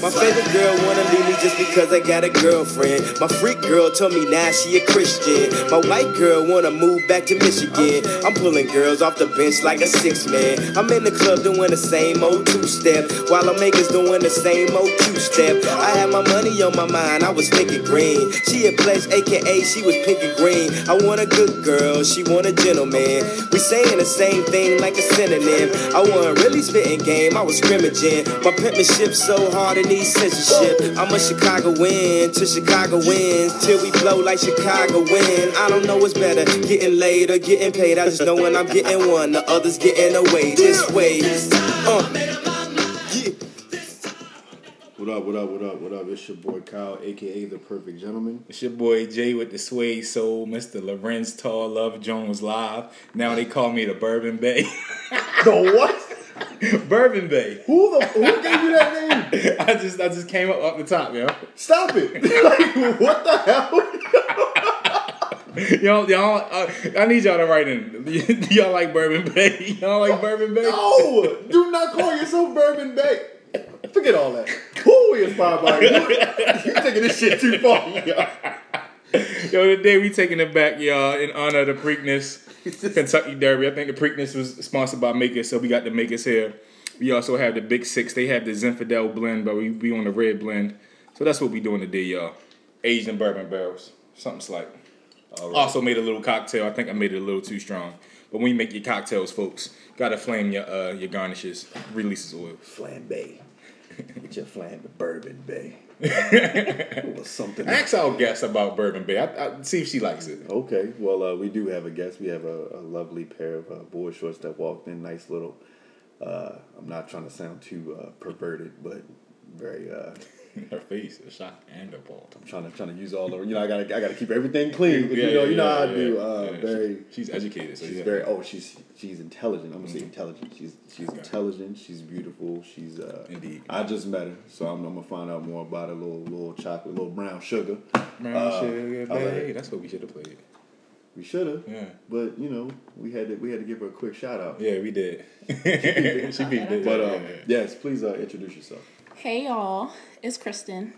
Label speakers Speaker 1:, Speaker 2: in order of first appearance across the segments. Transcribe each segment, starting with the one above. Speaker 1: My favorite girl wanna leave me just because I got a girlfriend. My freak girl told me now she a Christian. My white girl wanna move back to Michigan. I'm pulling girls off the bench like a six man. I'm in the club doing the same old two step while I'm makers doing the same old two step. I had my money on my mind, I was thinking green. She a pledge, aka she was picking green. I want a good girl, she want a gentleman. We saying the same thing like a synonym. I wasn't really spitting game, I was scrimmaging. My penmanship so hard it needs censorship. I'm a Chicago win to Chicago wins till we blow like Chicago win. I don't know what's better, getting laid or getting paid. I just know when I'm getting one, the others getting away this way. Uh.
Speaker 2: What up, what up, what up, what up? It's your boy Kyle, aka The Perfect Gentleman.
Speaker 3: It's your boy Jay with the Sway Soul, Mr. Lorenz Tall Love Jones Live. Now they call me the Bourbon Bay.
Speaker 2: The what?
Speaker 3: Bourbon Bay.
Speaker 2: Who the who gave you that name?
Speaker 3: I just I just came up off the top, yo.
Speaker 2: Stop it! Like, what the hell?
Speaker 3: Y'all, y'all, uh, I need y'all to write in. y'all like Bourbon Bay? Y'all like Bourbon Bay?
Speaker 2: No! Do not call yourself Bourbon Bay. Forget all that. Who we inspired by? You're taking this shit too far. yo.
Speaker 3: Yo, today we taking it back, y'all, in honor of the Preakness Kentucky Derby. I think the Preakness was sponsored by Makers, so we got the Makers here. We also have the Big Six. They have the Zinfandel blend, but we, we on the red blend. So that's what we doing today, y'all. Aged in bourbon barrels, something slight. Also made a little cocktail. I think I made it a little too strong. But when you make your cocktails, folks, gotta flame your uh, your garnishes, releases oil.
Speaker 2: Flambe. Get your flambe bourbon bay. or something.
Speaker 3: Ask our guest about Bourbon Bay. I, I, see if she likes it.
Speaker 2: Okay, well, uh, we do have a guest. We have a, a lovely pair of uh, board shorts that walked in. Nice little. Uh, I'm not trying to sound too uh, perverted, but very. Uh,
Speaker 3: Her face, a shock, and appalled.
Speaker 2: I'm trying to trying to use all the. You know, I gotta I gotta keep everything clean. 'cause
Speaker 3: Yeah,
Speaker 2: you know,
Speaker 3: yeah,
Speaker 2: you know
Speaker 3: yeah,
Speaker 2: how I
Speaker 3: yeah,
Speaker 2: do. Uh,
Speaker 3: yeah.
Speaker 2: Very.
Speaker 3: She's educated, so
Speaker 2: She's
Speaker 3: yeah.
Speaker 2: very. Oh, she's she's intelligent. I'm gonna
Speaker 3: Mm-hmm.
Speaker 2: say intelligent. She's she's intelligent. She's beautiful. She's. Uh,
Speaker 3: Indeed.
Speaker 2: I just met her, so I'm, I'm gonna find out more about her little little chocolate, little brown sugar.
Speaker 3: Brown
Speaker 2: Uh,
Speaker 3: sugar,
Speaker 2: I like
Speaker 3: babe.
Speaker 2: it.
Speaker 3: That's what we should have played.
Speaker 2: We should have.
Speaker 3: Yeah.
Speaker 2: But you know, we had to we had to give her a quick shout out.
Speaker 3: Yeah, we did. she beat it.
Speaker 2: But um, yes, please uh, introduce yourself.
Speaker 4: Hey y'all, it's Kristen.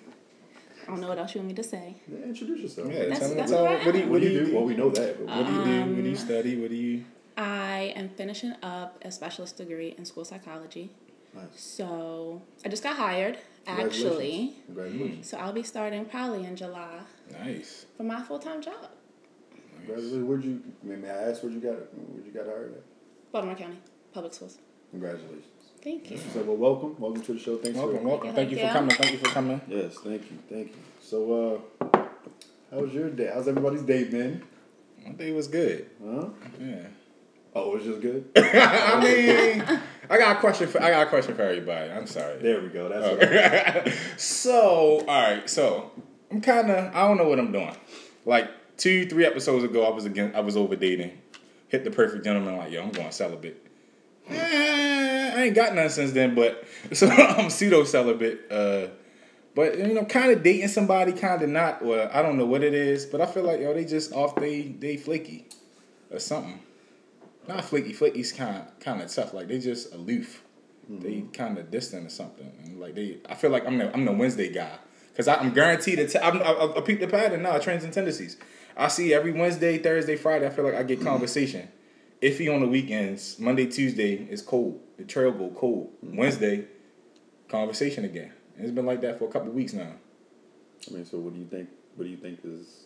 Speaker 4: I don't know what else you want me to say.
Speaker 2: Yeah, introduce yourself.
Speaker 3: yeah,
Speaker 4: that's-
Speaker 3: tell me
Speaker 4: that's
Speaker 3: tell
Speaker 4: what
Speaker 3: me- what do Um, you
Speaker 4: I am.
Speaker 2: What do you do?
Speaker 3: What
Speaker 2: Well, we know that. But
Speaker 3: do you do? What do you study? What do you?
Speaker 4: I am finishing up a specialist degree in school psychology.
Speaker 2: nice.
Speaker 4: So I just got hired, actually.
Speaker 2: Congratulations. Congratulations.
Speaker 4: So I'll be starting probably in July
Speaker 3: Nice.
Speaker 4: for my full time job.
Speaker 2: Congratulations. Where'd you? May, may I ask where'd you got it? Where'd you got hired at?
Speaker 4: Baltimore County Public Schools.
Speaker 2: Congratulations.
Speaker 4: Thank you.
Speaker 2: So well, welcome, welcome to the show. Thanks
Speaker 3: Welcome,
Speaker 2: for
Speaker 3: welcome. Thank you for
Speaker 4: Yeah.
Speaker 3: coming. Thank you for coming.
Speaker 2: yes, thank you, thank you. So, uh, how was your day? How's everybody's day been?
Speaker 3: My day was good.
Speaker 2: Huh?
Speaker 3: Yeah.
Speaker 2: Oh, it was just good.
Speaker 3: I mean, I got a question for I got a question for everybody. I'm sorry.
Speaker 2: There we go. That's what I-
Speaker 3: so, all right. So, I'm kind of I don't know what I'm doing. Like two, three episodes ago, I was again I was over dating. Hit the perfect gentleman. Like, yo, I'm going celibate. Eh, I ain't got none since then, but so I'm pseudo celibate. Uh, but you know, kind of dating somebody, kind of not. Well, I don't know what it is, but I feel like yo, they just off they they flaky or something. Not flaky, flaky's kind kind of tough. Like they just aloof. They kind of distant or something. And like they, I feel like I'm the I'm the Wednesday guy because I'm guaranteed to. T- I'm, I, I, I peep the pattern now. Trends and tendencies. I see every Wednesday, Thursday, Friday. I feel like I get conversation. Iffy on the weekends. Monday, Tuesday is cold. The trail go cold. Wednesday, conversation again. And it's been like that for a couple weeks now.
Speaker 2: I mean, so what do you think? What do you think is?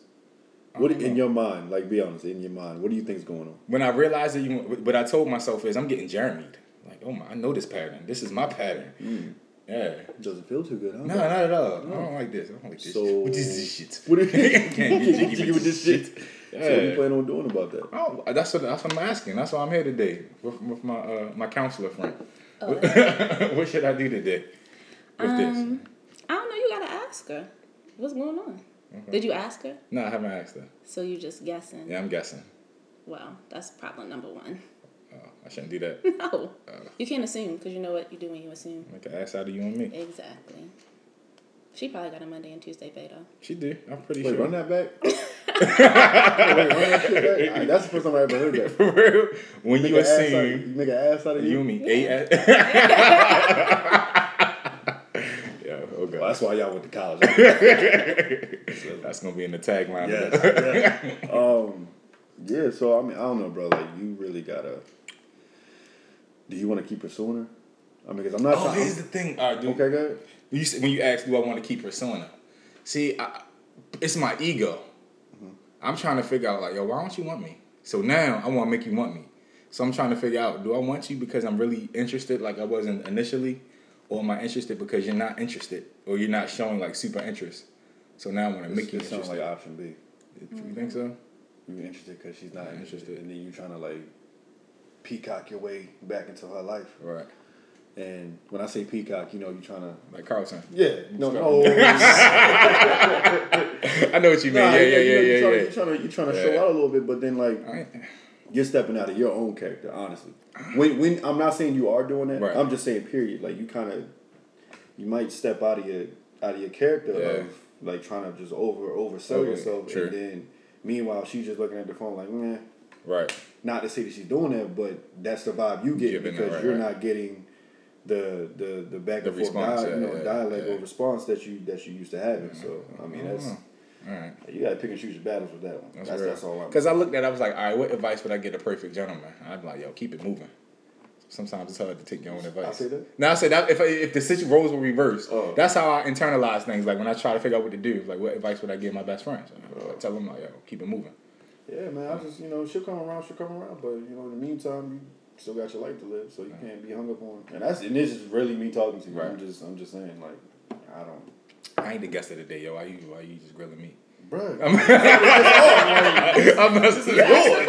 Speaker 2: What in your mind? Like, be honest. In your mind, what do you think's going on?
Speaker 3: when I realized that you, what I told myself is I'm getting Jeremied. Like, oh my, I know this pattern. This is my pattern. Yeah.
Speaker 2: Doesn't feel too good. Huh?
Speaker 3: No, not at all. I don't like this. I don't like this.
Speaker 2: So-
Speaker 3: what is this shit?
Speaker 2: What do you
Speaker 3: Can't get jiggy
Speaker 2: jiggy with this shit? So what do you
Speaker 3: Yeah.
Speaker 2: plan on doing about that?
Speaker 3: Oh, that's what that's what I'm asking. That's why I'm here today with, with my uh, my counselor friend. what should I do today with this?
Speaker 4: I don't know, you gotta ask her. What's going on? Did you ask her?
Speaker 3: No, I haven't asked her.
Speaker 4: So you just guessing.
Speaker 3: Yeah, I'm guessing.
Speaker 4: Well, that's problem number one.
Speaker 3: Oh, I shouldn't do that.
Speaker 4: No. You can't assume because you know what you do when you assume.
Speaker 3: Make an ass out of you and me.
Speaker 4: Exactly. She probably got a Monday and Tuesday pay though.
Speaker 3: She did. I'm pretty
Speaker 2: Wait,
Speaker 3: sure.
Speaker 2: run that back. Wait, run that shit back? That's the first time I ever heard that.
Speaker 3: when
Speaker 2: Make
Speaker 3: you
Speaker 2: an ass out of-
Speaker 3: assume.
Speaker 2: you make an ass out of
Speaker 3: You
Speaker 2: you.
Speaker 3: and me, eight. yeah. Oh God.
Speaker 2: that's why y'all went to college. yes,
Speaker 3: That's gonna be in the tagline. of this.
Speaker 2: yes. Um, yeah. So I mean, I don't know, bro. Like, you really gotta. Do you want to keep pursuing her? I mean, because I'm not.
Speaker 3: Oh,
Speaker 2: trying,
Speaker 3: here's the thing. All right, dude.
Speaker 2: okay, good.
Speaker 3: You s- when you ask, do I want to keep pursuing her? See, I, it's my ego. I'm trying to figure out like, yo, why don't you want me? So now I want to make you want me. So I'm trying to figure out, do I want you because I'm really interested, like I wasn't initially, or am I interested because you're not interested, or you're not showing like super interest? So now I want to make you
Speaker 2: It sounds
Speaker 3: interested.
Speaker 2: like option B.
Speaker 3: you think so?
Speaker 2: You're interested because she's not interested,
Speaker 3: Interested.
Speaker 2: and then you trying to like peacock your way back into her life.
Speaker 3: Right.
Speaker 2: And when I say peacock, you know, you trying to.
Speaker 3: Like Carlton.
Speaker 2: Yeah. No. No.
Speaker 3: I know what you mean.
Speaker 2: Nah,
Speaker 3: yeah, yeah,
Speaker 2: you know,
Speaker 3: yeah,
Speaker 2: you
Speaker 3: yeah,
Speaker 2: tryna-
Speaker 3: yeah.
Speaker 2: You trying to you trying to
Speaker 3: Yeah.
Speaker 2: show out a little bit, but then like
Speaker 3: All right.
Speaker 2: you're stepping out of your own character, honestly. When when I'm not saying you are doing that,
Speaker 3: Right.
Speaker 2: I'm just saying period. Like you kind of you might step out of your out of your character
Speaker 3: Yeah.
Speaker 2: of like trying to just over oversell
Speaker 3: Okay,
Speaker 2: yourself,
Speaker 3: true.
Speaker 2: and then meanwhile she's just looking at the phone like, man.
Speaker 3: Right.
Speaker 2: Not to say that she's doing that, but that's the vibe you get
Speaker 3: Giving it,
Speaker 2: because
Speaker 3: right,
Speaker 2: you're
Speaker 3: right.
Speaker 2: not getting the the the back
Speaker 3: The
Speaker 2: and forth
Speaker 3: response,
Speaker 2: dia- you
Speaker 3: yeah,
Speaker 2: know,
Speaker 3: yeah,
Speaker 2: dialect
Speaker 3: yeah. Mm-hmm.
Speaker 2: or response that you that you used to having. So I mean, that's
Speaker 3: All right.
Speaker 2: you gotta pick and choose your battles with that one. That's that's, all. I'm
Speaker 3: Because I looked at, it, I was like, all right, what advice would I get a perfect gentleman? I'm like, yo, keep it moving. Sometimes it's hard to take your own advice.
Speaker 2: say that?
Speaker 3: No, I said that if if the situ- roles were reversed,
Speaker 2: Oh.
Speaker 3: that's how I internalize things. Like when I try to figure out what to do, like what advice would I give my best friends? I
Speaker 2: Oh.
Speaker 3: tell them like, yo, keep it moving.
Speaker 2: Yeah, man.
Speaker 3: Mm-hmm.
Speaker 2: I just you know she'll come around, she'll come around, but you know in the meantime you still got your life to live, so you can't be hung up on. And that's and this is really me talking to you. I'm
Speaker 3: Right.
Speaker 2: just I'm just saying like I don't.
Speaker 3: I ain't the guest of the day, yo. Why you why you just grilling me?
Speaker 2: Bruh.
Speaker 3: I'm messing with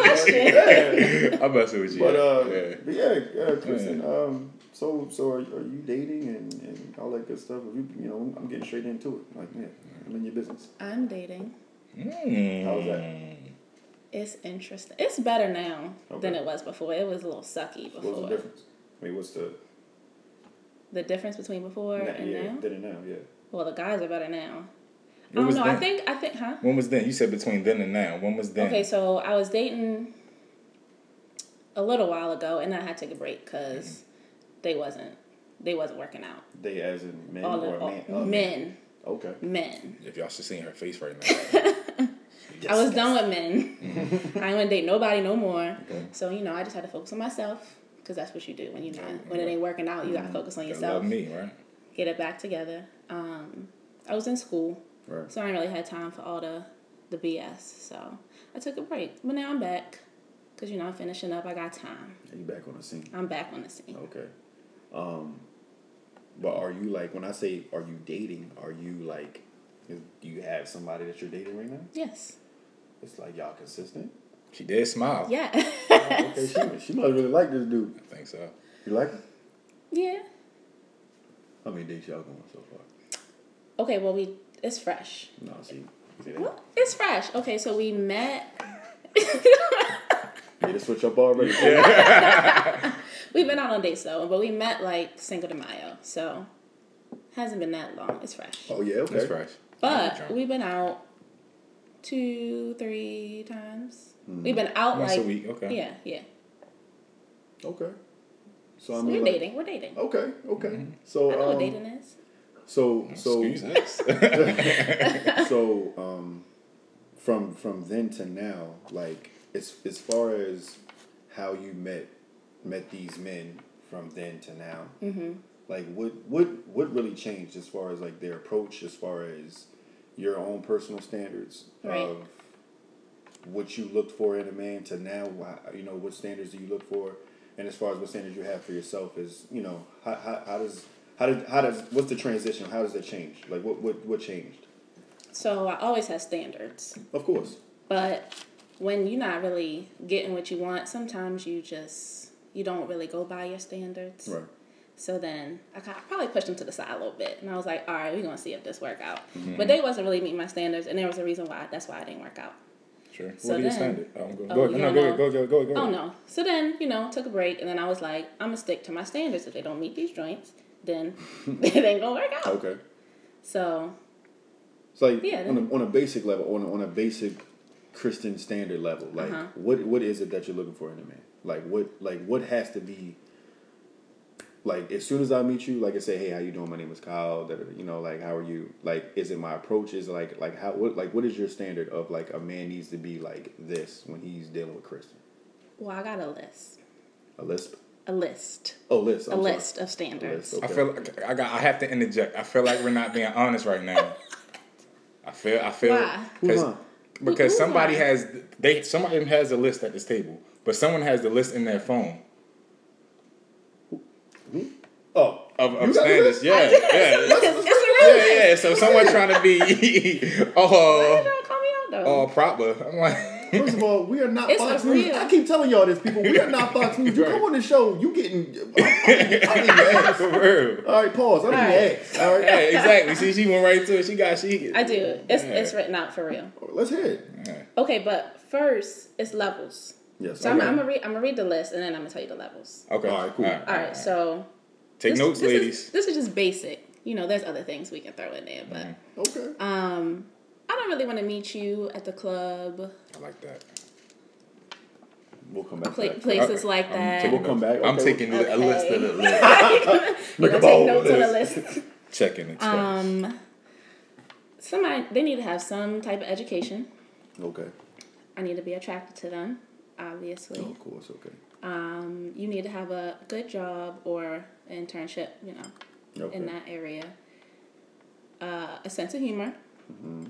Speaker 4: Question.
Speaker 3: I'm messing with you.
Speaker 2: but uh,
Speaker 3: yeah.
Speaker 2: but yeah, yeah, Kristen. Um, so so are, are you dating and, and all that good stuff? If you you know I'm getting straight into it. Like yeah, I'm in your business.
Speaker 4: I'm dating.
Speaker 3: Mm.
Speaker 2: How was that?
Speaker 4: It's interesting. It's better now than
Speaker 2: Okay.
Speaker 4: it was before. It was a little sucky before.
Speaker 2: What's the difference? I mean, what's the
Speaker 4: The difference between before
Speaker 2: na-
Speaker 4: and
Speaker 2: yeah
Speaker 4: now?
Speaker 2: then and now? Yeah.
Speaker 4: Well, the guys are better now.
Speaker 3: What
Speaker 4: I
Speaker 3: was
Speaker 4: don't know. I
Speaker 3: then?
Speaker 4: think. I think. Huh.
Speaker 3: When was then? You said between then and now. When was then?
Speaker 4: Okay, so I was dating a little while ago, and I had to take a break because they wasn't they wasn't working out.
Speaker 2: Mm-hmm. They as in men
Speaker 4: All
Speaker 2: or
Speaker 4: the all,
Speaker 2: man? uh,
Speaker 4: men,
Speaker 2: Okay.
Speaker 4: men.
Speaker 3: if y'all should see her face right now.
Speaker 4: I was done with men. I ain't gonna date nobody no more. So you know, I just had to focus on myself because that's what you do when you not when it ain't working out. You gotta focus on
Speaker 3: Y'all
Speaker 4: yourself.
Speaker 3: love me, right?
Speaker 4: Get it back together. Um, I was in school,
Speaker 2: Right.
Speaker 4: so I didn't really had time for all the the BS. So I took a break, but now I'm back because you know I'm finishing up. I got time.
Speaker 2: You back on the scene?
Speaker 4: I'm back on the scene.
Speaker 2: Okay. Um, but are you like when I say are you dating? Are you like is- do you have somebody that you're dating right now?
Speaker 4: Yes.
Speaker 2: It's like y'all consistent.
Speaker 3: She did smile.
Speaker 4: Yeah.
Speaker 2: Okay, she, she must really like this dude.
Speaker 3: I think so.
Speaker 2: You like? Him?
Speaker 4: yeah.
Speaker 2: How many dates y'all going so far?
Speaker 4: Okay, well we it's fresh.
Speaker 2: No, see, see that?
Speaker 4: Well, it's fresh. Okay, so we met
Speaker 2: Yeah, to switch up already.
Speaker 4: we've been out on dates though, but we met like Cinco de Mayo, so hasn't been that long. It's fresh.
Speaker 2: Oh yeah, okay.
Speaker 3: That's right.
Speaker 4: But we've been out two, three times. We've been out
Speaker 3: Once a
Speaker 4: like
Speaker 3: week, okay.
Speaker 4: Yeah, yeah.
Speaker 2: Okay. So I
Speaker 4: So
Speaker 2: mean,
Speaker 4: we're
Speaker 2: Um, like-
Speaker 4: dating. We're dating.
Speaker 2: Okay, okay.
Speaker 4: I know
Speaker 2: So
Speaker 4: what
Speaker 2: um,
Speaker 4: dating is.
Speaker 2: so so
Speaker 3: Mm-hmm. Excuse us.
Speaker 2: so um, from from then to now, like as as far as how you met met these men from then to now, like what what what really changed as far as like their approach, as far as your own personal standards
Speaker 4: Right.
Speaker 2: of what you looked for in a man to now, why, you know, what standards do you look for, and as far as what standards you have for yourself is, you know, how how, how does how did how does what's the transition? How does that change? Like what what what changed?
Speaker 4: So I always have standards.
Speaker 2: Of course.
Speaker 4: But when you're not really getting what you want, sometimes you just you don't really go by your standards.
Speaker 2: Right.
Speaker 4: So then I ki- I probably pushed them to the side a little bit, and I was like, "All right, we're gonna see if this work out." But they wasn't really meeting my standards, and there was a reason why. That's why I didn't work out.
Speaker 3: sure.
Speaker 4: So
Speaker 3: what do you
Speaker 4: then-
Speaker 3: stand it? Um, go,
Speaker 4: Oh,
Speaker 3: go,
Speaker 4: you
Speaker 3: no, go,
Speaker 4: don't know?
Speaker 3: ahead, go, go, go, go.
Speaker 4: Oh no! So then you know took a break, and then I was like, "I'm gonna stick to my standards. If they don't meet these joints, then it ain't gonna work out."
Speaker 2: Okay.
Speaker 4: So
Speaker 2: It's like
Speaker 4: Oh, Yeah,
Speaker 2: on, a, on a basic level, on a, on a basic Christian standard level, like
Speaker 4: Uh-huh.
Speaker 2: what what is it that you're looking for in a man? Like what like what has to be like as soon as I meet you, like I say, hey, how you doing? My name is Kyle. Da, da, da, you know, like how are you? Like, is it my approach? Is it like like how what like what is your standard of like a man needs to be like this when he's dealing with Kristen?
Speaker 4: Well, I got a list.
Speaker 2: A lisp?
Speaker 4: A list.
Speaker 2: Oh, lisp.
Speaker 4: A
Speaker 2: I'm sorry.
Speaker 4: list of standards.
Speaker 2: list,
Speaker 3: I feel like I got. I have to interject. I feel like we're not being honest right now. I feel. I feel.
Speaker 4: Why?
Speaker 2: Who's
Speaker 3: 'cause-
Speaker 2: mine?
Speaker 3: Because
Speaker 4: Who- who's
Speaker 3: somebody
Speaker 4: mine?
Speaker 3: has they somebody has a list at this table, but someone has the list in their phone
Speaker 2: Oh,
Speaker 3: of, of
Speaker 2: got the list?
Speaker 3: standards. Yeah, yeah,
Speaker 4: It's a real
Speaker 3: yeah,
Speaker 4: list.
Speaker 3: yeah. So someone trying to be
Speaker 4: Why you
Speaker 3: oh
Speaker 4: trying to call me out though?
Speaker 3: oh proper. I'm like
Speaker 2: First of all, we are not
Speaker 4: It's
Speaker 2: Fox
Speaker 4: a
Speaker 2: News.
Speaker 4: real-
Speaker 2: I keep telling y'all this, people. We are not Fox News. You
Speaker 3: Right.
Speaker 2: come on the show, you getting. I, I, didn't- I didn't even ask.
Speaker 3: for real.
Speaker 2: All right, pause. I didn't
Speaker 4: Alright.
Speaker 2: even ask. All right,
Speaker 3: Yeah, exactly. See, she went right to it. She got she.
Speaker 4: I do. It's
Speaker 3: Yeah.
Speaker 4: it's written out for real.
Speaker 2: let's hear it.
Speaker 4: Okay, but first it's levels.
Speaker 2: Yes.
Speaker 4: So
Speaker 2: okay.
Speaker 4: I'm, I'm gonna read I'm gonna read the list and then I'm gonna tell you the levels.
Speaker 3: Okay.
Speaker 2: All right, cool.
Speaker 4: All right, so
Speaker 3: Take
Speaker 4: this-
Speaker 3: notes,
Speaker 4: this is-
Speaker 3: ladies.
Speaker 4: this is just basic. You know, there's other things we can throw in there,
Speaker 3: Mm-hmm.
Speaker 4: but
Speaker 2: okay.
Speaker 4: um, I don't really want to meet you at the club,
Speaker 3: I like that.
Speaker 2: we'll come back.
Speaker 4: pla-
Speaker 2: to that.
Speaker 4: places
Speaker 3: Okay.
Speaker 4: like that.
Speaker 3: taking
Speaker 2: We'll come
Speaker 3: notes.
Speaker 2: back.
Speaker 3: I'm
Speaker 2: Okay.
Speaker 3: taking a list of the list.
Speaker 4: You're gonna take notes on the list.
Speaker 3: Checking it.
Speaker 4: Um, somebody they need to have some type of education.
Speaker 2: Okay.
Speaker 4: I need to be attracted to them, obviously.
Speaker 2: Oh, Of course. Okay.
Speaker 4: Um, you need to have a good job or an internship, you know,
Speaker 2: Okay.
Speaker 4: in that area. Uh, a sense of humor.
Speaker 3: Mm-hmm.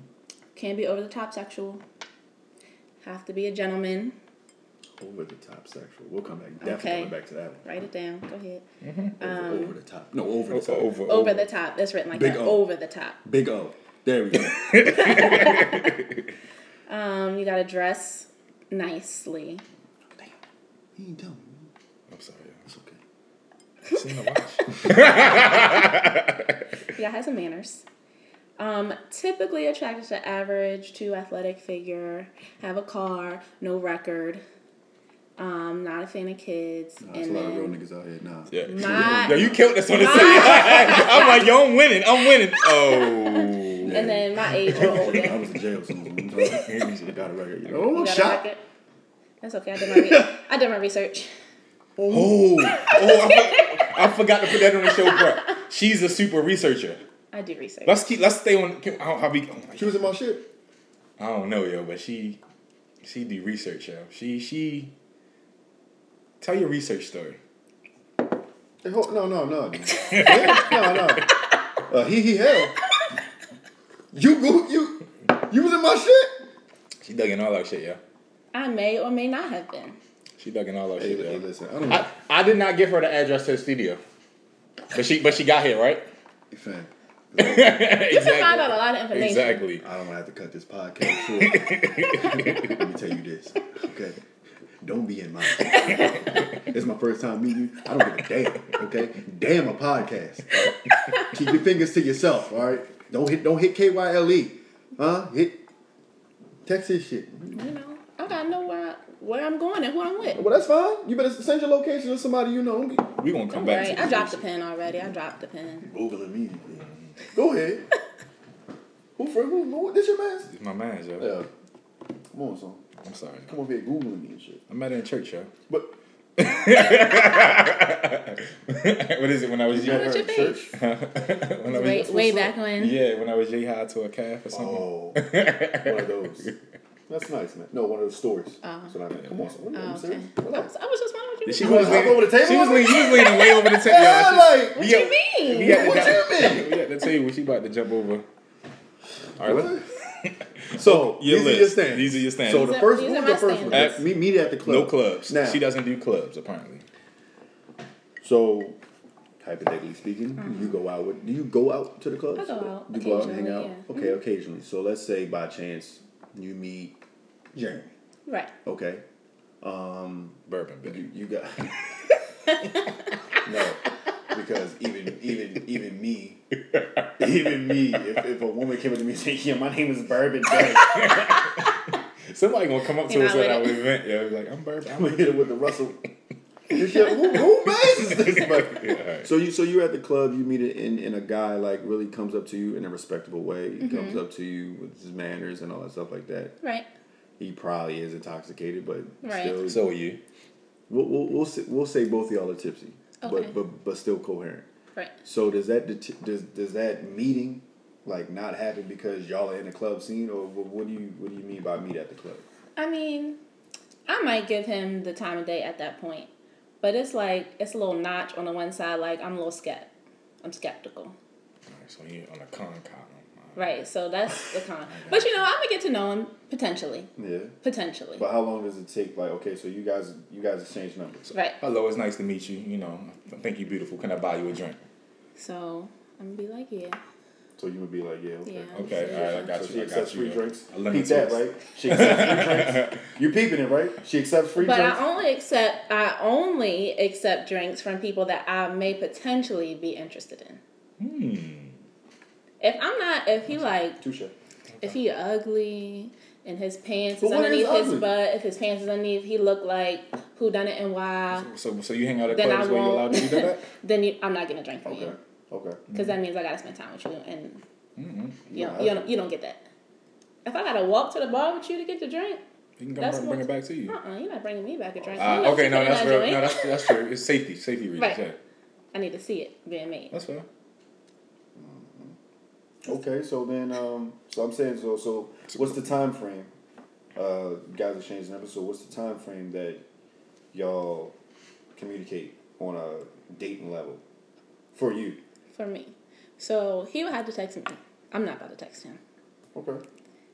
Speaker 4: Can't be over the top sexual. Have to be a gentleman.
Speaker 2: Over the top sexual. We'll come back. Definitely
Speaker 4: Okay. Um,
Speaker 2: coming back to that one.
Speaker 4: Write it down. Go ahead.
Speaker 2: Over, over the top. No, over the top.
Speaker 3: over,
Speaker 4: Over the top. That's written like
Speaker 2: Big
Speaker 4: that.
Speaker 2: O.
Speaker 4: Over the top.
Speaker 2: Big O. There we go.
Speaker 4: Um, you gotta dress nicely.
Speaker 2: Damn. He ain't done.
Speaker 3: I'm sorry.
Speaker 2: It's okay.
Speaker 3: y'all. It's in the watch.
Speaker 4: You gotta have some manners. Um, typically attracted to average to athletic figure. Have a car. No record. Um, not a fan of kids.
Speaker 2: There's a
Speaker 4: and
Speaker 2: lot of
Speaker 4: then
Speaker 2: real niggas out here now.
Speaker 3: Yeah.
Speaker 4: My-
Speaker 3: Yo, you killed us on the same. I'm like, yo, I'm winning. I'm winning. Oh.
Speaker 4: And then my age or
Speaker 2: I
Speaker 4: older.
Speaker 2: was in jail. So I'm sorry. got a record. You know,
Speaker 4: You
Speaker 2: oh,
Speaker 4: got a
Speaker 2: shot.
Speaker 4: record? That's okay. I did my re- I did my research.
Speaker 3: Oh. Oh, I, for- I forgot to put that on the show prep. She's a super researcher.
Speaker 4: I do research.
Speaker 3: Let's keep. Let's stay on. can- I'll, I'll be,
Speaker 2: She was in my shit.
Speaker 3: I don't know, yo, but she, she do research, yo. She, she. Tell your research story.
Speaker 2: Hey, hold- No, no, no. Yeah, no, no. Uh, he, he, hell. You, go, you, you was in my shit.
Speaker 3: She dug in all our shit, yo.
Speaker 4: I may or may not have been.
Speaker 3: She dug in all our
Speaker 2: Hey,
Speaker 3: shit,
Speaker 2: li- hey,
Speaker 3: yo.
Speaker 2: listen, I don't know.
Speaker 3: I, I did not give her the address to the studio, but she, but she got here, right?
Speaker 2: Fam,
Speaker 4: You can find out a lot of information.
Speaker 3: Exactly.
Speaker 2: I don't want to have to cut this podcast short. Let me tell you this, okay? Don't be in my shit. It's my first time meeting you. I don't give a damn, okay? Damn a podcast. Keep your fingers to yourself, all right? Don't hit, don't hit KYLE, E, huh? Hit Texas shit.
Speaker 4: You know, I gotta know where I, where I'm going and who I'm with.
Speaker 2: Well, that's fine. You better send your location to somebody you know. Don't be
Speaker 3: We gonna come back.
Speaker 4: Right?
Speaker 3: to
Speaker 4: I
Speaker 3: this.
Speaker 4: dropped the pen already. I dropped the pen.
Speaker 2: Google immediately. Go ahead. Who for who? who this your man?
Speaker 3: It's my man, yo.
Speaker 2: Yeah. Come on, son.
Speaker 3: I'm sorry.
Speaker 2: Come over here googling me and shit.
Speaker 3: I met her in church, yo.
Speaker 2: But
Speaker 3: what is it when I was
Speaker 4: What's your face?
Speaker 3: when I was
Speaker 4: Way, way back when.
Speaker 3: yeah when I was J high to a calf or something.
Speaker 2: Oh, one of those. That's nice, man. No, one of those stories.
Speaker 4: Oh.
Speaker 2: So I meant, come on, son.
Speaker 4: Oh,
Speaker 2: I'm
Speaker 4: okay.
Speaker 2: serious.
Speaker 4: I was,
Speaker 2: Relax.
Speaker 4: I was just wondering what
Speaker 3: Did
Speaker 4: you were
Speaker 3: she
Speaker 2: You
Speaker 4: doing.
Speaker 2: wanna hop over
Speaker 3: was leaning,
Speaker 2: the table
Speaker 3: She was
Speaker 2: with me?
Speaker 3: leaning, she was leaning way over the table.
Speaker 2: Yeah,
Speaker 3: y'all.
Speaker 2: like,
Speaker 4: What
Speaker 3: She-
Speaker 4: you
Speaker 3: we
Speaker 4: mean?
Speaker 3: at- we at the
Speaker 2: what
Speaker 3: top-
Speaker 2: you mean?
Speaker 3: We at the table. She about to jump over. All right. let-
Speaker 2: So
Speaker 3: Your
Speaker 2: these
Speaker 3: list.
Speaker 2: are your standards.
Speaker 3: These are your standards.
Speaker 2: So
Speaker 4: These
Speaker 2: the
Speaker 4: are-
Speaker 2: first,
Speaker 4: these
Speaker 2: what
Speaker 4: are
Speaker 2: was
Speaker 4: my
Speaker 2: the first one?
Speaker 3: standards.
Speaker 2: Me, meet at the club.
Speaker 3: No clubs.
Speaker 2: Now,
Speaker 3: She doesn't do clubs apparently.
Speaker 2: So, hypothetically speaking, you go out with. Do you go out to the clubs?
Speaker 4: Mm-hmm. I go out
Speaker 2: You go out and hang out.
Speaker 4: occasionally, yeah. Mm-hmm.
Speaker 2: Okay, occasionally. So let's say by chance you meet Jeremy.
Speaker 4: Right.
Speaker 2: Okay,
Speaker 3: Bourbon, baby.
Speaker 2: you, you got no because even even even me. Even me, if, if a woman came up to me and said, "Yeah, my name is Bourbon Day,"
Speaker 3: Somebody gonna come up to
Speaker 4: You're
Speaker 3: us
Speaker 4: not
Speaker 3: at our
Speaker 4: with
Speaker 3: event. Yeah, like I'm bourbon.
Speaker 2: I'm gonna hit it with the Russell. This shit, who, who bases this? Like,
Speaker 3: Yeah, all right.
Speaker 2: So you so you're at the club, you meet it and, and a guy like really comes up to you in a respectable way. He comes
Speaker 4: Mm-hmm.
Speaker 2: up to you with his manners and all that stuff like that.
Speaker 4: Right.
Speaker 2: He probably is intoxicated, but
Speaker 4: Right.
Speaker 2: still
Speaker 3: So are you?
Speaker 2: we'll, we'll, we'll, say, we'll say both of y'all are tipsy.
Speaker 4: Okay.
Speaker 2: but, but but still coherent.
Speaker 4: Right.
Speaker 2: So does that det- does does that meeting like not happen because y'all are in the club scene, or wh- what do you what do you mean by meet at the club?
Speaker 4: I mean, I might give him the time of day at that point, but it's like it's a little notch on the one side. Like I'm a little skept. I'm skeptical.
Speaker 3: Alright, so you on a con column.
Speaker 4: Right. So that's the con. But you know, I'm gonna get to know him potentially.
Speaker 2: Yeah.
Speaker 4: Potentially.
Speaker 2: But how long does it take? Like, okay, so you guys you guys exchange numbers.
Speaker 4: Right.
Speaker 3: Hello, it's nice to meet you. You know, I think you're beautiful. Can I buy you a drink?
Speaker 4: So I'm gonna be like, yeah,
Speaker 2: So you would be like, yeah, okay.
Speaker 4: yeah.
Speaker 3: Okay, all right, I got
Speaker 2: So
Speaker 3: you.
Speaker 2: she
Speaker 3: I got
Speaker 2: accepts
Speaker 3: you.
Speaker 2: free drinks.
Speaker 3: A
Speaker 2: Peep
Speaker 3: lemon
Speaker 2: that,
Speaker 3: twist.
Speaker 2: right? She accepts free drinks. You peeping it, right? She accepts free
Speaker 4: But
Speaker 2: drinks.
Speaker 4: I only accept I only accept drinks from people that I may potentially be interested in.
Speaker 3: Hmm.
Speaker 4: If I'm not, if he like,
Speaker 2: Touche.
Speaker 4: if he ugly and his pants
Speaker 2: But
Speaker 4: is
Speaker 2: what is
Speaker 4: underneath his
Speaker 2: ugly?
Speaker 4: butt, if his pants is underneath, he look like who done it and why.
Speaker 3: So, so you hang out at
Speaker 4: Then I
Speaker 3: clubs where you're allowed
Speaker 4: won't.
Speaker 3: to do that?
Speaker 4: then you, I'm not getting a drink from
Speaker 2: Okay.
Speaker 4: you
Speaker 2: Okay.
Speaker 4: because that means I gotta spend time with you, and you
Speaker 2: No,
Speaker 4: don't,
Speaker 2: I-
Speaker 4: you don't you don't get that. If I gotta walk to the bar with you to get the drink,
Speaker 3: You can come
Speaker 4: That's
Speaker 3: bring, bring
Speaker 4: what-
Speaker 3: it back to you.
Speaker 4: uh, uh-uh, you're not bringing me back a drink.
Speaker 3: Uh,
Speaker 4: Unless
Speaker 3: okay,
Speaker 4: you
Speaker 3: no,
Speaker 4: put in
Speaker 3: that's
Speaker 4: that
Speaker 3: real.
Speaker 4: joint.
Speaker 3: No, that's that's true. It's safety, safety reasons.
Speaker 4: Right.
Speaker 3: Yeah,
Speaker 4: I need to see it being made.
Speaker 3: that's fair.
Speaker 2: Okay. So then, um, so I'm saying, so so what's the time frame? Uh, you guys exchange numbers. So what's the time frame that y'all communicate on a dating level for you?
Speaker 4: for me. So he would have to text me. I'm not about to text him.
Speaker 2: Okay.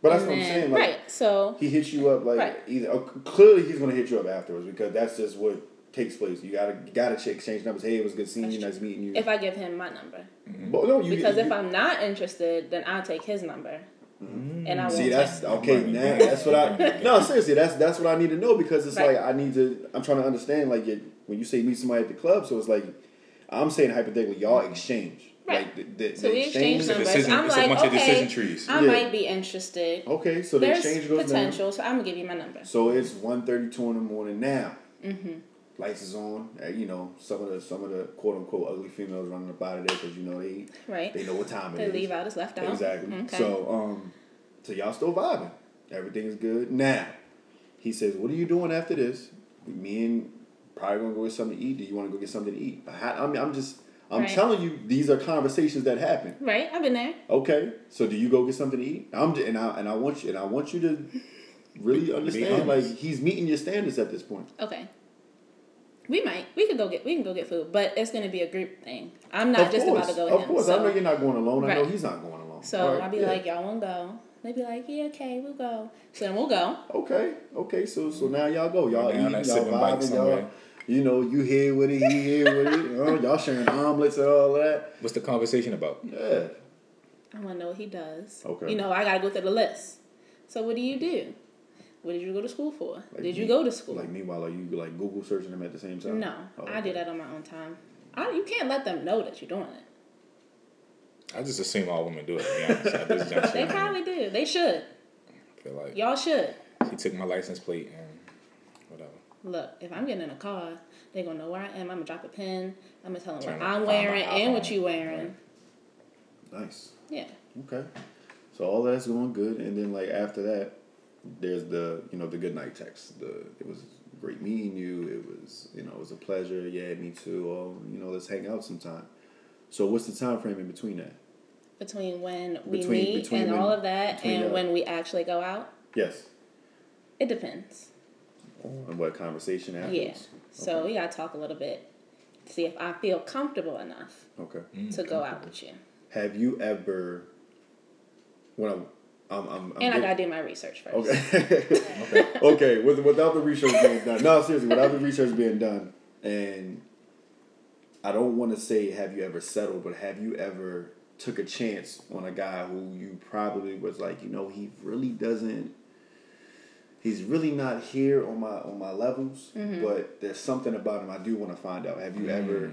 Speaker 2: But that's
Speaker 4: And
Speaker 2: what I'm
Speaker 4: then-
Speaker 2: saying. Like,
Speaker 4: right. So
Speaker 2: he hits you up like
Speaker 4: Right.
Speaker 2: either oh, c- clearly he's gonna hit you up afterwards because that's just what takes place. You gotta you gotta check exchange numbers. Hey, it was good seeing you. Nice meeting you.
Speaker 4: if I give him my number,
Speaker 2: Well, no, you
Speaker 4: because
Speaker 2: you,
Speaker 4: if I'm not interested, then I'll take his number, and I won't.
Speaker 2: see
Speaker 4: text.
Speaker 2: that's okay.
Speaker 3: Money,
Speaker 2: Now
Speaker 3: man.
Speaker 2: that's what I no seriously. That's that's what I need to know because it's
Speaker 4: Right.
Speaker 2: like I need to. I'm trying to understand like you, when you say meet somebody at the club. So it's like I'm saying hypothetically, y'all exchange
Speaker 4: Right.
Speaker 2: like the, the,
Speaker 4: So
Speaker 2: the
Speaker 4: we exchange numbers.
Speaker 3: decision-
Speaker 4: I'm
Speaker 3: it's a
Speaker 4: like,
Speaker 3: bunch of
Speaker 4: okay,
Speaker 3: decision trees.
Speaker 4: I
Speaker 2: Yeah.
Speaker 4: might be interested.
Speaker 2: Okay, Oh, so the
Speaker 4: There's
Speaker 2: exchange goes down.
Speaker 4: potential, so I'm gonna give you my number.
Speaker 2: So it's 1.32 in the morning now.
Speaker 4: Mm-hmm.
Speaker 2: Lights is on. Uh, you know some of the some of the quote unquote ugly females running up out of there because you know they
Speaker 4: Right.
Speaker 2: they know what time it
Speaker 4: The
Speaker 2: is.
Speaker 4: leave out is left out.
Speaker 2: Exactly.
Speaker 4: Mm, Okay.
Speaker 2: So um, so y'all still vibing. Everything is good now. He says, "What are you doing after this? Me and probably gonna go get something to eat. Do you want to go get something to eat? I, I mean, I'm just I'm
Speaker 4: Right.
Speaker 2: telling you these are conversations that happen.
Speaker 4: right. I've been there.
Speaker 2: Okay, so do you go get something to eat? I'm j- and I and I want you and I want you to really understand like
Speaker 3: honest.
Speaker 2: he's meeting your standards at this point.
Speaker 4: Okay. We might. We could go get. We can go get food, but it's gonna be a group thing. I'm not
Speaker 2: of
Speaker 4: just
Speaker 2: course,
Speaker 4: about to go with
Speaker 2: of
Speaker 4: him.
Speaker 2: course. I
Speaker 4: so-
Speaker 2: know you're not going alone. I know
Speaker 4: Right.
Speaker 2: he's not going alone.
Speaker 4: So
Speaker 2: Right,
Speaker 4: I'll be
Speaker 2: yeah.
Speaker 4: like, y'all won't go. They be like, yeah, okay, we'll go. So then we'll go.
Speaker 2: okay, okay. So so now y'all go. Y'all
Speaker 3: Down
Speaker 2: eating, y'all
Speaker 3: that sip and bite
Speaker 2: vibing, y'all.
Speaker 3: somewhere.
Speaker 2: You know, you here with it, he here with it. you know, y'all sharing omelets and all that.
Speaker 3: What's the conversation about?
Speaker 2: Yeah.
Speaker 4: Oh, I want to know what he does.
Speaker 2: Okay.
Speaker 4: You know, I gotta go through the list. So what do you do? What did you go to school for?
Speaker 2: Like
Speaker 4: did you
Speaker 2: me-
Speaker 4: go to school?
Speaker 2: Like Oh, meanwhile, are you like Google searching them at the same time?
Speaker 4: no, I do that on my own time. I, you can't let them know that you're doing it.
Speaker 3: I just assume all women do it. To be honest, at this
Speaker 4: They
Speaker 3: juncture, I
Speaker 4: probably do. They should.
Speaker 3: feel like
Speaker 4: Y'all should.
Speaker 3: he took my license plate and whatever.
Speaker 4: Look, if I'm getting in a car, they gonna know where I am. I'm gonna drop a pin. I'm gonna tell them
Speaker 3: Turn
Speaker 4: what
Speaker 3: up,
Speaker 4: I'm
Speaker 3: find my
Speaker 4: wearing and what
Speaker 3: iPhone.
Speaker 4: you wearing.
Speaker 2: Nice.
Speaker 4: Yeah.
Speaker 2: Okay. So all that's going good, and then like after that, there's the you know the good night text. The it was great meeting you. It was you know it was a pleasure. Yeah, me too. Oh, you know let's hang out sometime. So what's the time frame in between that?
Speaker 4: Between when we
Speaker 2: Between-
Speaker 4: meet
Speaker 2: between
Speaker 4: and
Speaker 2: when-
Speaker 4: all of that,
Speaker 2: between
Speaker 4: and
Speaker 2: y'all.
Speaker 4: when we actually go out,
Speaker 2: Yes.
Speaker 4: it depends.
Speaker 2: And what conversation
Speaker 4: Yeah.
Speaker 2: afterwards?
Speaker 4: So we gotta talk a little bit, see if I feel comfortable enough
Speaker 2: Okay.
Speaker 4: to go out with you.
Speaker 2: Have you ever? When I'm, I'm, I'm, I'm
Speaker 4: And I
Speaker 2: getting-
Speaker 4: gotta do my research first.
Speaker 2: Okay. okay. With, without the research being done. No, seriously, without the research being done, and I don't want to say have you ever settled, but have you ever took a chance on a guy who you probably was like, you know, he really doesn't. He's really not here on my on my levels,
Speaker 4: Mm-hmm.
Speaker 2: but there's something about him I do want to find out. Have you ever?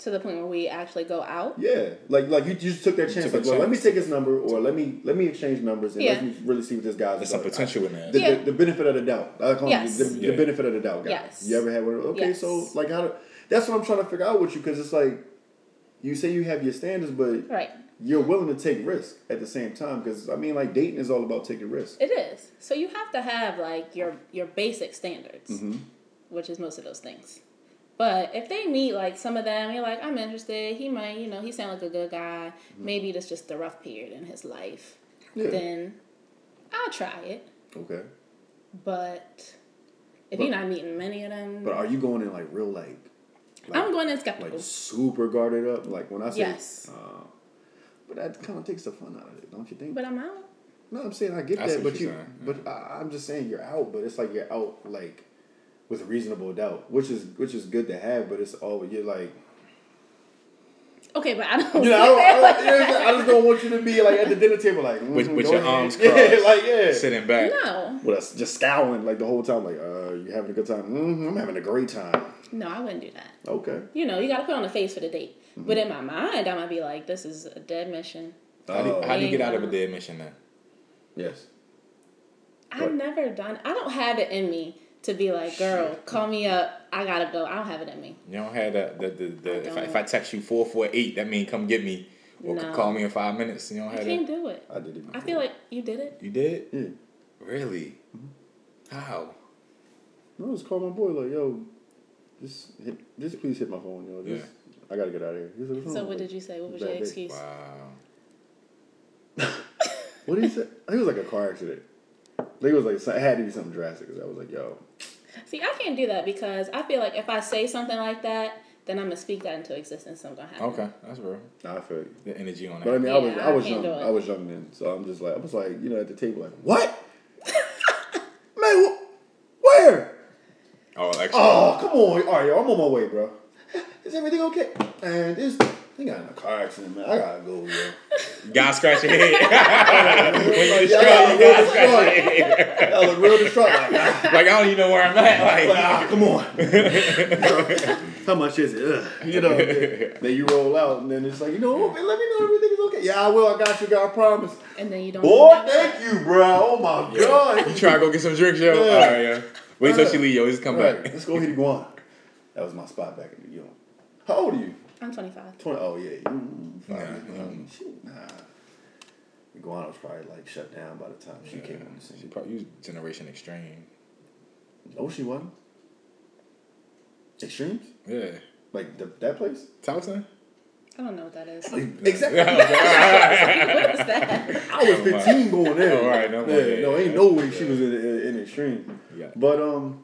Speaker 4: To the point where we actually go out.
Speaker 2: Yeah, like like you, you just took that chance.
Speaker 3: took a
Speaker 2: like, well, let me
Speaker 3: chance.
Speaker 2: take his number, or let me let me exchange numbers, and let
Speaker 4: Yeah.
Speaker 2: me really see what this guy's.
Speaker 3: There's some
Speaker 2: about.
Speaker 3: potential in there.
Speaker 2: The,
Speaker 4: Yeah.
Speaker 2: the, the benefit of the doubt. I call
Speaker 4: Yes.
Speaker 2: it the, the
Speaker 3: Yeah.
Speaker 2: benefit of the doubt, guys.
Speaker 4: Yes.
Speaker 2: You ever had one? of those? Okay,
Speaker 4: Yes.
Speaker 2: so like how? Do, that's what I'm trying to figure out with you because it's like you say you have your standards, but
Speaker 4: Right.
Speaker 2: you're willing to take risk at the same time. Because I mean, like dating is all about taking risk.
Speaker 4: It is. So
Speaker 2: Mm-hmm.
Speaker 4: you have to have like your your basic standards, which is most of those things. But if they meet like some of them, you're like, I'm interested. He might, you know, he sound like a good guy.
Speaker 2: Mm-hmm.
Speaker 4: Maybe that's just the rough period in his life.
Speaker 2: Yeah.
Speaker 4: Then I'll try it.
Speaker 2: Okay.
Speaker 4: But if
Speaker 2: But-
Speaker 4: you're not meeting many of them,
Speaker 2: But are you going in like real like? like
Speaker 4: I'm going in skeptical.
Speaker 2: like super guarded up. Like when I say,
Speaker 4: Yes.
Speaker 2: uh, but that kind of takes the fun out of it, don't you think?
Speaker 4: but I'm out.
Speaker 2: no, I'm saying I get
Speaker 3: I see
Speaker 2: that,
Speaker 3: what
Speaker 2: but you,
Speaker 3: you're saying,
Speaker 2: but I, I'm just saying you're out. But it's like you're out like with reasonable doubt, which is which is good to have. But it's all you're like.
Speaker 4: Okay, but I don't.
Speaker 2: You know, I, don't, I, don't, you know what I'm saying? I just don't want you to be like at the dinner table, like mm,
Speaker 3: With, with
Speaker 2: go
Speaker 3: your
Speaker 2: ahead.
Speaker 3: arms crossed,
Speaker 2: yeah, like yeah,
Speaker 3: sitting back.
Speaker 4: no,
Speaker 2: with us just scowling like the whole time, like uh, you having a good time? Mm, I'm having a great time.
Speaker 4: no, I wouldn't do that.
Speaker 2: Okay,
Speaker 4: You know, you got to put on a face for the date. But in my mind, I might be like, this is a dead mission.
Speaker 3: How, do,
Speaker 2: Oh.
Speaker 3: how do you get out of a dead mission then?
Speaker 2: yes,
Speaker 4: I've never done. I don't have it in me to be like, girl, call me up. I gotta go. I don't have it in me.
Speaker 3: You don't have that. The, the, the, if, I,
Speaker 4: don't.
Speaker 3: if I text you four four eight, that mean come get me or c-
Speaker 4: No.
Speaker 3: call me in five minutes. You don't
Speaker 4: I
Speaker 3: have
Speaker 4: can't
Speaker 3: that.
Speaker 4: do it.
Speaker 2: I did it.
Speaker 4: I feel like you did it.
Speaker 3: You did
Speaker 2: yeah.
Speaker 3: really? How?
Speaker 2: No, just call my boy. Like, yo, just hit, just please hit my phone, yo. Just, I gotta get out of here. He's like,
Speaker 4: So what did you say? What was your
Speaker 2: Bad bitch.
Speaker 4: excuse?
Speaker 3: Wow.
Speaker 2: What did he say? I think it was like a car accident. I think it was like so- it had to be something drastic. 'cause I was like, yo,
Speaker 4: See, I can't do that because I feel like if I say something like that, then I'm gonna speak that into existence. Something gonna happen.
Speaker 3: Okay, that's real.
Speaker 2: nah, I feel you.
Speaker 3: The energy on
Speaker 2: But I
Speaker 3: that.
Speaker 2: mean, I
Speaker 4: Yeah,
Speaker 2: was I
Speaker 4: I
Speaker 2: was
Speaker 4: can't
Speaker 2: young.
Speaker 4: do it.
Speaker 2: I was young then, so I'm just like I was like you know at the table like what, man, wh- where?
Speaker 3: Oh, actually,
Speaker 2: Oh, come on. All right, yo, I'm on my way, bro. Is everything okay? And this, I think I got in a car accident, man. I gotta go, yo.
Speaker 3: God scratch your head. when you
Speaker 2: Yeah, I
Speaker 3: struggle, God
Speaker 2: look
Speaker 3: scratch your
Speaker 2: real
Speaker 3: head.
Speaker 2: distraught. I look real distraught. Like, ah.
Speaker 3: Like I don't even know where I'm at.
Speaker 2: Like,
Speaker 3: Like
Speaker 2: ah, come on. How much is it? Ugh. You know. Then you roll out, and then it's like, you know, oh, man, let me know everything is okay. Yeah, I will. I got you, God. I promise.
Speaker 4: And then you don't.
Speaker 2: Boy, thank you, bro. Oh my
Speaker 3: Yeah.
Speaker 2: God.
Speaker 3: you try to go get some drinks, yo.
Speaker 2: Yeah.
Speaker 3: All right, yeah. Wait till
Speaker 2: Right.
Speaker 3: she leave, yo. Just come
Speaker 2: Right,
Speaker 3: back.
Speaker 2: let's go hit Iguana. That was my spot back in New York. How old are you?
Speaker 4: I'm 25.
Speaker 2: Twenty. Oh yeah. You,
Speaker 3: Nah,
Speaker 2: five years
Speaker 3: um,
Speaker 2: old. Shoot, nah. Iguana was probably like shut down by the time she came on the
Speaker 3: She
Speaker 2: scene.
Speaker 3: probably you generation extreme.
Speaker 2: Oh, she wasn't. Extremes?
Speaker 3: Yeah.
Speaker 2: Like the, that place?
Speaker 3: Towson?
Speaker 4: I don't know what that is.
Speaker 2: Exactly.
Speaker 4: what is that?
Speaker 2: I was 15 going there.
Speaker 3: Oh, right, no
Speaker 2: yeah,
Speaker 3: way.
Speaker 2: no, ain't no way she was in, in, in extreme.
Speaker 3: Yeah.
Speaker 2: But um,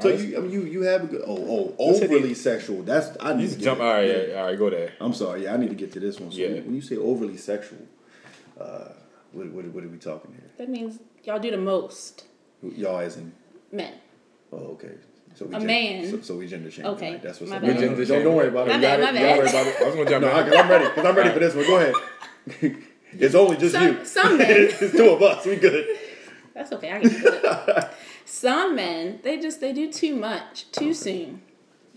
Speaker 2: so
Speaker 3: Alright.
Speaker 2: you, I mean, you you have a good. Oh, oh,
Speaker 3: Let's hit
Speaker 2: overly sexual. That's I need
Speaker 3: You
Speaker 2: to
Speaker 3: just
Speaker 2: get
Speaker 3: jump.
Speaker 2: it.
Speaker 3: All right, yeah. all right, go there.
Speaker 2: I'm sorry. Yeah, I need to get to this one. So
Speaker 3: Yeah.
Speaker 2: when you say overly sexual, uh, what, what what are we talking here?
Speaker 4: That means y'all do the most.
Speaker 2: Y'all as in
Speaker 4: Men.
Speaker 2: oh okay. So we
Speaker 4: A
Speaker 2: gen-
Speaker 4: man.
Speaker 2: So, so we gender change.
Speaker 4: Okay,
Speaker 2: that's what's
Speaker 4: my
Speaker 2: up.
Speaker 4: bad.
Speaker 2: No, no, no, don't, don't worry about it.
Speaker 4: My
Speaker 2: You
Speaker 4: bad,
Speaker 2: got it.
Speaker 4: my bad.
Speaker 3: Don't worry about it. I was gonna jump
Speaker 2: No, I,
Speaker 3: in.
Speaker 2: 'cause I'm ready. Cause I'm ready for this one. Go ahead. it's only just
Speaker 4: Some-
Speaker 2: you.
Speaker 4: some men.
Speaker 2: it's two of us. We good.
Speaker 4: That's okay. I can do it. Some men, they just they do too much too soon.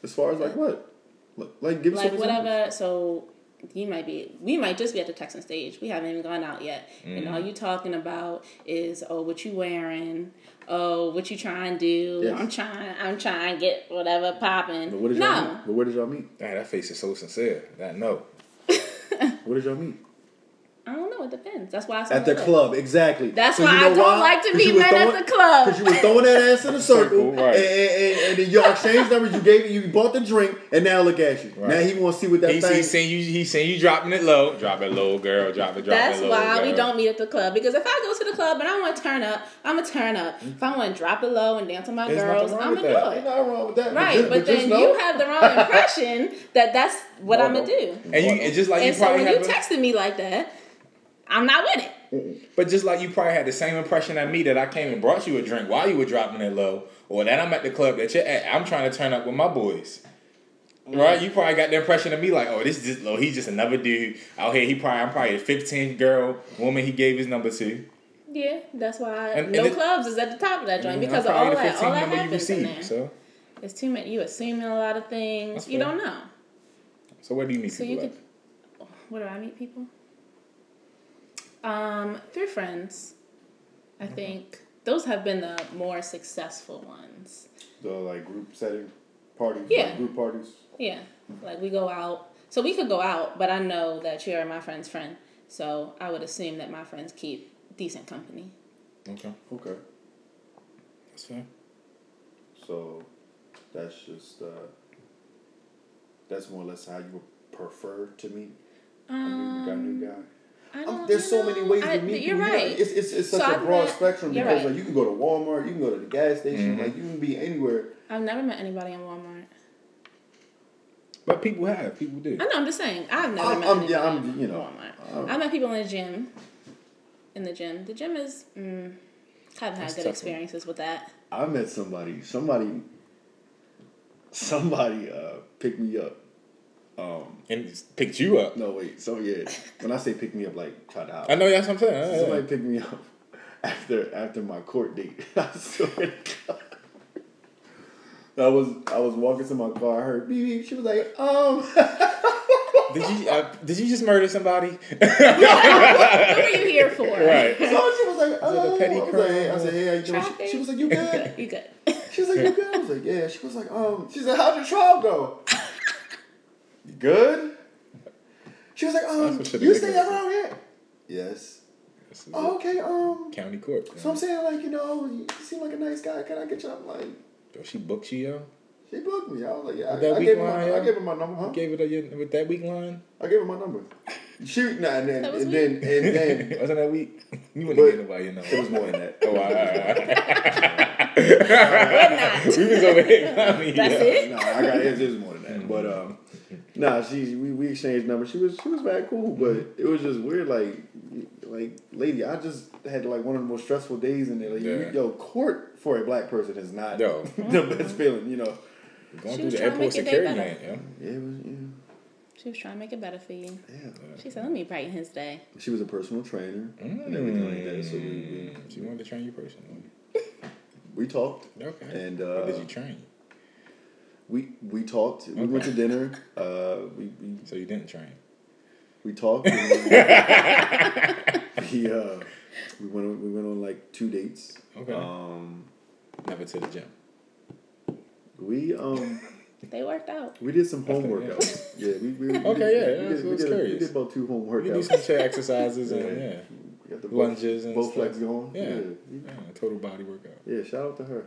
Speaker 2: As far as like what? Like, like give us
Speaker 4: Like
Speaker 2: some examples.
Speaker 4: whatever. So you might be, we might just be at the texting stage. We haven't even gone out yet, and
Speaker 3: Mm-hmm.
Speaker 4: all you talking about is oh what you wearing, oh what you trying to do.
Speaker 2: Yes.
Speaker 4: I'm trying, I'm trying to get whatever popping.
Speaker 2: But what did y'all meet?
Speaker 4: No,
Speaker 2: But where did y'all meet?
Speaker 3: Damn, that face is so sincere. That no.
Speaker 2: Where did y'all meet?
Speaker 4: I don't know. It depends. That's why I said
Speaker 2: At the
Speaker 4: that.
Speaker 2: club, exactly.
Speaker 4: That's why I don't like to meet men at the club.
Speaker 2: Because you were throwing that ass in a circle,
Speaker 3: Circle, right.
Speaker 2: and, and, and, and then y'all exchanged numbers. You gave it, you bought the drink, and now look at you.
Speaker 3: Right.
Speaker 2: Now he wants to see what that
Speaker 3: He's,
Speaker 2: thing.
Speaker 3: he's saying you. He's saying you dropping it low. Drop it low, girl. Drop it. Drop
Speaker 4: That's
Speaker 3: it low.
Speaker 4: why
Speaker 3: girl.
Speaker 4: we don't meet at the club because if I go to the club and I want to turn up, I'm gonna turn up. If I want to drop it low and dance with my
Speaker 3: Mm-hmm. There's nothing
Speaker 4: girls,
Speaker 3: wrong
Speaker 4: I'm
Speaker 3: with
Speaker 4: gonna
Speaker 3: that.
Speaker 4: do it.
Speaker 2: Ain't nothing wrong with that.
Speaker 4: Right,
Speaker 2: just
Speaker 4: but, then
Speaker 2: know-
Speaker 4: you have the wrong impression that that's what I'm gonna do.
Speaker 3: And you it's just like
Speaker 4: And
Speaker 3: you
Speaker 4: so
Speaker 3: probably
Speaker 4: when you
Speaker 3: have. a-
Speaker 4: texted me like that, I'm not with it.
Speaker 3: But just like you probably had the same impression at me that I came and brought you a drink while you were dropping it low, or that I'm at the club that you're at. I'm trying to turn up with my boys.
Speaker 4: Mm.
Speaker 3: Right? You probably got the impression of me like, oh, this is just low. He's just another dude out here. He probably I'm probably a 15 girl woman he gave his number to.
Speaker 4: Yeah, that's why
Speaker 3: And-
Speaker 4: no
Speaker 3: and it-
Speaker 4: clubs is at the top of that joint
Speaker 3: I'm
Speaker 4: because of
Speaker 3: probably
Speaker 4: all
Speaker 3: the
Speaker 4: that.
Speaker 3: 15
Speaker 4: All that
Speaker 3: number you
Speaker 4: happens in
Speaker 3: received,
Speaker 4: there.
Speaker 3: So,
Speaker 4: It's too much. You assuming a lot of things
Speaker 3: That's
Speaker 4: you
Speaker 3: fair.
Speaker 4: don't know.
Speaker 3: so where do you meet
Speaker 4: So
Speaker 3: people
Speaker 4: you
Speaker 3: at?
Speaker 4: could. Where do I meet people? Um, through friends, I
Speaker 3: Mm-hmm.
Speaker 4: think those have been the more successful ones.
Speaker 2: the like group setting, parties, like,
Speaker 4: Yeah.
Speaker 2: group parties.
Speaker 4: Yeah, like we go out. So we could go out, but I know that you're my friend's friend. So I would assume that my friends keep decent company.
Speaker 3: Okay,
Speaker 2: Okay,
Speaker 3: that's fair.
Speaker 2: so that's just uh, That's more or less how you would prefer to meet
Speaker 4: Um,
Speaker 2: a new guy. New guy.
Speaker 4: I
Speaker 2: Um,
Speaker 4: don't-
Speaker 2: there's
Speaker 4: you
Speaker 2: so many
Speaker 4: know,
Speaker 2: ways
Speaker 4: I-
Speaker 2: to meet.
Speaker 4: You're
Speaker 2: new guys.
Speaker 4: right.
Speaker 2: It's, it's, it's
Speaker 4: So
Speaker 2: such a
Speaker 4: I've
Speaker 2: broad
Speaker 4: met-
Speaker 2: spectrum
Speaker 4: you're
Speaker 2: because
Speaker 4: right. Mm-hmm.
Speaker 2: like you can go to Walmart, you can go to the gas station, like you can be anywhere.
Speaker 4: I've never met anybody in Walmart.
Speaker 3: But people have. People do.
Speaker 4: I know. I'm just saying. I've never
Speaker 2: I'm-
Speaker 4: met
Speaker 2: I'm-
Speaker 4: anybody
Speaker 2: yeah, I'm,
Speaker 4: in
Speaker 2: you know,
Speaker 4: Walmart. I met people in the gym. In the gym, the gym is. Mm, haven't
Speaker 3: That's
Speaker 4: had
Speaker 3: tough
Speaker 4: good
Speaker 3: one.
Speaker 4: experiences with that.
Speaker 2: I met somebody. Somebody. Somebody uh, picked me up. Um,
Speaker 3: And it's picked you up.
Speaker 2: No wait. So yeah, when I say pick me up, like try to hop.
Speaker 3: I know that's what I'm saying. Yeah, yeah.
Speaker 2: Somebody picked me up after after my court date. I swear to God. I was I was walking to my car. I heard beep beep. She was like, um,
Speaker 3: Did you uh, did you just murder somebody?
Speaker 4: What were you here for?
Speaker 2: so she was like,
Speaker 3: it a
Speaker 2: oh.
Speaker 3: petty
Speaker 2: I was like,
Speaker 3: crime?
Speaker 2: hey. I said, hey, how you doing? She, she was like, you good?
Speaker 4: You good?
Speaker 2: She
Speaker 4: You good?
Speaker 2: was like, you good? I was like, yeah. She was like, um. She said, how'd your trial go? You good? She was like, um,
Speaker 3: what should've
Speaker 2: you
Speaker 3: been
Speaker 2: stay
Speaker 3: good.
Speaker 2: around here? Yes.
Speaker 3: This is
Speaker 2: "Oh,
Speaker 3: it.
Speaker 2: okay. Um.
Speaker 3: County court.
Speaker 2: So I'm saying, like, you know, you seem like a nice guy. Can I get you? I'm like.
Speaker 3: Yo, she booked you, yo.
Speaker 2: She booked me. I was like, yeah,
Speaker 3: With that
Speaker 2: I,
Speaker 3: uh,
Speaker 2: I
Speaker 3: weak
Speaker 2: gave her
Speaker 3: line,
Speaker 2: my,
Speaker 3: yeah?
Speaker 2: I gave her my number. Huh?
Speaker 3: Gave it a, your- with that weak line.
Speaker 2: I gave her my number. She nah, and then
Speaker 4: That was
Speaker 2: and then and then
Speaker 3: Wasn't that weak? You wouldn't
Speaker 2: But-
Speaker 3: get nobody, you know.
Speaker 2: it was more than that.
Speaker 3: Oh, all right, all right, all right.
Speaker 4: We're not.
Speaker 3: we was over here. I mean,
Speaker 4: That's
Speaker 3: yeah.
Speaker 4: it.
Speaker 2: Nah, I got it, it was more than that. But
Speaker 3: Mm-hmm.
Speaker 2: um, nah, she we, we exchanged numbers. She was she was bad cool, but
Speaker 3: Mm-hmm.
Speaker 2: it was just weird. Like like lady, I just had like one of the most stressful days in there. Like you-
Speaker 3: Yeah.
Speaker 2: yo, court for a black person is not
Speaker 3: Yo.
Speaker 2: the best feeling. You know,
Speaker 3: Going
Speaker 4: She
Speaker 3: through
Speaker 4: was
Speaker 3: the
Speaker 4: trying to
Speaker 3: airport
Speaker 4: make your day
Speaker 3: security man,
Speaker 4: better.
Speaker 3: yo.
Speaker 2: it was. Yeah.
Speaker 4: She was trying to make it better for you.
Speaker 2: Yeah.
Speaker 4: She said, "Let me brighten his day."
Speaker 2: She was a personal trainer and everything like that. So we, we,
Speaker 3: Mm-hmm. She wanted to train you personally.
Speaker 2: we talked.
Speaker 3: Okay.
Speaker 2: And,
Speaker 3: Or did
Speaker 2: uh,
Speaker 3: you train?
Speaker 2: We we talked. We went to dinner. Uh, we, we
Speaker 3: So you didn't train.
Speaker 2: we talked. And we, we, uh, we went on, we went on like two dates.
Speaker 3: Okay.
Speaker 2: Um,
Speaker 3: Never to the gym.
Speaker 2: we um
Speaker 4: They worked out.
Speaker 2: we did some home
Speaker 3: That's good, yeah.
Speaker 2: workouts. Yeah. we, we, we
Speaker 3: Okay,
Speaker 2: Did,
Speaker 3: yeah,
Speaker 2: We
Speaker 3: that's
Speaker 2: did,
Speaker 3: what I
Speaker 2: we did,
Speaker 3: was
Speaker 2: a- we
Speaker 3: curious.
Speaker 2: did about two home
Speaker 3: You do
Speaker 2: workouts.
Speaker 3: some chair exercises and
Speaker 2: Yeah.
Speaker 3: yeah.
Speaker 2: We got the both-
Speaker 3: Lunges and
Speaker 2: both
Speaker 3: stuff.
Speaker 2: legs going.
Speaker 3: Yeah.
Speaker 2: Yeah.
Speaker 3: yeah. Total body workout.
Speaker 2: Yeah, Shout out to her.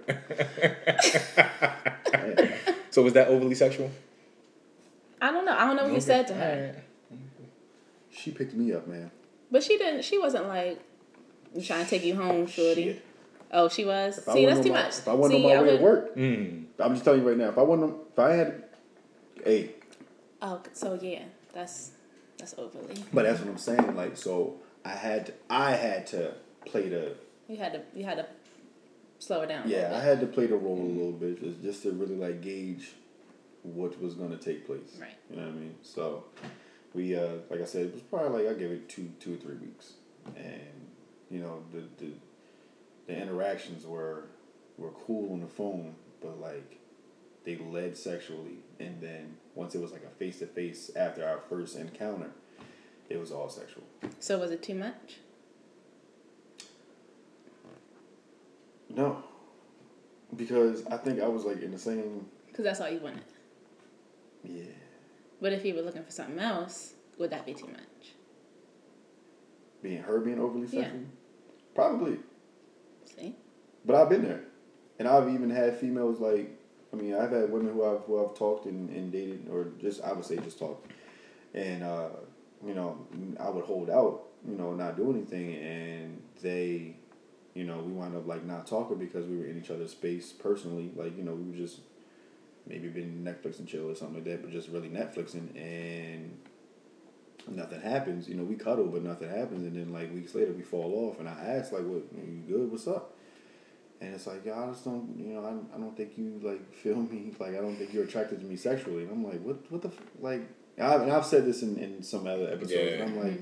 Speaker 2: Yeah.
Speaker 3: So was that overly sexual?
Speaker 4: I don't know. I don't know what you said to her,
Speaker 2: She picked me up, man.
Speaker 4: but she didn't. She wasn't like, "I'm trying to take you home, shorty."
Speaker 2: Shit.
Speaker 4: Oh, she was.
Speaker 2: If I
Speaker 4: See, that's
Speaker 2: wasn't
Speaker 4: too
Speaker 2: on my,
Speaker 4: much.
Speaker 2: If I wasn't
Speaker 4: See,
Speaker 2: on my way
Speaker 4: would-
Speaker 2: to work,
Speaker 3: Mm.
Speaker 2: I'm just telling you right now. If I wasn't, on- if I had, hey,
Speaker 4: Oh, so yeah, that's that's overly.
Speaker 2: But that's what I'm saying. Like, so I had to, I had to play the
Speaker 4: You had to you had to slow it down. a
Speaker 2: yeah I
Speaker 4: little
Speaker 2: had to play the role a little bit just, just to really like gauge what was gonna take place.
Speaker 4: Right.
Speaker 2: You know what I mean? So we uh like I said it was probably like I gave it two two or three weeks, and you know the the, the interactions were were cool on the phone, but like they led sexually, and then once it was like a face to face after our first encounter, it was all sexual.
Speaker 4: bit. So was it too much?
Speaker 2: No. Because I think I was like in the same
Speaker 4: Because that's all you wanted.
Speaker 2: yeah.
Speaker 4: But if you were looking for something else, would that be too much?
Speaker 2: Being her being overly
Speaker 4: Yeah.
Speaker 2: sexual. Probably.
Speaker 4: See,
Speaker 2: But I've been there. And I've even had females like I mean, I've had women who I've who I've talked and, and dated or just I would say just talked. And uh, you know, I would hold out, you know, not do anything and they you know, we wound up like not talking because we were in each other's space personally. Like, you know, we were just maybe been Netflix and chill or something like that, but just really Netflixing and nothing happens. You know, we cuddle, but nothing happens. And then like weeks later, we fall off, and I ask like, "What? You good? What's up?" And it's like, "Yeah, I just don't. You know, I, I don't think you like feel me. Like I don't think you're attracted to me sexually." And I'm like, "What? What the f-? like?" I, and I've said this in, in some other episodes. And
Speaker 3: Yeah.
Speaker 2: I'm like,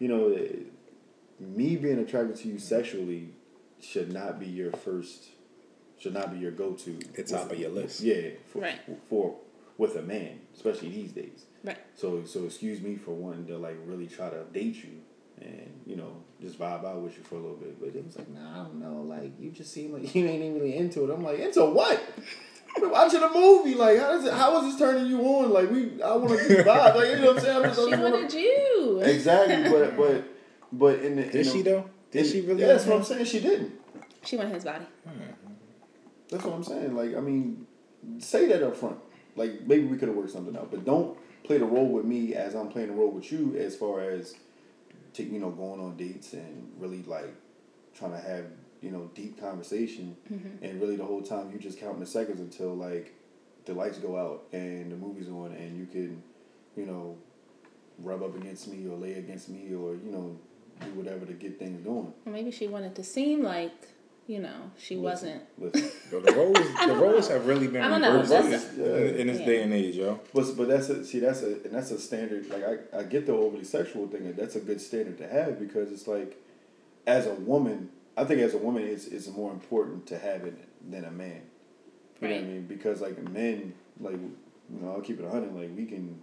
Speaker 2: you know, it- me being attracted to you sexually should not be your first. Should not be your go-to.
Speaker 3: The top of your list.
Speaker 2: Yeah, for,
Speaker 4: Right.
Speaker 2: for with a man, especially these days.
Speaker 4: right?
Speaker 2: So so excuse me for wanting to like really try to date you and you know just vibe out with you for a little bit, but it was like nah, I don't know, like you just seem like you ain't even really into it. I'm like into what? We're watching a movie. Like how does it, how is this turning you on? Like we I want to just vibe. Like you know what I'm saying? I just, I
Speaker 4: She
Speaker 2: just wanna-
Speaker 4: wanted you.
Speaker 2: exactly, but but but in the in
Speaker 3: Did
Speaker 2: the-
Speaker 3: she though? Did
Speaker 2: in-
Speaker 3: she really?
Speaker 2: Yeah, that's what I'm saying. She didn't.
Speaker 4: She wanted his body.
Speaker 2: That's what I'm saying. Like I mean, say that up front. Like maybe we could have worked something out, but don't play the role with me as I'm playing the role with you as far as to, you know going on dates and really like trying to have you know deep conversation and really the whole time you just counting the seconds until like the lights go out and the movie's on and you can you know rub up against me or lay against me or you know do whatever to get things going.
Speaker 4: Well, maybe she wanted to seem like, you know, she wasn't.
Speaker 2: Listen.
Speaker 3: Yo, the roles, the roles have really been
Speaker 4: I don't know.
Speaker 3: reversed in
Speaker 4: That's
Speaker 3: this, in this day and age, yo.
Speaker 2: But but that's a see that's a and that's a standard. Like I, I get the overly sexual thing, and that's a good standard to have because it's like, as a woman, I think as a woman, it's it's more important to have it than a man. You know what I
Speaker 4: Right.
Speaker 2: mean? Because like men, like you know, I'll keep it a hundred. Like we can.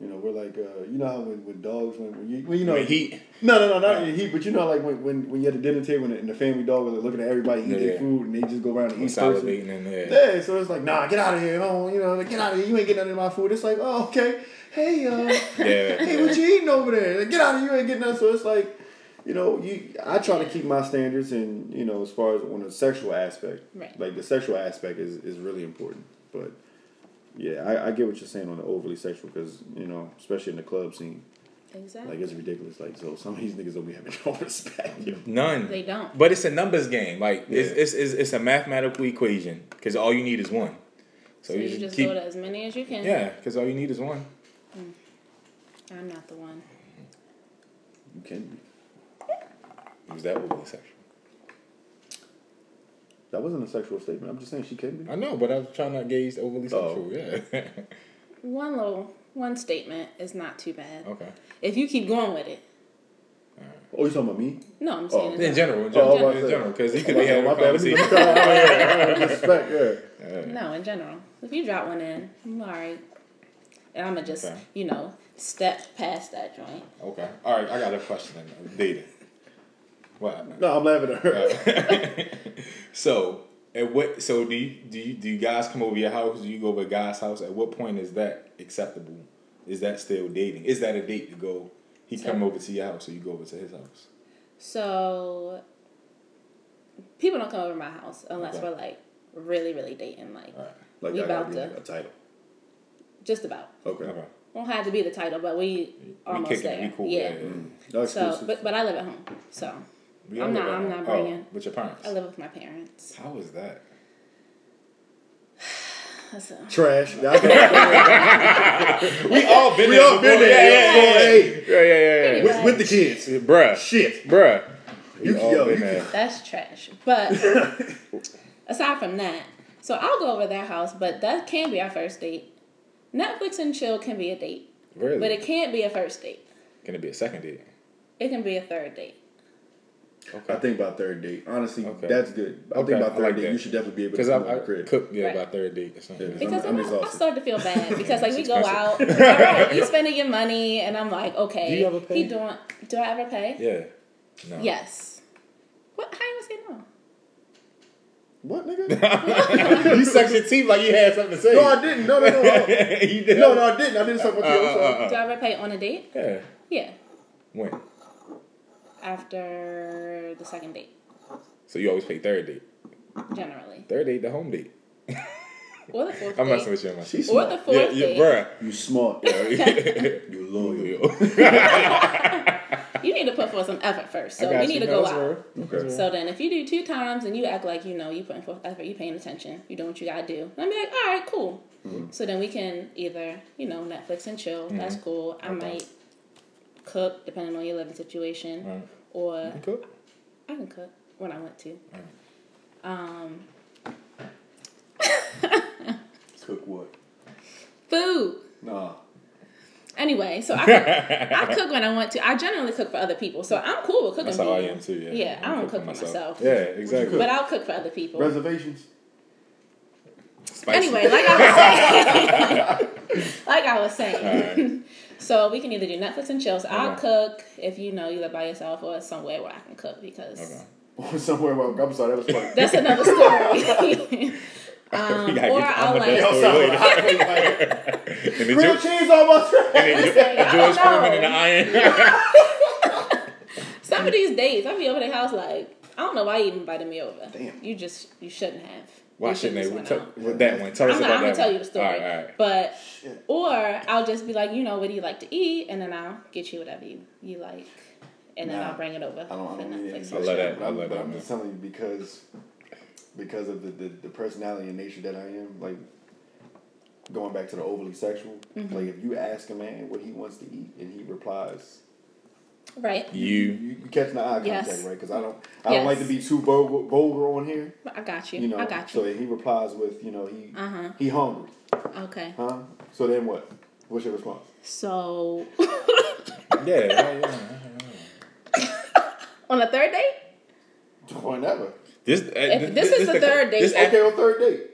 Speaker 2: You know, we're like, uh, you know how when, when dogs, when, when, you, when you know,
Speaker 3: When heat.
Speaker 2: No, no, no, not in heat, but you know, like when, when, when you're at the dinner table and the, and the family dog was like looking at everybody eat
Speaker 3: Yeah.
Speaker 2: their food and they just go around and eat first.
Speaker 3: Consolidating in there.
Speaker 2: Yeah, so it's like, nah, get out of here. Oh, you know, like, get out of here. You ain't getting none of my food. It's like, oh, okay. Hey, uh,
Speaker 3: Yeah.
Speaker 2: hey, what you eating over there? Like, get out of here. You ain't getting none. So it's like, you know, you. I try to keep my standards, and you know, as far as on the sexual aspect,
Speaker 4: Right.
Speaker 2: like the sexual aspect is is really important. But yeah, I, I get what you're saying on the overly sexual because you know, especially in the club scene,
Speaker 4: Exactly.
Speaker 2: like it's ridiculous. Like, so some of these niggas don't be having no respect. yo.
Speaker 3: None.
Speaker 4: They don't.
Speaker 3: But it's a numbers game. Like
Speaker 2: Yeah.
Speaker 3: it's, it's it's it's a mathematical equation because all you need is one. So,
Speaker 4: so
Speaker 3: you,
Speaker 4: you
Speaker 3: just
Speaker 4: just
Speaker 3: keep.
Speaker 4: go to as many as you can.
Speaker 3: Yeah, because all you need is one.
Speaker 4: I'm not the one.
Speaker 2: You can.
Speaker 3: It was that overly sexual.
Speaker 2: That wasn't a sexual statement. I'm just saying she can be.
Speaker 3: I know, but I was trying not to gauge overly
Speaker 2: Oh.
Speaker 3: sexual. Yeah.
Speaker 4: One little, one statement is not too bad.
Speaker 3: okay.
Speaker 4: If you keep going with it.
Speaker 2: Oh, you talking about me?
Speaker 4: No, I'm
Speaker 2: Oh.
Speaker 4: saying
Speaker 3: In
Speaker 4: it's
Speaker 3: general, in
Speaker 2: Oh, I
Speaker 3: general,
Speaker 2: was about to
Speaker 3: in
Speaker 2: say.
Speaker 3: general, because you could
Speaker 2: My
Speaker 3: be
Speaker 2: bad,
Speaker 3: having
Speaker 2: my
Speaker 3: a
Speaker 2: bad. Let me-
Speaker 3: conversation.
Speaker 2: Respect, yeah.
Speaker 4: No, in general. If you drop one in, I'm all right. And I'm going to just,
Speaker 3: Okay.
Speaker 4: you know, step past that joint.
Speaker 3: Okay. All right. I got a question. then. Data. What?
Speaker 2: No, I'm laughing at her.
Speaker 3: So at what? So do you, do you, do you guys come over your house? Do you go over a guy's house? At what point is that acceptable? Is that still dating? Is that a date to go? He come over to your house, or you go over to his house?
Speaker 4: So, people don't come over to my house unless
Speaker 3: Okay.
Speaker 4: we're like really, really dating. Like,
Speaker 3: All right.
Speaker 2: Like
Speaker 4: We
Speaker 2: I
Speaker 4: about
Speaker 2: gotta be
Speaker 4: to.
Speaker 2: like a title.
Speaker 4: just about.
Speaker 2: Okay.
Speaker 3: Okay.
Speaker 4: Won't have to be the title, but we almost
Speaker 3: we kicking
Speaker 4: there.
Speaker 3: it. We cool.
Speaker 4: yeah.
Speaker 3: Yeah. yeah.
Speaker 2: No
Speaker 4: So,
Speaker 2: excuses.
Speaker 4: but but I live at home. So
Speaker 3: We
Speaker 4: I'm
Speaker 3: all
Speaker 4: not-
Speaker 3: live at
Speaker 4: I'm
Speaker 3: home.
Speaker 4: not
Speaker 3: Oh,
Speaker 4: bringing-
Speaker 3: with your parents.
Speaker 4: I live with my parents.
Speaker 3: How is that?
Speaker 4: So,
Speaker 2: Trash. Y'all can't-
Speaker 3: We all been
Speaker 2: we
Speaker 3: there.
Speaker 2: all been
Speaker 3: before.
Speaker 2: there.
Speaker 3: Yeah, yeah, yeah. yeah, yeah, yeah.
Speaker 2: With, with the kids.
Speaker 3: Bruh,
Speaker 2: Shit.
Speaker 3: bruh.
Speaker 2: You,
Speaker 3: All
Speaker 2: yo,
Speaker 3: been
Speaker 2: you,
Speaker 3: there.
Speaker 4: that's trash. But aside from that, so I'll go over their house, but that can be our first date. Netflix and chill can be a date,
Speaker 3: Really?
Speaker 4: but it can't be a first date.
Speaker 3: Can it be a second date?
Speaker 4: It can be a third date.
Speaker 2: I
Speaker 3: Okay.
Speaker 2: think about third date. Honestly,
Speaker 3: Okay.
Speaker 2: that's good. I
Speaker 3: Okay,
Speaker 2: think
Speaker 3: I
Speaker 2: about third
Speaker 3: like
Speaker 2: date.
Speaker 3: that.
Speaker 2: You should definitely be able to
Speaker 3: Because
Speaker 2: come
Speaker 3: I,
Speaker 2: over
Speaker 3: I
Speaker 2: the crib.
Speaker 3: cooked yeah,
Speaker 4: Right.
Speaker 3: about third date or something.
Speaker 2: Yeah.
Speaker 4: Because
Speaker 2: I'm
Speaker 4: I'm, i
Speaker 2: exhausted.
Speaker 4: start to feel bad because like we go
Speaker 3: expensive.
Speaker 4: out, all right, you spending your money, and I'm like, okay,
Speaker 3: Do you ever pay?
Speaker 4: he doing? Do I ever pay?
Speaker 3: Yeah. No.
Speaker 4: Yes. What? How you gonna say no?
Speaker 2: What, nigga?
Speaker 3: you sucked your teeth like you had something to say.
Speaker 2: no, I didn't. No, no, no. no.
Speaker 3: you did.
Speaker 2: No, no, I didn't. I didn't talk about you. I'm
Speaker 3: Uh,
Speaker 2: sorry.
Speaker 3: uh, uh.
Speaker 4: Do I ever pay on a date?
Speaker 3: Yeah.
Speaker 4: Yeah,
Speaker 3: When?
Speaker 4: after the second date,
Speaker 3: So you always pay third date.
Speaker 4: generally,
Speaker 3: Third date, the home date.
Speaker 4: or the fourth
Speaker 3: I'm
Speaker 4: date,
Speaker 3: messing with you. I'm messing
Speaker 2: She's
Speaker 3: with
Speaker 4: or the
Speaker 2: smart.
Speaker 3: you. Yeah,
Speaker 4: fourth
Speaker 3: yeah,
Speaker 4: date.
Speaker 3: bruh.
Speaker 2: You smart. yo. You loyal.
Speaker 3: Okay.
Speaker 4: You need to put forth some effort first. So
Speaker 3: I got
Speaker 4: we need
Speaker 3: you.
Speaker 4: to
Speaker 3: No,
Speaker 4: go
Speaker 3: that's
Speaker 4: out.
Speaker 3: real.
Speaker 2: Okay.
Speaker 4: So then, if you do two times and you act like you know you putting forth effort, you paying attention, you doing what you gotta do, I'm be like, all right, cool.
Speaker 3: Mm-hmm.
Speaker 4: So then we can either you know Netflix and chill. That's cool. I might cook depending on your living situation,
Speaker 3: Right. Mm-hmm.
Speaker 4: or
Speaker 3: Cool.
Speaker 4: I can cook when I want to.
Speaker 2: Cook what?
Speaker 4: Food.
Speaker 2: Nah.
Speaker 4: Anyway, so I cook, I cook when I want to. I generally cook for other people, so I'm cool with cooking.
Speaker 3: That's
Speaker 4: for
Speaker 3: how I
Speaker 4: you.
Speaker 3: am too. Yeah.
Speaker 4: Yeah, I
Speaker 3: I'm
Speaker 4: don't cook
Speaker 3: cooking
Speaker 4: for myself.
Speaker 3: Yeah, exactly.
Speaker 4: But I'll cook for other people.
Speaker 2: Reservations?
Speaker 3: Spicy.
Speaker 4: Anyway, um, like I was saying, like I was saying, so we can either do Netflix and chill. So I'll
Speaker 3: Okay.
Speaker 4: cook if you know you live by yourself or somewhere where I can cook because
Speaker 3: Okay.
Speaker 2: Somewhere. where- I'm sorry. That was funny.
Speaker 4: that's another story.
Speaker 3: We
Speaker 4: um,
Speaker 3: gotta
Speaker 4: or
Speaker 3: get- I'm
Speaker 4: I'll
Speaker 3: the
Speaker 4: like.
Speaker 3: best.
Speaker 2: Yo, sorry. Like,
Speaker 3: And the
Speaker 2: Grilled
Speaker 3: Ju-
Speaker 2: cheese on my
Speaker 3: and the Ju-
Speaker 4: I don't
Speaker 3: George Foreman
Speaker 4: know.
Speaker 3: and the iron.
Speaker 4: Some of these days, I'll be over the house like, I don't know why you even invited me over.
Speaker 2: Damn.
Speaker 4: You just, you shouldn't have.
Speaker 3: Why
Speaker 4: We should
Speaker 3: shouldn't they? Well,
Speaker 4: just went
Speaker 3: tell-
Speaker 4: out.
Speaker 3: well, that one. Tell us
Speaker 4: I'm
Speaker 3: about
Speaker 4: not, I'm
Speaker 3: that
Speaker 4: gonna tell
Speaker 3: one.
Speaker 4: you the story.
Speaker 3: All right, all right.
Speaker 4: But or I'll just be like, you know, what do you like to eat, and then I'll get you whatever you, you like, and then
Speaker 2: Nah,
Speaker 4: I'll bring it over
Speaker 2: I don't. I
Speaker 4: for
Speaker 2: don't mean
Speaker 4: Netflix.
Speaker 2: it.
Speaker 3: I love that.
Speaker 2: But I'm,
Speaker 3: I love
Speaker 2: but
Speaker 3: that,
Speaker 2: I'm
Speaker 3: man.
Speaker 2: just telling you because because of the, the, the personality and nature that I am. Like going back to the overly sexual.
Speaker 4: Mm-hmm.
Speaker 2: Like if you ask a man what he wants to eat and he replies.
Speaker 4: Right.
Speaker 3: You.
Speaker 2: You, you catch the eye contact,
Speaker 4: Yes.
Speaker 2: right? Because I don't, I don't like to be
Speaker 4: Yes.
Speaker 2: too vulgar, vulgar on here.
Speaker 4: I got you.
Speaker 2: You know,
Speaker 4: I got
Speaker 2: so
Speaker 4: you.
Speaker 2: he replies with, you know, he
Speaker 4: Uh-huh.
Speaker 2: he hungry,
Speaker 4: okay.
Speaker 2: huh? So then what? What's your response?
Speaker 4: So
Speaker 3: Yeah. yeah, yeah.
Speaker 4: on the third date,
Speaker 2: Or never.
Speaker 3: This,
Speaker 4: If this is the third date-
Speaker 3: This,
Speaker 2: Okay, on third date.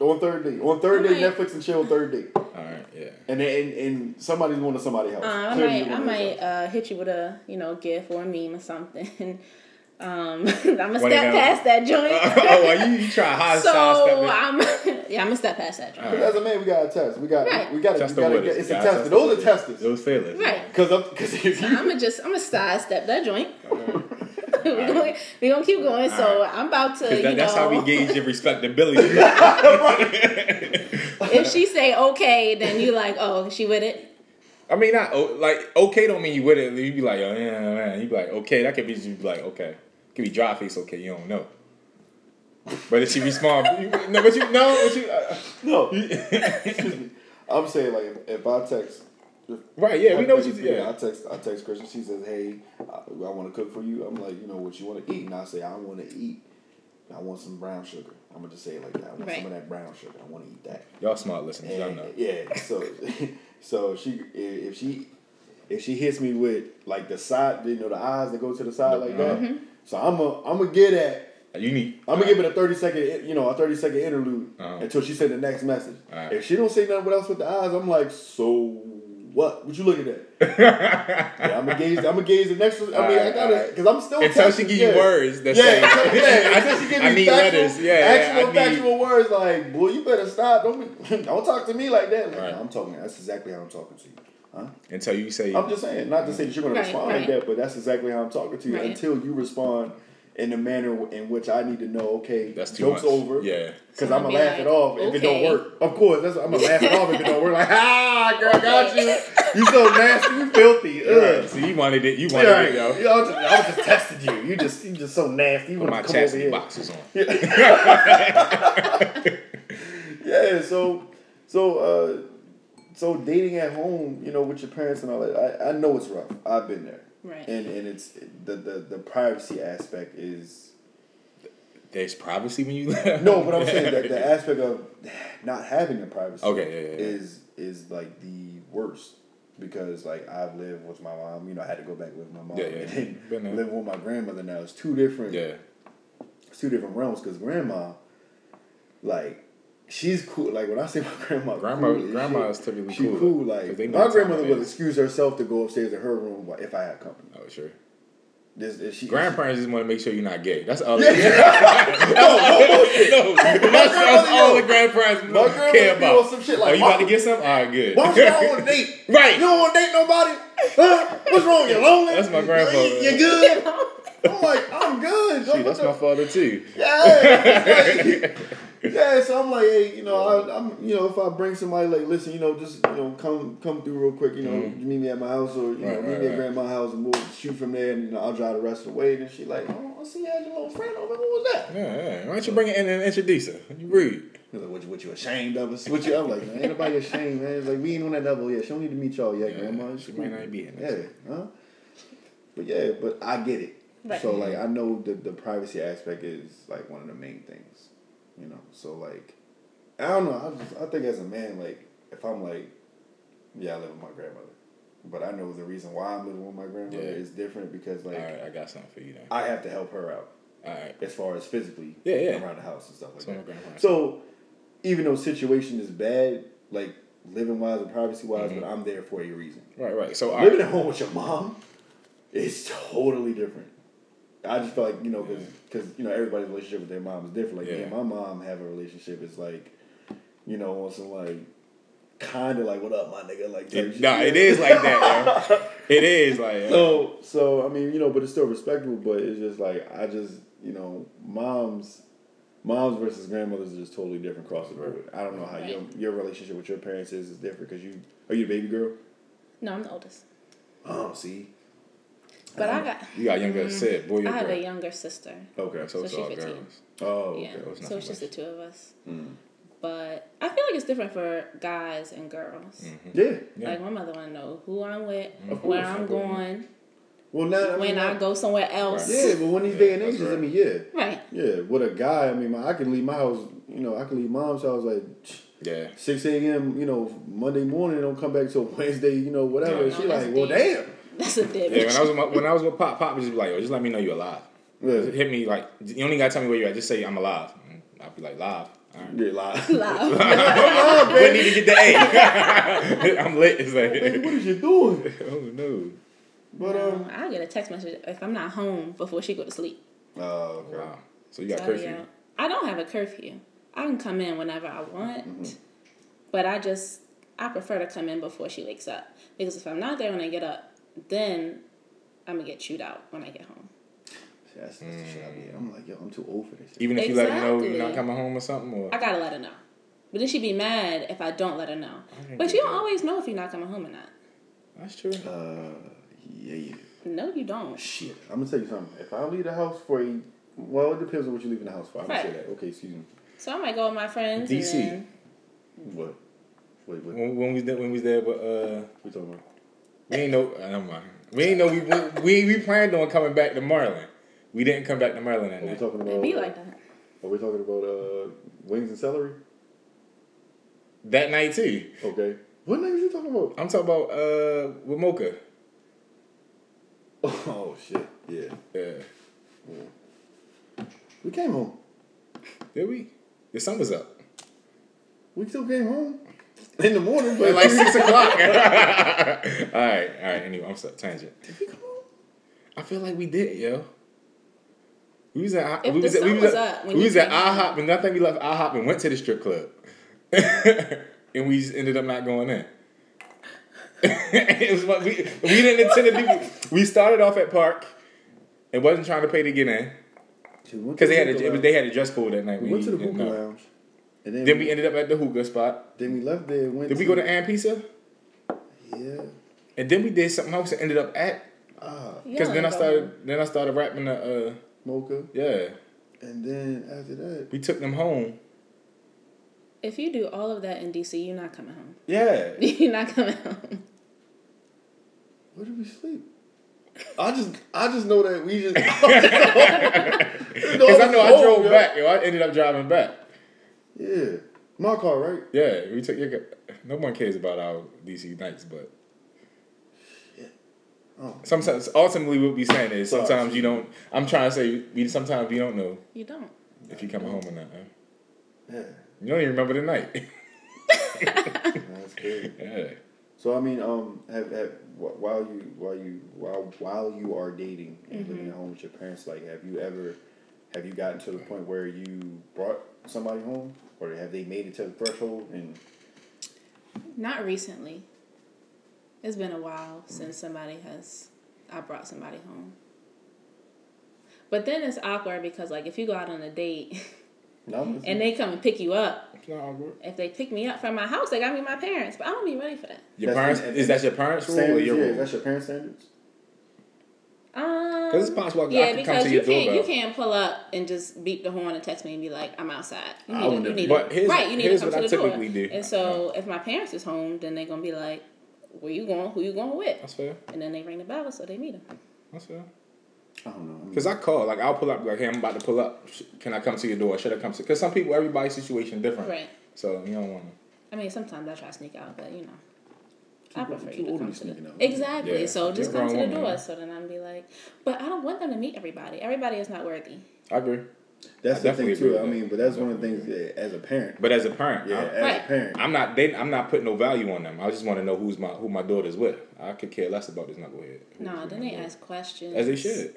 Speaker 2: On third date. On third date,
Speaker 4: Alright.
Speaker 2: Netflix and chill. Third date,
Speaker 3: all right. Yeah.
Speaker 2: and then and, and somebody's going to somebody's house.
Speaker 4: uh, I
Speaker 2: Clearly
Speaker 4: might
Speaker 2: you're
Speaker 4: I
Speaker 2: going to his
Speaker 4: might
Speaker 2: house.
Speaker 4: uh, hit you with a you know gift or a meme or something. Um, I'm gonna
Speaker 3: One of
Speaker 4: step
Speaker 3: them.
Speaker 4: past that joint.
Speaker 3: oh, well, you, you try high
Speaker 4: so
Speaker 3: side stuff. man.
Speaker 4: I'm yeah, I'm gonna step past that joint.
Speaker 2: But as a man, we got to test. We got.
Speaker 4: Right.
Speaker 2: We got to.
Speaker 3: Test the
Speaker 2: It's,
Speaker 3: waters,
Speaker 2: it's a
Speaker 3: guys.
Speaker 2: tester.
Speaker 3: Test the
Speaker 2: Those are
Speaker 3: waters.
Speaker 2: testers.
Speaker 3: Those failures.
Speaker 4: Right.
Speaker 2: Because I'm. Because if you.
Speaker 4: I'm gonna just I'm gonna sidestep that joint. we're,
Speaker 3: Alright.
Speaker 4: gonna, we gonna keep going. So
Speaker 3: Alright.
Speaker 4: I'm about to.
Speaker 3: Because
Speaker 4: you
Speaker 3: that, that's how we
Speaker 4: know,
Speaker 3: gauge your respectability.
Speaker 4: If she say okay, then you like, oh, she with it.
Speaker 3: I mean, not oh, like okay don't mean you with it. You be like, oh yeah, man. You be like, okay, that could be you be like, okay, could be dry face. Okay, you don't know. But if she respond, you, no, but you no, but you uh,
Speaker 2: No. Excuse me. I'm saying like if, if I text.
Speaker 3: right? Yeah, we know what you
Speaker 2: I
Speaker 3: yeah.
Speaker 2: text. I text Christian. She says, "Hey, I, I want to cook for you." I'm like, you know what you want to eat, and I say, I want to eat. I want some brown sugar. I'm gonna just say it like that. I want
Speaker 4: Right.
Speaker 2: some of that brown sugar. I want to eat that.
Speaker 3: Y'all smart listeners, y'all
Speaker 2: And,
Speaker 3: know.
Speaker 2: yeah. So, so she i- if she if she hits me with like the side, you know, the eyes that go to the side like that. So I'm a I'm gonna get at.
Speaker 3: Uh, You need.
Speaker 2: I'm gonna give it a thirty second, i- you know, a thirty second interlude
Speaker 3: Uh-huh.
Speaker 2: until she said the next message.
Speaker 3: Alright.
Speaker 2: If she don't say nothing else with the eyes, I'm like, so what? What you looking at? yeah, I'm gonna gaze. I'm gonna gaze the next. one. I mean, I
Speaker 3: Alright,
Speaker 2: gotta
Speaker 3: alright.
Speaker 2: because I'm still
Speaker 3: uh, Until she
Speaker 2: texting,
Speaker 3: give
Speaker 2: yeah.
Speaker 3: you words that
Speaker 2: Yeah,
Speaker 3: say,
Speaker 2: until- yeah. Until she give
Speaker 3: I
Speaker 2: me
Speaker 3: need
Speaker 2: factual,
Speaker 3: letters. Yeah, yeah, I
Speaker 2: actual
Speaker 3: need-
Speaker 2: factual words like, boy, you better stop. Don't be, don't talk to me like that. Like,
Speaker 3: Right.
Speaker 2: no, I'm talking. That's exactly how I'm talking to you. Huh?
Speaker 3: until you say,
Speaker 2: I'm just saying, not to say that you're going
Speaker 4: Right,
Speaker 2: to respond
Speaker 4: right.
Speaker 2: like that, but that's exactly how I'm talking to you
Speaker 4: Right.
Speaker 2: until you respond in the manner in which I need to know. Okay,
Speaker 3: that's too
Speaker 2: joke's
Speaker 3: much.
Speaker 2: over.
Speaker 3: Yeah.
Speaker 2: Because
Speaker 4: So
Speaker 2: I'm
Speaker 4: I'll
Speaker 2: gonna
Speaker 4: be
Speaker 2: laugh
Speaker 4: like,
Speaker 2: it off if it don't
Speaker 4: okay.
Speaker 2: work. Of course, that's I'm gonna laugh it off if it don't work. Like, ah, girl, I got you. You so nasty, you filthy.
Speaker 3: Alright,
Speaker 2: Ugh.
Speaker 3: so you wanted it. You
Speaker 2: All
Speaker 3: wanted
Speaker 2: right,
Speaker 3: it,
Speaker 2: yo.
Speaker 3: yo.
Speaker 2: I was, just, I was just testing you. You just, you just so nasty. You
Speaker 3: Put
Speaker 2: want
Speaker 3: my
Speaker 2: to come over
Speaker 3: chastity
Speaker 2: here?
Speaker 3: boxes on.
Speaker 2: Yeah. So, so, uh, so dating at home, you know, with your parents and all that. I, I know it's rough. I've been there.
Speaker 4: Right.
Speaker 2: And and it's the the, the privacy aspect is
Speaker 3: There's privacy when you live.
Speaker 2: no, but I'm saying that the aspect of not having a privacy
Speaker 3: Okay, yeah, yeah, yeah.
Speaker 2: is is like the worst because like I've lived with my mom, you know, I had to go back with my mom
Speaker 3: Yeah, yeah.
Speaker 2: and then
Speaker 3: Been there.
Speaker 2: living with my grandmother now. It's two different
Speaker 3: Yeah.
Speaker 2: it's two different realms because grandma, like, she's cool. Like when I say my grandma,
Speaker 3: Grandma-
Speaker 2: cool as
Speaker 3: grandma
Speaker 2: shit,
Speaker 3: is typically
Speaker 2: she
Speaker 3: cooler,
Speaker 2: cool.
Speaker 3: 'cause
Speaker 2: Like
Speaker 3: they know
Speaker 2: my
Speaker 3: what time
Speaker 2: grandmother
Speaker 3: it
Speaker 2: would
Speaker 3: is.
Speaker 2: excuse herself to go upstairs in her room like, if I had company.
Speaker 3: Oh sure.
Speaker 2: This, this she,
Speaker 3: Grandparents just want to make sure you're not gay. That's all.
Speaker 2: Yeah,
Speaker 3: they-
Speaker 2: no,
Speaker 3: no, that's, that's
Speaker 2: grandmother,
Speaker 3: all
Speaker 2: yo.
Speaker 3: the grandparents
Speaker 2: My grandmother
Speaker 3: care
Speaker 2: be
Speaker 3: about.
Speaker 2: on some shit
Speaker 3: oh,
Speaker 2: like,
Speaker 3: you about to
Speaker 2: why-
Speaker 3: get some? All right, good.
Speaker 2: Why don't you go on a date?
Speaker 3: Right.
Speaker 2: You don't want to date nobody? Huh? What's wrong? You lonely?
Speaker 3: That's my grandfather.
Speaker 2: You, you good? I'm like, I'm good.
Speaker 3: Shoot, that's my father too.
Speaker 2: Yeah, like, yeah. So I'm like, hey, you know, I, I'm, you know, if I bring somebody, like, listen, you know, just, you know, come, come through real quick, you know, you meet me at my house or you know,
Speaker 3: Mm-hmm. Right,
Speaker 2: meet
Speaker 3: right,
Speaker 2: me
Speaker 3: right.
Speaker 2: at grandma's house and we'll shoot from there, and you know, I'll drive the rest of the way. And then she like, oh, I see you had your little friend over. What was that?
Speaker 3: Yeah, yeah. Why don't you bring it in and introduce her? You rude.
Speaker 2: He's like, what, you- what you ashamed of us? What you? I'm like, man, ain't nobody ashamed, man. It's like we ain't on that level yet. She don't need to meet y'all yet, grandma. It's
Speaker 3: she
Speaker 2: cool.
Speaker 3: might not be in
Speaker 2: Yeah,
Speaker 3: it.
Speaker 2: huh? But yeah, but I get it.
Speaker 4: Right.
Speaker 2: So like I know the the privacy aspect is like one of the main things, you know. So like I don't know. I just I think as a man, like if I'm like, yeah, I live with my grandmother, but I know the reason why I'm living with my grandmother
Speaker 3: Yeah.
Speaker 2: is different because like
Speaker 3: All right, I got something for you then.
Speaker 2: I have to help her out
Speaker 3: All right.
Speaker 2: as far as physically
Speaker 3: Yeah, yeah.
Speaker 2: around the house and stuff like
Speaker 3: That's what my
Speaker 2: that.
Speaker 3: grandparents.
Speaker 2: So even though situation is bad, like living wise and privacy wise,
Speaker 3: Mm-hmm.
Speaker 2: but I'm there for a reason.
Speaker 3: Right, right. So all
Speaker 2: Living
Speaker 3: right.
Speaker 2: at home with your mom is totally different. I just feel like you know because you know everybody's relationship with their mom is different. Like me
Speaker 3: Yeah.
Speaker 2: and my mom have a relationship. It's like you know on some like kind of like what up my nigga like type
Speaker 3: It,
Speaker 2: shit.
Speaker 3: nah, it is like that, yo. It is like. yo.
Speaker 2: So so I mean you know but it's still respectable. But it's just like I just you know moms moms versus grandmothers is totally different across the board. I don't know how your
Speaker 4: Right.
Speaker 2: your relationship with your parents is is different because you are you a baby girl.
Speaker 4: No, I'm the oldest.
Speaker 2: Oh, see,
Speaker 4: But I got
Speaker 3: You got younger than Sid, boy.
Speaker 4: Mm.
Speaker 3: Uh-huh.
Speaker 4: I
Speaker 3: You're
Speaker 4: have a
Speaker 3: great.
Speaker 4: younger sister.
Speaker 2: okay,
Speaker 3: So
Speaker 2: so
Speaker 3: it's
Speaker 4: so she's
Speaker 3: all
Speaker 4: 15.
Speaker 3: girls.
Speaker 2: oh, okay.
Speaker 4: Yeah.
Speaker 3: okay, it's
Speaker 4: so
Speaker 3: nothing
Speaker 4: it's just the
Speaker 3: much. Hmm.
Speaker 4: two of us. But I feel like it's different for guys and girls.
Speaker 3: Hmm.
Speaker 2: yeah.
Speaker 3: Yeah.
Speaker 4: Like my mother wanna know who I'm with,
Speaker 3: Hmm.
Speaker 2: Of
Speaker 4: where
Speaker 2: course,
Speaker 4: I'm
Speaker 2: of course.
Speaker 4: going,
Speaker 2: Well, now
Speaker 4: when I go somewhere else.
Speaker 2: Yeah, but when these day and
Speaker 3: that's
Speaker 2: ages, I
Speaker 3: right.
Speaker 2: mean, yeah,
Speaker 4: Right.
Speaker 2: yeah. With a guy, I mean, my, I can leave my house. You know, I can leave mom's house like.
Speaker 3: Yeah.
Speaker 2: 6 a.m., you know, Monday morning, don't come back till Wednesday, you know, whatever.
Speaker 3: Yeah.
Speaker 2: She
Speaker 4: No, that's
Speaker 2: like, well,
Speaker 4: deep.
Speaker 2: damn.
Speaker 4: That's a dead
Speaker 3: Yeah,
Speaker 4: bitch.
Speaker 3: when I was with my, when I was with Pop, Pop would just be like, "Yo, just let me know you're alive."
Speaker 2: Yeah.
Speaker 3: Just hit me like, you only gotta tell me where you're at. Just say I'm alive. And I'd be like, "Live." All right.
Speaker 2: You're live.
Speaker 4: Live.
Speaker 3: We need to get the A. I'm lit. It's like,
Speaker 2: what is you doing?
Speaker 3: oh no.
Speaker 2: But
Speaker 4: Um,
Speaker 2: um,
Speaker 4: I get a text message if I'm not home before she go to sleep.
Speaker 2: oh, okay.
Speaker 3: Wow. So you got
Speaker 4: I'll be
Speaker 3: curfew.
Speaker 4: out. I don't have a curfew. I can come in whenever I want,
Speaker 3: Mm-hmm.
Speaker 4: but I just I prefer to come in before she wakes up because if I'm not there when I get up, then I'm gonna get chewed out when I get home.
Speaker 2: That's, that's the shit I be. I'm like, yo, I'm too old for this.
Speaker 3: Even if you let her know you're
Speaker 4: Exactly.
Speaker 3: not coming home or something, or
Speaker 4: I gotta let her know, but then she'd be mad if I don't let her know.
Speaker 3: didn't
Speaker 4: But
Speaker 3: get
Speaker 4: you don't
Speaker 3: that.
Speaker 4: always know if you're not coming home or not.
Speaker 3: that's true.
Speaker 2: Uh, yeah, yeah.
Speaker 4: No, you don't.
Speaker 2: Shit. I'm gonna tell you something. If I leave the house for a, well, it depends on what you leave in the house for. I'm gonna say
Speaker 4: Right.
Speaker 2: that. Okay, excuse me.
Speaker 4: So I might go with my friends.
Speaker 3: DC.
Speaker 4: And then,
Speaker 2: What? Wait, what?
Speaker 3: When, when we was there, when we was there, but uh,
Speaker 2: We talking about?
Speaker 3: we ain't know. Uh, never mind. We ain't know we, we we planned on coming back to Maryland. We didn't come back to Maryland
Speaker 4: Oh,
Speaker 3: that
Speaker 2: Are we
Speaker 3: night.
Speaker 2: talking about? uh,
Speaker 4: it be like that.
Speaker 2: Are we talking about uh wings and celery?
Speaker 3: That night too.
Speaker 2: Okay. What name are you talking about?
Speaker 3: I'm talking about uh with Mocha.
Speaker 2: Oh shit. Yeah.
Speaker 3: Yeah.
Speaker 2: We came home.
Speaker 3: Did we? The sun was up.
Speaker 2: We still came home in the morning, but
Speaker 3: At like six o'clock. all right, all right. Anyway, I'm sorry. Tangent.
Speaker 2: Did we come home?
Speaker 3: I feel like we did, yo. We was at
Speaker 4: If
Speaker 3: we
Speaker 4: the
Speaker 3: was at, we
Speaker 4: sun
Speaker 3: was,
Speaker 4: was
Speaker 3: at,
Speaker 4: up when
Speaker 3: we
Speaker 4: you
Speaker 3: was at
Speaker 4: came home.
Speaker 3: IHOP, and I think we left IHOP and went to the strip club, and we just ended up not going in. it was what we we didn't intend to do. We started off at Park, and wasn't trying to pay to get in because they had a, it was, they had a dress code that night.
Speaker 2: We went to the
Speaker 3: didn't
Speaker 2: hookah
Speaker 3: know.
Speaker 2: lounge, and then,
Speaker 3: Then we ended up at the hookah spot.
Speaker 2: then we left there. Went
Speaker 3: Did we
Speaker 2: to-
Speaker 3: go to Ann Pizza?
Speaker 2: Yeah.
Speaker 3: And then we did something else and ended up at
Speaker 2: Ah,
Speaker 4: You
Speaker 3: because
Speaker 4: don't
Speaker 3: then I
Speaker 4: go
Speaker 3: started
Speaker 4: home.
Speaker 3: then I started rapping the uh,
Speaker 2: mocha,
Speaker 3: yeah.
Speaker 2: and then after that,
Speaker 3: We took them home.
Speaker 4: If you do all of that in DC, you're not coming home.
Speaker 3: Yeah.
Speaker 4: You're not coming home.
Speaker 2: where did we sleep? I just, I just know that we just.
Speaker 3: Because I know I drove
Speaker 2: Yeah.
Speaker 3: back, yo. I ended up driving back.
Speaker 2: Yeah, my car, right?
Speaker 3: Yeah, we took your. No one cares about our DC nights, but
Speaker 2: Oh.
Speaker 3: sometimes ultimately what we saying is
Speaker 2: Sorry.
Speaker 3: sometimes you don't. I'm trying to say we sometimes you don't know
Speaker 4: You don't.
Speaker 3: if you come home or not. huh?
Speaker 2: Yeah,
Speaker 3: You don't even remember the night.
Speaker 2: that's good.
Speaker 3: yeah.
Speaker 2: So I mean, um, have, have wh- while you while you while while you are dating and living
Speaker 4: Mm-hmm.
Speaker 2: at home with your parents, like, have you ever have you gotten to the point where you brought somebody home, or have they made it to the threshold? And
Speaker 4: Not recently. It's been a while since somebody has I brought somebody home. But then it's awkward because like if you go out on a date
Speaker 2: no, it's-
Speaker 4: Mm-hmm. and they come and pick you up,
Speaker 3: It's not awkward.
Speaker 4: if they pick me up from my house, they got me my parents, but I don't be ready for that.
Speaker 3: Your
Speaker 2: That's-
Speaker 3: parents? Is that your parents' rule or
Speaker 2: standards,
Speaker 3: your
Speaker 2: yeah,
Speaker 3: rule?
Speaker 2: that's your parents' standards.
Speaker 4: Um,
Speaker 3: 'Cause it's possible I could- I
Speaker 4: yeah,
Speaker 3: could come
Speaker 4: because
Speaker 3: to
Speaker 4: you
Speaker 3: your
Speaker 4: can't you
Speaker 3: doorbell.
Speaker 4: can't pull up and just beep the horn and text me and be like I'm outside. You
Speaker 2: I
Speaker 4: need, to-
Speaker 2: wouldn't
Speaker 4: you
Speaker 2: have-
Speaker 4: need
Speaker 3: but
Speaker 4: to,
Speaker 3: here's-
Speaker 4: right, you need
Speaker 3: here's
Speaker 4: to come
Speaker 3: what
Speaker 4: to
Speaker 3: I
Speaker 4: the door.
Speaker 3: typically do.
Speaker 4: And so if my parents is home, then they're gonna be like, "Where you going? Who you going with?"
Speaker 3: That's fair.
Speaker 4: And then they ring the bell, so they meet him.
Speaker 3: That's fair.
Speaker 2: I don't know. I mean,
Speaker 3: Because I call, like I'll pull up, like hey, I'm about to pull up. Sh- Can I come to your door? Should I come to? Because some people, everybody's situation different.
Speaker 4: Right.
Speaker 3: So you don't want to.
Speaker 4: I mean, sometimes I try to sneak out, but you know, I
Speaker 2: Too-
Speaker 4: prefer
Speaker 2: too
Speaker 4: you
Speaker 2: old
Speaker 4: to
Speaker 2: to
Speaker 4: come
Speaker 2: be
Speaker 4: to the
Speaker 2: sneaking out.
Speaker 4: exactly.
Speaker 3: Yeah.
Speaker 4: So just
Speaker 3: Yeah.
Speaker 4: come to the
Speaker 3: Grown woman,
Speaker 4: door.
Speaker 3: yeah.
Speaker 4: So then I'll be like, but I don't want them to meet everybody. Everybody is not worthy.
Speaker 3: I agree.
Speaker 2: that's
Speaker 3: I
Speaker 2: the thing
Speaker 3: definitely agree
Speaker 2: too.
Speaker 3: with
Speaker 2: I
Speaker 3: that.
Speaker 2: mean, but that's one of the things that, as a parent.
Speaker 3: But as a parent,
Speaker 2: Yeah,
Speaker 3: I,
Speaker 2: as
Speaker 4: Mm-hmm. Right.
Speaker 2: a parent.
Speaker 3: I'm not. They, I'm not putting no value on them. I just want to know who's my who my daughter's with. I could care less about this knucklehead. Who's
Speaker 4: No,
Speaker 3: with
Speaker 4: then
Speaker 3: my
Speaker 4: they
Speaker 3: daughter.
Speaker 4: ask questions.
Speaker 3: As they should.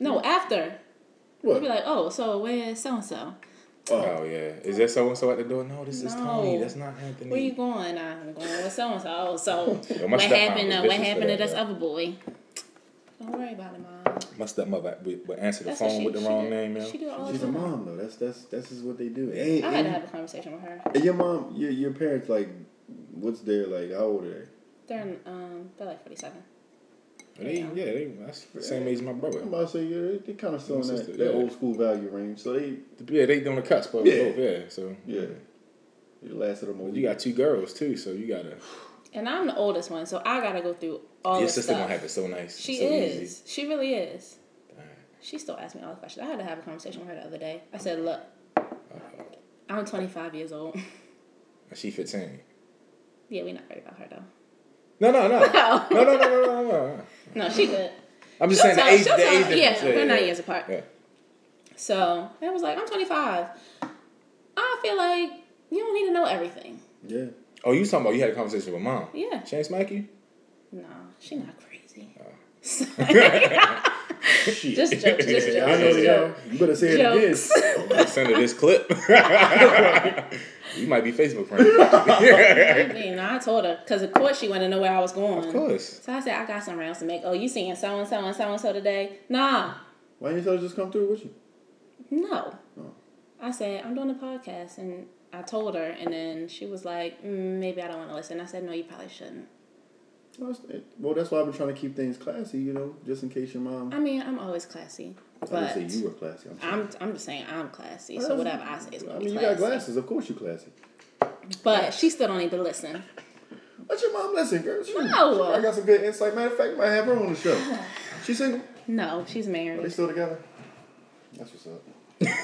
Speaker 4: No, after
Speaker 2: what?
Speaker 4: they'll be like, oh, so where's so and so?
Speaker 2: oh,
Speaker 3: Oh yeah. Is there so and so at the door? No, this is
Speaker 4: No.
Speaker 3: Tony. That's not Anthony.
Speaker 4: Where you going? I'm going with so and so. So
Speaker 3: Yo, my
Speaker 4: what
Speaker 3: stepmom
Speaker 4: happened?
Speaker 3: was
Speaker 4: To,
Speaker 3: vicious
Speaker 4: what
Speaker 3: for
Speaker 4: happened to
Speaker 3: that,
Speaker 4: this
Speaker 3: yo.
Speaker 4: other boy? Don't worry about it, mom.
Speaker 3: My stepmother would, would answer the
Speaker 4: That's what
Speaker 3: phone
Speaker 4: she,
Speaker 3: with the
Speaker 4: she
Speaker 3: wrong
Speaker 4: did.
Speaker 3: name. Yo.
Speaker 4: She do it all the
Speaker 2: She's a
Speaker 4: time.
Speaker 2: mom though. That's that's that's just what they do. And,
Speaker 4: I had to
Speaker 2: and-
Speaker 4: have a conversation with her.
Speaker 2: and your mom, your your parents, like, what's their like? How old are
Speaker 4: They're in, um, they're like forty-seven.
Speaker 3: They, yeah, they, that's the same age as my
Speaker 2: they?
Speaker 3: brother.
Speaker 2: I'm about to say yeah, they, they kind of still in
Speaker 3: My
Speaker 2: that,
Speaker 3: sister,
Speaker 2: that
Speaker 3: yeah.
Speaker 2: old school value range. So they
Speaker 3: Yeah, they doing the cuts, but
Speaker 2: Yeah.
Speaker 3: both, yeah. So
Speaker 2: yeah, it lasted them a
Speaker 3: you
Speaker 2: week.
Speaker 3: got two girls too, so you gotta.
Speaker 4: And I'm the oldest one, so I gotta go through all
Speaker 3: your
Speaker 4: this
Speaker 3: sister
Speaker 4: stuff.
Speaker 3: gonna have it so nice.
Speaker 4: She
Speaker 3: so
Speaker 4: is.
Speaker 3: Easy.
Speaker 4: She really is. She still asks me all the questions. I had to have a conversation with her the other day. I said, "Look, I'm 25 years old.
Speaker 3: And she 15.
Speaker 4: yeah, we're not worried about her though.
Speaker 3: No, no, no, no, no, no, no, no, no. no.
Speaker 4: No, she good.
Speaker 3: I'm just
Speaker 4: She'll
Speaker 3: saying the
Speaker 4: tell-
Speaker 3: age,
Speaker 4: she'll
Speaker 3: the
Speaker 4: tell-
Speaker 3: age difference.
Speaker 4: Yeah, we're nine years apart.
Speaker 3: Yeah.
Speaker 4: So I was like, I'm 25. I feel like you don't need to know everything.
Speaker 2: Yeah,
Speaker 3: Oh, you talking about you had a conversation with mom?
Speaker 4: Yeah.
Speaker 3: She ain't smack you?
Speaker 4: No, she not crazy.
Speaker 3: Shit.
Speaker 4: just jokes, just jokes.
Speaker 2: I know
Speaker 4: just
Speaker 2: they are.
Speaker 4: jokes.
Speaker 2: You better say it again.
Speaker 4: Jokes.
Speaker 3: Send her this clip. you might be Facebook friends.
Speaker 4: You know, I told her because of course she wanted to know where I was going.
Speaker 3: of course.
Speaker 4: So I said, I got some rounds to make. Oh, you seeing so and so and so and so today? Nah,
Speaker 2: Why didn't you just come through with you?
Speaker 4: no.
Speaker 2: Oh.
Speaker 4: I said, I'm doing a podcast. And I told her, and then she was like, mm, maybe I don't want to listen. I said, no, you probably shouldn't.
Speaker 2: Well, that's- it- Well, that's why I've been trying to keep things classy, you know, just in case your mom.
Speaker 4: I mean, I'm always classy,
Speaker 2: I
Speaker 4: but
Speaker 2: didn't say you were classy. I'm, sorry.
Speaker 4: I'm, I'm just saying I'm classy. So whatever I say is
Speaker 2: I
Speaker 4: going to
Speaker 2: mean,
Speaker 4: be
Speaker 2: you got
Speaker 4: classy.
Speaker 2: glasses. Of course, you classy.
Speaker 4: But she still don't need to listen.
Speaker 2: Let your mom listen, girl. She,
Speaker 4: No.
Speaker 2: she probably got some good insight. Matter of fact, might have her on the show. She's single.
Speaker 4: No, she's
Speaker 2: Are they
Speaker 4: married.
Speaker 2: still together? That's what's up.
Speaker 3: Trash.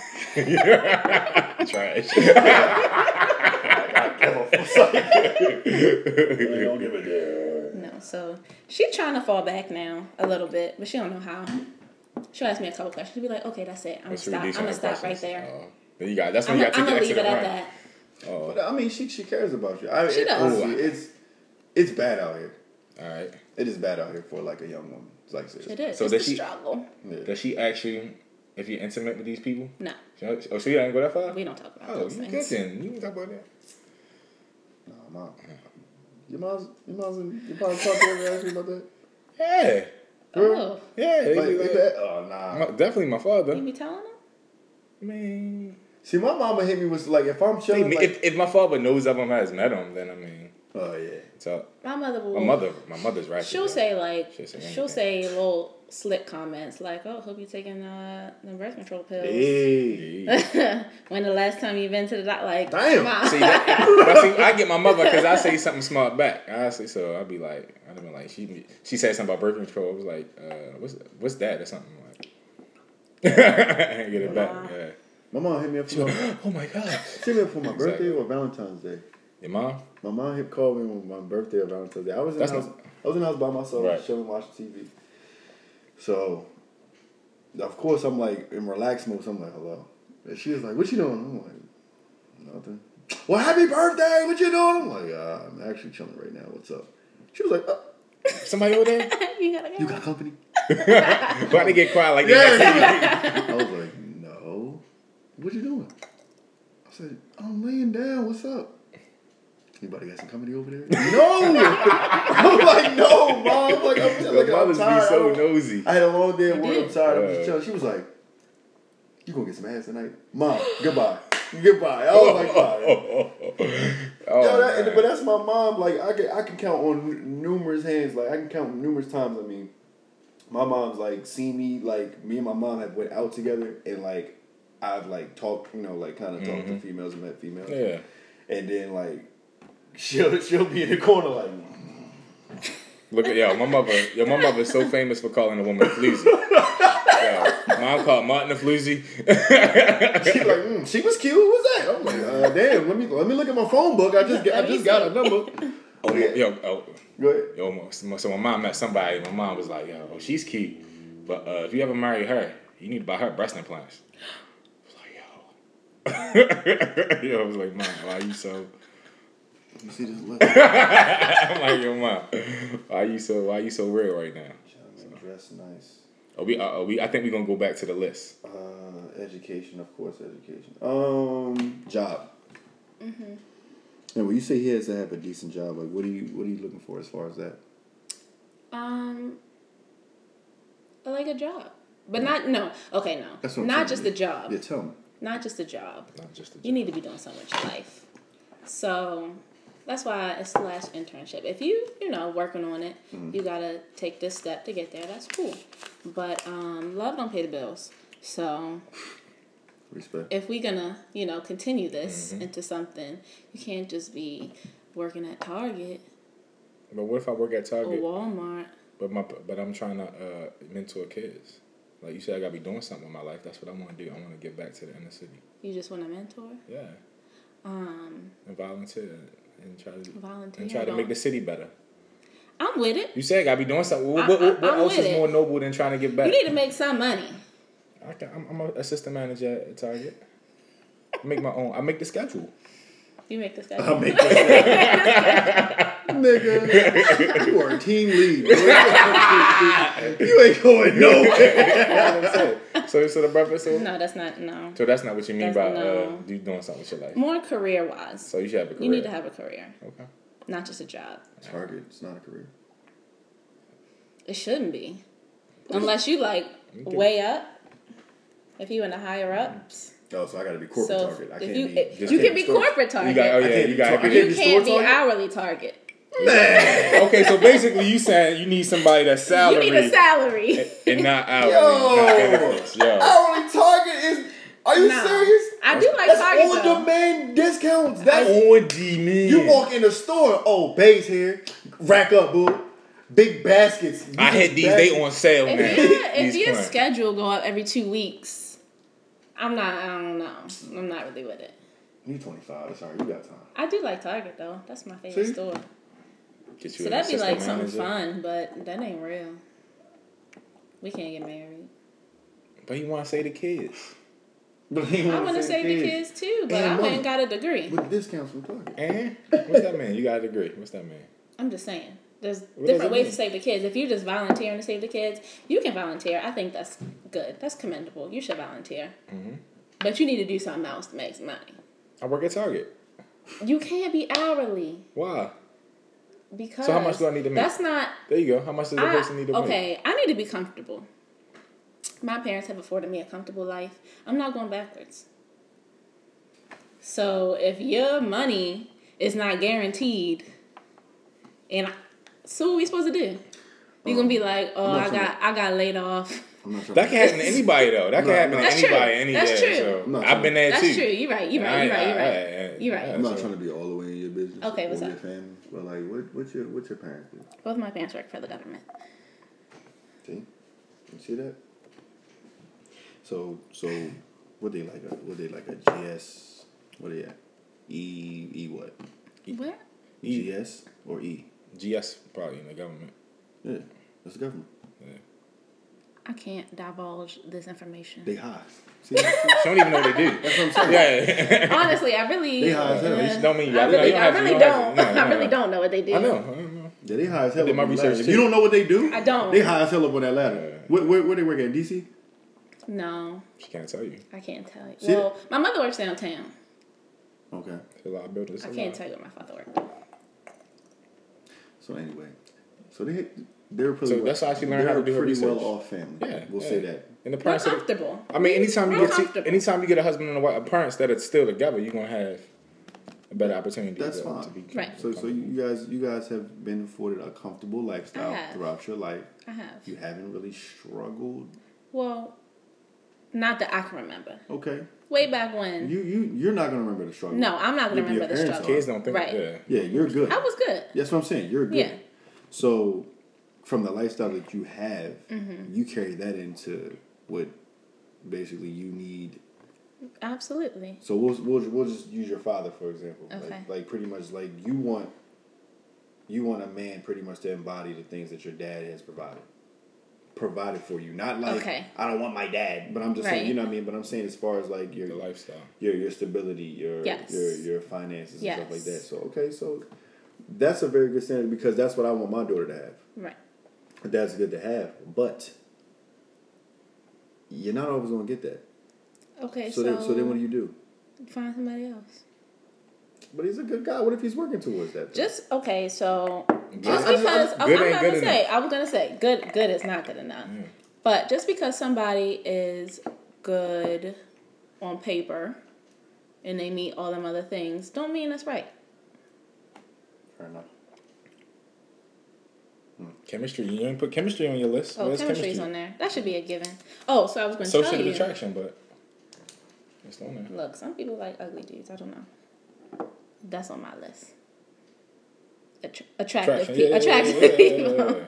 Speaker 2: I don't give a damn.
Speaker 4: No, so she trying to fall back now a little bit, but she don't know how. She'll ask me a couple questions. She'll be like, okay, that's it. I'm gonna
Speaker 3: That's really
Speaker 4: stop. I'm
Speaker 3: decent
Speaker 4: gonna stop right
Speaker 3: questions.
Speaker 4: there.
Speaker 3: Oh. Then you got. That's when
Speaker 4: I'm,
Speaker 3: you
Speaker 4: gonna-
Speaker 3: got to
Speaker 4: I'm
Speaker 3: take your exit
Speaker 4: gonna leave it
Speaker 3: and
Speaker 4: at
Speaker 3: run.
Speaker 4: that.
Speaker 2: But I mean, she she cares about you. I,
Speaker 4: She
Speaker 2: it-
Speaker 4: does.
Speaker 2: Honestly, it's it's bad out here.
Speaker 3: All right.
Speaker 2: It is bad out here for like a young woman. It's like seriously.
Speaker 4: It is.
Speaker 3: So
Speaker 4: it's
Speaker 3: that
Speaker 4: a
Speaker 3: she-
Speaker 4: struggle.
Speaker 2: Yeah.
Speaker 3: Does she ask you if you're intimate with these people?
Speaker 4: No,
Speaker 3: She don't- Oh, so you didn't go that far?
Speaker 4: we don't talk about
Speaker 3: Oh,
Speaker 4: those
Speaker 3: you
Speaker 4: things.
Speaker 3: good then. You can talk about that.
Speaker 2: Nah, mom. Your mom's your mom's in, your mom's talking to her, ask you about that.
Speaker 3: Yeah.
Speaker 4: Oh,
Speaker 3: Yeah. they
Speaker 2: Like,
Speaker 3: be like-
Speaker 2: that- oh nah.
Speaker 3: My- definitely my
Speaker 4: you
Speaker 3: father.
Speaker 4: be telling them?
Speaker 3: I mean,
Speaker 2: See, my mama hit me with like if I'm
Speaker 3: I
Speaker 2: chilling.
Speaker 3: mean,
Speaker 2: like,
Speaker 3: if, if my father knows of him, has met him, then I mean,
Speaker 2: oh yeah.
Speaker 3: so
Speaker 4: My mother will.
Speaker 3: my mother, my mother's right.
Speaker 4: She'll say like
Speaker 3: She'll say
Speaker 4: she'll say,
Speaker 3: anything.
Speaker 4: little slick comments like, "Oh, hope you taking uh, the birth control pills."
Speaker 2: Hey.
Speaker 3: Yeah.
Speaker 4: When the last time you've been to the doctor? Like,
Speaker 2: Damn.
Speaker 4: Ma.
Speaker 3: See, that, but see, I get my mother because I say something smart back. I say so. I'd be like, I'd be like, she she said something about birth control. I was like, uh, what's what's that or something like. get it
Speaker 4: Wow.
Speaker 3: back. Yeah.
Speaker 2: My mom hit me up for my,
Speaker 3: Oh my god.
Speaker 2: she hit me up for my birthday or Valentine's Day.
Speaker 3: Your mom?
Speaker 2: My mom had called me on my birthday or Valentine's Day. I was in
Speaker 3: That's
Speaker 2: the house.
Speaker 3: not-
Speaker 2: I was in the house by myself,
Speaker 3: Right.
Speaker 2: chilling, watching TV. So, of course, I'm like in relaxed mode. So I'm like, hello. And she was like, "What you doing?" I'm like, "Nothing." Well, happy birthday! What you doing? I'm like, uh, "I'm actually chilling right now. What's up?" She was like, uh,
Speaker 3: Somebody over there?
Speaker 4: you gotta go.
Speaker 2: "You got company?"
Speaker 3: Why they get quiet like that?
Speaker 2: Yeah. I was like, "No." What you doing? I said, "I'm laying down. What's up?" Anybody got some company over there? no. I'm like, no, mom. I'm like, I'm,
Speaker 3: Your
Speaker 2: like, I'm
Speaker 3: mothers
Speaker 2: tired.
Speaker 3: be so
Speaker 2: I don't-
Speaker 3: nosy.
Speaker 2: I had a long day at
Speaker 4: You
Speaker 2: work. I'm
Speaker 4: did.
Speaker 2: tired. I'm just
Speaker 3: Yeah.
Speaker 2: chilling. She was like, "You gonna get some ass tonight, mom? Goodbye, goodbye." I was like, "Bye."
Speaker 3: Oh,
Speaker 2: Yo, that-
Speaker 3: man.
Speaker 2: but that's my mom. Like I can, I can count on n- numerous hands. Like I can count numerous times. I mean, my mom's like seen me. Like me and my mom have went out together, and like I've like talked, you know, like kind of talked to females and met females.
Speaker 3: yeah.
Speaker 2: And then like she'll she'll be in the corner like.
Speaker 3: Look at yo, my mother. Yo, my mother's so famous for calling a woman a floozy. Yo, mom called Martin a floozy.
Speaker 2: She like, mm, she was cute. What was that? I'm like, uh, damn. Let me let me look at my phone book. I just got, I just got a number.
Speaker 3: Oh, yo, oh,
Speaker 2: Go ahead.
Speaker 3: yo, my- so my mom met somebody. My mom was like, yo, she's cute, but uh, if you ever marry her, you need to buy her breast implants. I was like, yo, yo, I was like, mom, why you so?
Speaker 2: You see this look?
Speaker 3: I'm like, yo, mom, why you so? Why you so real right now?
Speaker 2: Dress nice.
Speaker 3: Are we? Uh, are we? I think we're gonna go back to the list.
Speaker 2: Uh, education, of course, education. Um, job.
Speaker 4: Mm-hmm.
Speaker 2: And when you say he has to have a decent job, like what are you what are you looking for as far as that?
Speaker 4: Um, like a job, but not no. Okay, no,
Speaker 2: That's what I'm
Speaker 4: not
Speaker 2: saying.
Speaker 4: just the job.
Speaker 2: Yeah, tell me.
Speaker 4: Not just the job.
Speaker 3: Not just a
Speaker 4: You need to be doing something with your life. So that's why it's slash internship. If you you know working on it,
Speaker 2: Mm-hmm.
Speaker 4: you gotta take this step to get there. That's cool. But um, love don't pay the bills. So
Speaker 2: Respect.
Speaker 4: if we're gonna you know continue this
Speaker 2: Mm-hmm.
Speaker 4: into something, you can't just be working at Target
Speaker 3: But what if I work at
Speaker 4: or
Speaker 3: Target?
Speaker 4: Walmart.
Speaker 3: But my but I'm trying to uh, mentor kids. Like you said, I gotta be doing something with my life. That's what I want to do. I want to give back to the inner city.
Speaker 4: You just want a mentor,
Speaker 3: Yeah,
Speaker 4: um,
Speaker 3: and volunteer and try to
Speaker 4: volunteer.
Speaker 3: and try to
Speaker 4: don't-
Speaker 3: make the city better.
Speaker 4: I'm with it.
Speaker 3: You said I gotta be doing something. What,
Speaker 4: I-
Speaker 3: what,
Speaker 4: I-
Speaker 3: what,
Speaker 4: I'm
Speaker 3: else
Speaker 4: with
Speaker 3: is
Speaker 4: it.
Speaker 3: more noble than trying to give back?
Speaker 4: You need to make some money.
Speaker 3: I can, I'm, I'm an assistant manager at Target. I make my own. I make the schedule.
Speaker 4: You make this guy.
Speaker 2: I'll make that Nigga, you are a team lead. bro. you ain't going nowhere.
Speaker 3: That's what I'm saying. so so the brother. So,
Speaker 4: no, that's not no.
Speaker 3: so that's not what you mean
Speaker 4: That's
Speaker 3: by
Speaker 4: no.
Speaker 3: uh, you doing something with your life.
Speaker 4: More career wise,
Speaker 3: So you should have a career.
Speaker 4: you need to have a career,
Speaker 3: Okay.
Speaker 4: not just a job.
Speaker 2: Target, it's not a career.
Speaker 4: It shouldn't be, unless you like way up. If you in the higher ups,
Speaker 2: No, Oh, so I gotta be Mm-hmm. corporate
Speaker 4: so
Speaker 2: target. I
Speaker 4: if
Speaker 2: can't
Speaker 4: you
Speaker 2: be.
Speaker 4: if
Speaker 2: just
Speaker 4: you
Speaker 2: can't
Speaker 4: can be
Speaker 2: store-
Speaker 4: corporate
Speaker 3: You
Speaker 4: target,
Speaker 3: got. Oh
Speaker 2: I
Speaker 3: yeah.
Speaker 2: can't
Speaker 3: You
Speaker 2: be
Speaker 3: got.
Speaker 2: Target.
Speaker 3: You
Speaker 4: you
Speaker 2: be store
Speaker 4: can't be
Speaker 2: target?
Speaker 4: hourly target.
Speaker 2: Man,
Speaker 3: Okay, so basically you saying you need somebody that's salary
Speaker 4: You need a salary.
Speaker 3: and not hourly. Not
Speaker 2: yo,
Speaker 3: benefits.
Speaker 4: Oh,
Speaker 3: Yo.
Speaker 2: hourly Oh, target is. Are you
Speaker 4: Nah.
Speaker 2: serious?
Speaker 4: I do like
Speaker 2: That's
Speaker 4: target
Speaker 2: on
Speaker 4: though.
Speaker 2: demand discounts. That's
Speaker 3: On demand.
Speaker 2: you walk in the store. Oh, Bay's here. Rack up, boo. Big baskets. You
Speaker 3: I
Speaker 2: just
Speaker 3: had these. They
Speaker 2: basket-
Speaker 3: on sale now.
Speaker 4: If your if
Speaker 3: These
Speaker 4: your
Speaker 3: clients.
Speaker 4: schedule go up every two weeks, I'm not. I don't know. I'm not really with it.
Speaker 2: You twenty five. Sorry, you got time.
Speaker 4: I do like Target though. That's my favorite
Speaker 2: See?
Speaker 4: store.
Speaker 3: Get you
Speaker 4: So
Speaker 3: an
Speaker 4: that'd be
Speaker 3: assistant
Speaker 4: like something
Speaker 3: manager.
Speaker 4: fun, but that ain't real. We can't get married.
Speaker 3: But you want to say the kids.
Speaker 4: I want to save the kids too, but
Speaker 2: And
Speaker 4: I
Speaker 2: money.
Speaker 4: ain't got a degree.
Speaker 2: With discounts from Target.
Speaker 3: And what's that man? You got a degree. What's that man?
Speaker 4: I'm just saying. There's
Speaker 3: does
Speaker 4: different
Speaker 3: that
Speaker 4: ways
Speaker 3: mean?
Speaker 4: to save the kids. If you're just volunteering to save the kids, you can volunteer. I think that's good. That's commendable. You should volunteer. But you need to do something else to make some money.
Speaker 3: I work at Target.
Speaker 4: You can't be hourly
Speaker 3: Why?
Speaker 4: because
Speaker 3: how much do I need to make?
Speaker 4: That's not
Speaker 3: There you go. How much does a
Speaker 4: I-
Speaker 3: person need to make?
Speaker 4: Ah, okay, I need to be comfortable. My parents have afforded me a comfortable life. I'm not going backwards. So if your money is not guaranteed, and I, so what we supposed to do? You're gonna be like, oh,
Speaker 2: not
Speaker 4: I got, I got laid off.
Speaker 2: I'm not trying
Speaker 3: That can happen to anybody though. That can
Speaker 2: No,
Speaker 3: happen to
Speaker 2: that's
Speaker 4: true.
Speaker 3: anybody any
Speaker 4: That's
Speaker 3: day.
Speaker 4: true.
Speaker 3: So
Speaker 2: No,
Speaker 3: I've been there
Speaker 4: That's
Speaker 3: too.
Speaker 4: true. You're right. You're
Speaker 3: I-
Speaker 4: right. You're right. You're
Speaker 3: I-
Speaker 4: right.
Speaker 3: I- I-
Speaker 4: You're right.
Speaker 3: yeah,
Speaker 2: I'm not
Speaker 3: so-
Speaker 2: trying to be all the way in your business.
Speaker 4: Okay, what's
Speaker 2: or
Speaker 4: up?
Speaker 2: Your family, but like, what, what's your, what's your parents do?
Speaker 4: Both my parents work for the government.
Speaker 2: See, you see that? So, so, what they like? A, what they like? A GS? What they at? E, E what?
Speaker 4: What?
Speaker 3: E.
Speaker 2: GS or E?
Speaker 3: GS probably in the government.
Speaker 2: Yeah, that's the government.
Speaker 4: I can't divulge this information.
Speaker 2: They high. See, that's
Speaker 3: She don't even know what they do.
Speaker 2: what I'm saying.
Speaker 3: Yeah.
Speaker 4: Honestly, I really,
Speaker 2: They high as hell.
Speaker 3: You don't mean
Speaker 4: I
Speaker 3: you- no,
Speaker 4: really,
Speaker 3: you
Speaker 4: I
Speaker 3: have to,
Speaker 4: really
Speaker 3: you have
Speaker 4: don't.
Speaker 3: to. No,
Speaker 4: I
Speaker 3: no,
Speaker 4: really
Speaker 3: no.
Speaker 4: don't know what they do.
Speaker 3: I know. I know.
Speaker 2: Yeah, they high as hell.
Speaker 3: did
Speaker 2: up
Speaker 3: my
Speaker 2: on that
Speaker 3: research,
Speaker 2: ladder. If
Speaker 3: too.
Speaker 2: you don't know what they do,
Speaker 4: I don't.
Speaker 2: They high as hell up on that ladder. Where, where, where they work at? DC?
Speaker 4: No,
Speaker 3: She can't tell you.
Speaker 4: I can't tell you.
Speaker 2: See-
Speaker 4: well, my mother works downtown.
Speaker 2: Okay.
Speaker 3: It's a lot of buildings.
Speaker 4: I
Speaker 3: It's a
Speaker 4: can't
Speaker 3: lot.
Speaker 4: tell you what my father worked.
Speaker 2: So anyway, so they they're pretty.
Speaker 3: So
Speaker 2: well,
Speaker 3: that's how she learned
Speaker 2: they're
Speaker 3: how to do
Speaker 2: a
Speaker 3: her
Speaker 2: pretty
Speaker 3: research.
Speaker 2: well off family.
Speaker 3: Yeah.
Speaker 2: we'll
Speaker 3: yeah.
Speaker 2: say that.
Speaker 3: And the
Speaker 4: We're
Speaker 3: parents. are-
Speaker 4: comfortable.
Speaker 3: I mean, anytime you
Speaker 4: We're
Speaker 3: get to,
Speaker 4: comfortable.
Speaker 3: anytime you get a husband and a wife, parents that are still together, you're gonna have a better opportunity.
Speaker 2: That's
Speaker 3: to,
Speaker 2: fine.
Speaker 3: To be
Speaker 4: Right.
Speaker 2: So so you guys you guys have been afforded a comfortable lifestyle
Speaker 4: I have.
Speaker 2: throughout your life.
Speaker 4: I have.
Speaker 2: You haven't really struggled.
Speaker 4: Well, not that I can remember.
Speaker 2: Okay.
Speaker 4: Way back when.
Speaker 2: You you you're not gonna remember the struggle.
Speaker 4: no, I'm not
Speaker 2: Your-
Speaker 4: gonna
Speaker 2: your
Speaker 4: remember the
Speaker 2: parents
Speaker 4: struggle.
Speaker 3: Kids don't think.
Speaker 4: Right.
Speaker 3: Yeah.
Speaker 2: Yeah, you're good.
Speaker 4: I was good.
Speaker 2: That's what I'm saying. You're good.
Speaker 4: Yeah.
Speaker 2: So from the lifestyle that you have,
Speaker 4: Mm-hmm.
Speaker 2: you carry that into what basically you need
Speaker 4: Absolutely.
Speaker 2: So we'll, we'll we'll just use your father for example.
Speaker 4: Okay.
Speaker 2: Like, like pretty much like you want you want a man pretty much to embody the things that your dad has provided. Provided for you. Not like
Speaker 4: Okay.
Speaker 2: I don't want my dad, but I'm just saying,
Speaker 4: Right.
Speaker 2: you know what I mean? But I'm saying as far as like your
Speaker 3: The lifestyle.
Speaker 2: your your stability, your
Speaker 4: Yes.
Speaker 2: your your finances and stuff like
Speaker 4: Yes.
Speaker 2: that. So okay, so that's a very good standard because that's what I want my daughter to have
Speaker 4: Right.
Speaker 2: that's good to have, but you're not always gonna get that.
Speaker 4: Okay.
Speaker 2: So
Speaker 4: So,
Speaker 2: then, so then, what do you do?
Speaker 4: find somebody else?
Speaker 2: But he's a good guy. What if he's working towards that? though?
Speaker 4: Just okay. So
Speaker 2: I
Speaker 4: just
Speaker 2: just-
Speaker 4: because
Speaker 2: I-
Speaker 4: oh,
Speaker 3: good
Speaker 4: I'm
Speaker 3: ain't
Speaker 4: not
Speaker 3: good
Speaker 4: gonna say I was gonna say good. Good is not good enough. But just because somebody is good on paper and they meet all them other things, don't mean that's right.
Speaker 2: Fair enough.
Speaker 3: Chemistry. You didn't put chemistry on your list.
Speaker 4: Oh,
Speaker 3: Where's
Speaker 4: chemistry's on there. That should be a given. Oh, so I was going to tell
Speaker 3: Associated
Speaker 4: you.
Speaker 3: attraction, but it's on there.
Speaker 4: Look, some people like ugly dudes. I don't know. That's on my list. Att- attractive,
Speaker 3: Attraction.
Speaker 4: pe- attractive people.
Speaker 3: yeah.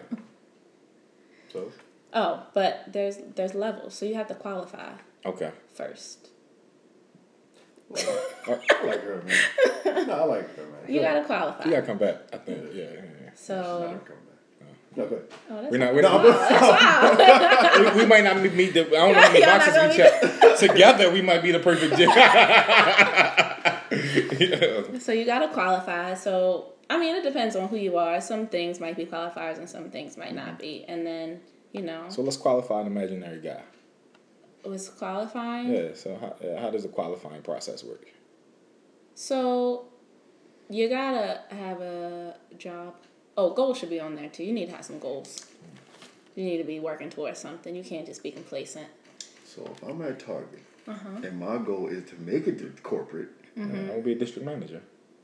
Speaker 2: So
Speaker 4: Oh, but there's there's levels, so you have to qualify
Speaker 3: Okay.
Speaker 4: first.
Speaker 2: I like her, man. No, I like her, man.
Speaker 4: You gotta qualify.
Speaker 3: You gotta come back. I think. Yeah. yeah, yeah.
Speaker 4: So
Speaker 2: No, but
Speaker 4: oh, that's
Speaker 3: We're not. We're not. we, we might not meet the. I don't know how many
Speaker 4: Y'all not
Speaker 3: boxes
Speaker 4: gonna
Speaker 3: we
Speaker 4: be-
Speaker 3: check. Together, we might be the perfect. yeah.
Speaker 4: So you gotta qualify. So I mean, it depends on who you are. Some things might be qualifiers, and some things might not be. And then you know,
Speaker 3: So let's qualify an imaginary guy.
Speaker 4: was qualifying.
Speaker 3: Yeah. So how, yeah, how does the qualifying process work?
Speaker 4: So you gotta have a job. Oh, goals should be on there too. You need to have some goals. You need to be working towards something. You can't just be complacent.
Speaker 2: so if I'm at Target
Speaker 4: Uh-huh.
Speaker 2: and my goal is to make it to corporate,
Speaker 4: Mm-hmm.
Speaker 3: Yeah, I would Uh, be a district manager.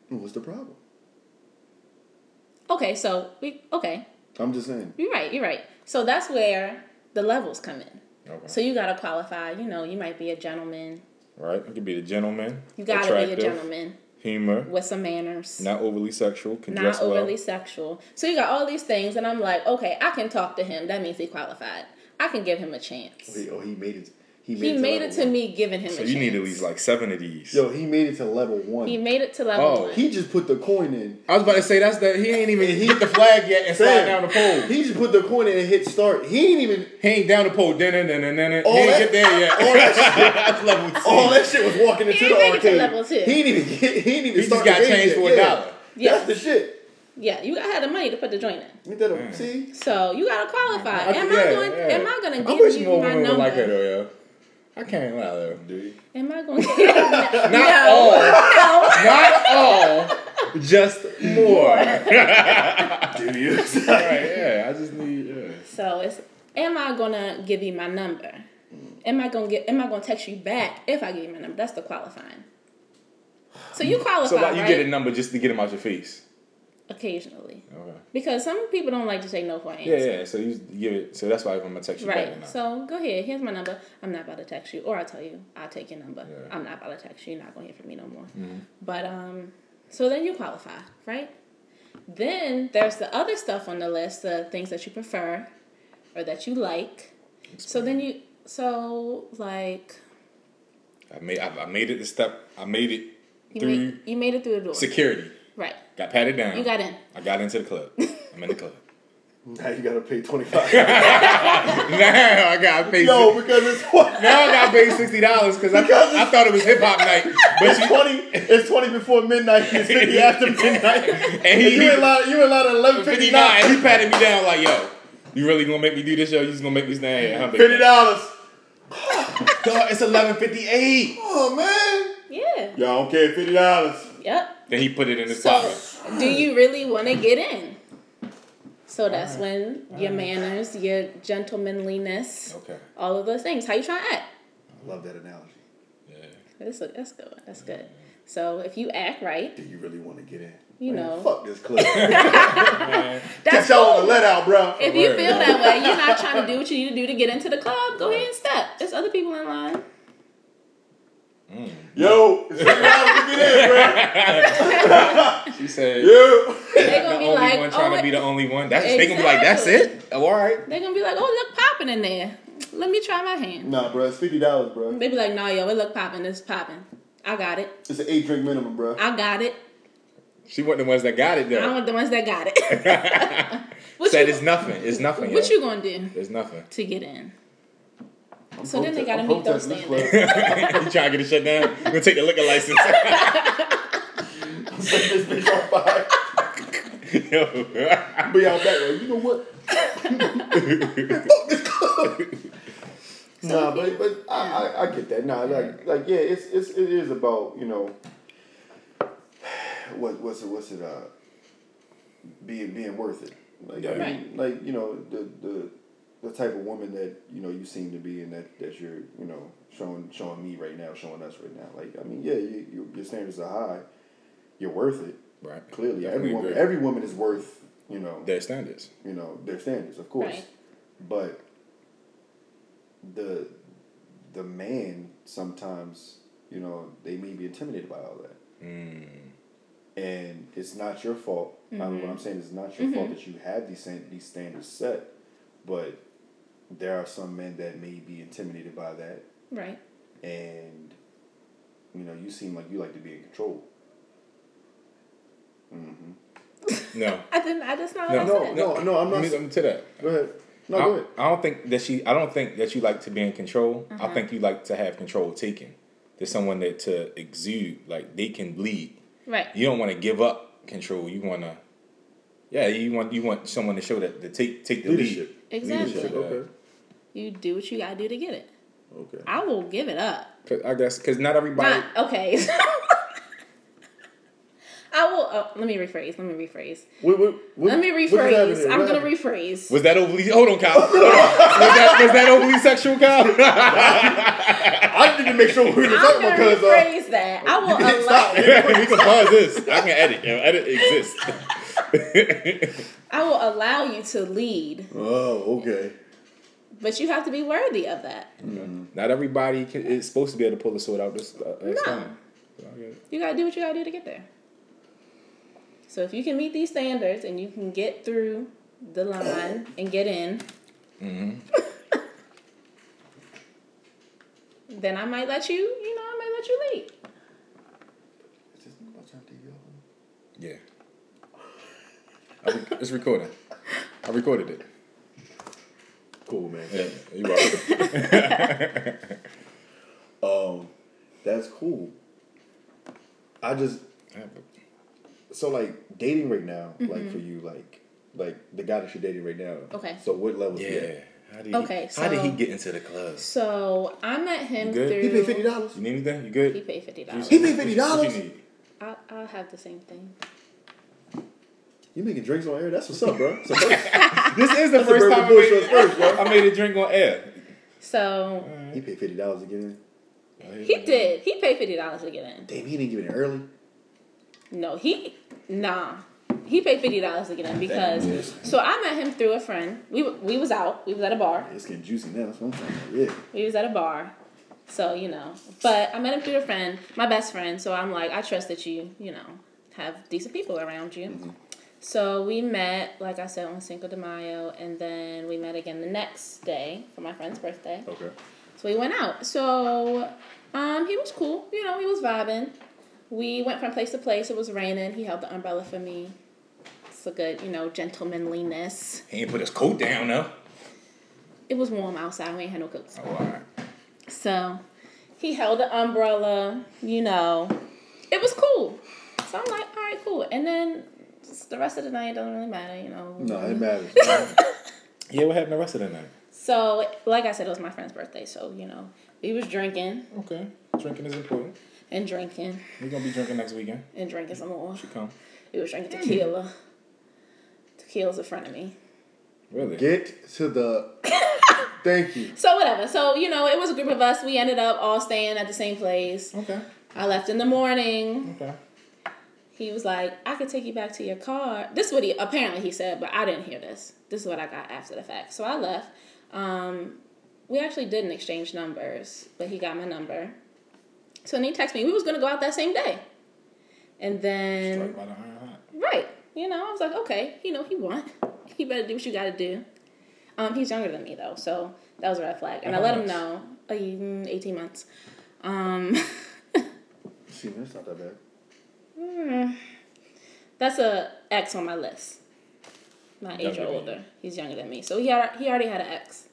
Speaker 2: what's the problem?
Speaker 4: Okay, so we okay.
Speaker 2: I'm just saying.
Speaker 4: You're right. You're right. So that's where the levels come in.
Speaker 3: Okay.
Speaker 4: So you gotta qualify. You know, you might be a gentleman.
Speaker 3: right. I could be the gentleman.
Speaker 4: You gotta
Speaker 3: attractive,
Speaker 4: be a gentleman
Speaker 3: Humor.
Speaker 4: with some manners.
Speaker 3: Not overly sexual. Can
Speaker 4: Not
Speaker 3: dress
Speaker 4: overly
Speaker 3: well.
Speaker 4: sexual. So you got all these things, and I'm like, okay, I can talk to him. That means he qualified. I can give him a chance.
Speaker 2: He, oh, he made it. He made,
Speaker 4: He
Speaker 2: it,
Speaker 4: made it
Speaker 2: level
Speaker 4: to
Speaker 2: one.
Speaker 4: me giving him a
Speaker 3: So
Speaker 4: chance.
Speaker 3: you need at least like seven of these.
Speaker 2: Yo, he made it to level one.
Speaker 4: He
Speaker 2: He,
Speaker 4: made it to level
Speaker 3: Oh.
Speaker 4: one.
Speaker 2: just put the coin in.
Speaker 3: I was about to say that's that he ain't even hit the flag yet and slide
Speaker 2: Fam,
Speaker 3: down the pole.
Speaker 2: He just put the coin in and hit start. He ain't even.
Speaker 3: He ain't down the pole. Dun, dun, dun, dun, dun, dun.
Speaker 2: All
Speaker 3: He ain't
Speaker 2: that-
Speaker 3: get there yet.
Speaker 2: All that shit,
Speaker 3: That's level two.
Speaker 2: all that shit was walking into
Speaker 4: didn't
Speaker 2: the
Speaker 4: make it to
Speaker 2: arcade.
Speaker 4: level two.
Speaker 2: He didn't even. Get, he didn't even.
Speaker 3: He just
Speaker 2: start
Speaker 3: got
Speaker 2: the game
Speaker 3: changed
Speaker 2: yet.
Speaker 3: for a
Speaker 2: Yeah.
Speaker 3: dollar.
Speaker 4: Yeah.
Speaker 2: That's the shit.
Speaker 4: Yeah, you gotta have the money to put the joint in.
Speaker 2: You did it. See,
Speaker 4: So you gotta qualify.
Speaker 3: I-
Speaker 4: am
Speaker 3: yeah,
Speaker 4: I going?
Speaker 3: yeah.
Speaker 4: Am I gonna
Speaker 3: I
Speaker 4: give
Speaker 3: wish
Speaker 4: you
Speaker 3: more
Speaker 4: my
Speaker 3: women
Speaker 4: number?
Speaker 3: would like her though, yo. I can't lie though.
Speaker 4: Am I going? to
Speaker 3: Not all. Not all. Just more. Right,
Speaker 2: do you?
Speaker 3: yeah. I just need yeah.
Speaker 4: So it's am I gonna give you my number? Am I gonna get am I gonna text you back if I give you my number? That's the qualifying. So you qualify
Speaker 3: So like you
Speaker 4: right?
Speaker 3: get a number just to get him out your face.
Speaker 4: occasionally.
Speaker 3: Okay.
Speaker 4: Because some people don't like to say no for an answer.
Speaker 3: Yeah, yeah. So you give it so that's why if I'm gonna text you back or
Speaker 4: Right.
Speaker 3: not.
Speaker 4: So go ahead. Here's my number. I'm not about to text you, or I'll tell you. I'll take your number.
Speaker 3: Yeah. Mm-hmm.
Speaker 4: I'm not about to text you. You're not gonna hear from me no more. But um, so then you qualify, right? Then there's the other stuff on the list, the things that you prefer or that you like. So then you, so like
Speaker 3: I made I, I made it the step I made it
Speaker 4: you
Speaker 3: through
Speaker 4: made, you made it through the door,
Speaker 3: security.
Speaker 4: right?
Speaker 3: Got patted down.
Speaker 4: You got in.
Speaker 3: I got into the club. I'm in the club.
Speaker 2: Now you gotta pay twenty five.
Speaker 3: now I gotta pay.
Speaker 2: Yo, because it's what
Speaker 3: now I gotta pay sixty dollars because I,
Speaker 2: Because
Speaker 3: I thought it was hip hop night, but
Speaker 2: it's
Speaker 3: you,
Speaker 2: twenty. It's twenty before midnight. It's fifty after midnight.
Speaker 3: and
Speaker 2: You
Speaker 3: he
Speaker 2: ain't allowed. You ain't allowed at eleven
Speaker 3: fifty
Speaker 2: fifty
Speaker 3: nine.
Speaker 2: nine.
Speaker 3: He patted me down like, yo, you really gonna make me do this? Yo, you just gonna make me stand here? huh, baby?
Speaker 2: Fifty dollars.
Speaker 3: Dog, it's eleven fifty eight.
Speaker 2: Oh man.
Speaker 4: Yeah.
Speaker 2: Y'all don't care. Fifty dollars.
Speaker 4: Yep.
Speaker 3: Then he put it in his
Speaker 4: So,
Speaker 3: pocket.
Speaker 4: do you really want to get in? So that's when your manners, your gentlemanliness,
Speaker 3: Okay.
Speaker 4: all of those things. How you trying to act?
Speaker 2: Love that analogy.
Speaker 3: Yeah.
Speaker 4: That's a, that's good. That's good. So if you act right,
Speaker 2: Do you really want to get in?
Speaker 4: You
Speaker 2: Man,
Speaker 4: know.
Speaker 2: Fuck this club.
Speaker 4: that's
Speaker 2: Get y'all on the
Speaker 4: cool.
Speaker 2: let out, bro.
Speaker 4: If you
Speaker 3: Word.
Speaker 4: feel that way, you're not trying to do what you need to do to get into the club. Go ahead and step. There's other people in line.
Speaker 2: Yo, it's fifty dollars to get in,
Speaker 3: She said,
Speaker 2: bro. Yo.
Speaker 4: They're
Speaker 3: the
Speaker 4: gonna be
Speaker 3: only
Speaker 4: like,
Speaker 3: one
Speaker 4: oh,
Speaker 3: trying to be the only one. That's they gonna be
Speaker 4: Exactly.
Speaker 3: like, that's it. Oh, all right.
Speaker 4: they're gonna be like, oh, look popping in there. Let me try my hand.
Speaker 2: Nah, bro. It's fifty dollars, bro.
Speaker 4: They be like, nah, yo, it look popping. It's popping. I got it.
Speaker 2: It's an eight drink minimum, bro.
Speaker 4: I got it.
Speaker 3: She wasn't the ones that got it
Speaker 4: I
Speaker 3: though.
Speaker 4: want the ones that got it. what
Speaker 3: Said
Speaker 4: you,
Speaker 3: it's nothing. It's nothing.
Speaker 4: what
Speaker 3: yo.
Speaker 4: you gonna do
Speaker 3: It's nothing.
Speaker 4: to get in? So then they
Speaker 2: Prote-
Speaker 4: gotta
Speaker 2: I'm
Speaker 4: meet those
Speaker 2: protesting this
Speaker 4: standards.
Speaker 2: club.
Speaker 3: you trying to get it shut down? We're gonna take the liquor license.
Speaker 2: Set this bitch on fire.
Speaker 3: Yo.
Speaker 2: Be out back like, you know what? nah, but but I, I, I get that. Nah, like like yeah, it's it's it is about you know what what's it what's it uh being being worth it. Like I mean,
Speaker 4: Right.
Speaker 2: like you know the the the type of woman that you know you seem to be and that, that you're you know showing showing me right now showing us right now like i mean yeah you, you, your standards are high you're worth it
Speaker 3: Right.
Speaker 2: clearly
Speaker 3: Definitely
Speaker 2: every woman,
Speaker 3: agree.
Speaker 2: every woman is worth you know
Speaker 3: Their standards.
Speaker 2: you know their standards of course
Speaker 4: Right.
Speaker 2: but the the man sometimes you know they may be intimidated by all that Mm. and it's not your fault I mean,
Speaker 4: Mm-hmm.
Speaker 2: what i'm saying is not your fault that you have these stan- these standards set but there are some men that may be intimidated by that
Speaker 4: Right.
Speaker 2: and you know you seem like you like to be in control
Speaker 3: No.
Speaker 4: I didn't. I that's not what
Speaker 3: No,
Speaker 4: I
Speaker 2: no
Speaker 4: said.
Speaker 2: no no i'm
Speaker 3: Let
Speaker 2: not
Speaker 3: me, let me to that.
Speaker 2: go ahead no
Speaker 3: I,
Speaker 2: go ahead
Speaker 3: I don't think that she. I don't think that you like to be in control. I think you like to have control taken. There's someone that to exude, like they can bleed.
Speaker 4: Right.
Speaker 3: You don't want to give up control. You want to, yeah. You want you want someone to show that to take take the
Speaker 2: leadership
Speaker 4: Exactly.
Speaker 3: Leadership.
Speaker 2: okay
Speaker 4: You do what you gotta do to get it.
Speaker 2: okay
Speaker 4: I will give it up.
Speaker 3: lead. 'Cause I guess because not everybody.
Speaker 4: Not okay. I will. Oh, let me rephrase. Let me rephrase.
Speaker 2: Wait, wait, what-
Speaker 4: Let me
Speaker 2: what just happened
Speaker 4: rephrase.
Speaker 2: here?
Speaker 4: I'm
Speaker 2: What
Speaker 4: gonna
Speaker 2: happened?
Speaker 4: rephrase.
Speaker 3: was that overly? Hold on, Kyle. Hold on. Was that, was that overly sexual, Kyle?
Speaker 2: I need to make sure we were
Speaker 4: I'm
Speaker 2: talking
Speaker 4: gonna
Speaker 2: about because uh,
Speaker 4: rephrase that. I will
Speaker 2: can't
Speaker 4: allow.
Speaker 3: we can pause this. I can edit. You know, edit exists.
Speaker 4: I will allow you to lead,
Speaker 2: oh okay.
Speaker 4: but you have to be worthy of that.
Speaker 3: not everybody can, is supposed to be able to pull the sword out this uh, this time.
Speaker 4: You gotta do what you gotta do to get there. So if you can meet these standards and you can get through the line and get in,
Speaker 3: Mm-hmm.
Speaker 4: then I might let you. You know, I might let you lead.
Speaker 3: Yeah. I re- it's recording. I recorded it.
Speaker 2: Cool man.
Speaker 3: Yeah, you welcome.
Speaker 2: Um, that's cool. I just so like dating right now, like for you, like like the guy that you're dating right now.
Speaker 4: Mm-hmm. Okay.
Speaker 2: So what level?
Speaker 3: Yeah.
Speaker 2: He at?
Speaker 3: How did
Speaker 4: Okay,
Speaker 3: He, how did he
Speaker 4: so-
Speaker 3: get into the club?
Speaker 4: So I met him
Speaker 3: You good?
Speaker 4: through.
Speaker 2: He paid fifty dollars.
Speaker 3: You need anything? You
Speaker 4: He
Speaker 3: good?
Speaker 4: paid fifty dollars.
Speaker 2: He paid fifty
Speaker 3: What
Speaker 2: dollars.
Speaker 3: you need?
Speaker 4: I'll, I'll have the same thing.
Speaker 2: You making drinks on air? That's what's up, bro. It's a first.
Speaker 3: This is the
Speaker 2: That's a
Speaker 3: first
Speaker 2: Bourbon
Speaker 3: time I
Speaker 2: Bush
Speaker 3: made,
Speaker 2: was first, bro.
Speaker 3: I made a drink on air.
Speaker 4: So
Speaker 2: he paid fifty dollars to get in.
Speaker 4: he did. He paid fifty dollars to get in.
Speaker 2: Damn, he didn't give it early.
Speaker 4: No, he nah. He paid fifty dollars to get in because. So I met him through a friend. We w- we was out. We was at a bar.
Speaker 2: It's getting juicy now. That's what I'm saying. Yeah.
Speaker 4: We was at a bar. So, you know. But I met him through a friend, my best friend. So I'm like, I trust that you, you know, have decent people around you. So we met, like I said, on Cinco de Mayo. And then we met again the next day for my friend's birthday.
Speaker 3: Oh.
Speaker 2: Okay.
Speaker 4: So we went out. So um, he was cool. You know, he was vibing. We went from place to place. It was raining. He held the umbrella for me. It's a good, you know, gentlemanliness.
Speaker 3: He ain't put his coat down though.
Speaker 4: It was warm outside. We ain't had no coats.
Speaker 3: Oh, all right.
Speaker 4: So he held the umbrella, you know. It was cool. So I'm like, all right, cool. And then just the rest of the night doesn't really matter, you know.
Speaker 2: No, it matters.
Speaker 3: Yeah, what happened the rest of the night?
Speaker 4: So like I said, it was my friend's birthday, so you know, we was drinking
Speaker 3: Okay, drinking is important.
Speaker 4: and drinking
Speaker 3: We're gonna be drinking next weekend.
Speaker 4: and drinking some more.
Speaker 3: She come.
Speaker 4: We was drinking tequila. Tequila's a friend of me.
Speaker 3: Really?
Speaker 2: Get to the. Thank you.
Speaker 4: So whatever. So, you know, it was a group of us. We ended up all staying at the same place.
Speaker 3: okay.
Speaker 4: I left in the morning.
Speaker 3: Okay.
Speaker 4: he was like, I could take you back to your car. This is what he apparently he said, but I didn't hear this. This is what I got after the fact. So I left. Um, we actually didn't exchange numbers, but he got my number. So then he texted me. We was gonna go out that same day, and then
Speaker 3: Right by the iron hot.
Speaker 4: right, you know, I was like, okay, you know, he won. He better do what you gotta do. Um, he's younger than me though, so that was a red flag. And I
Speaker 3: How
Speaker 4: let him
Speaker 3: much?
Speaker 4: know, uh, mm, eighteen months. Um,
Speaker 2: See, man, it's not that bad.
Speaker 4: That's a ex on my list. My age
Speaker 3: Younger
Speaker 4: or
Speaker 3: than
Speaker 4: older.
Speaker 3: you.
Speaker 4: He's younger than me, so he had, he already had an ex.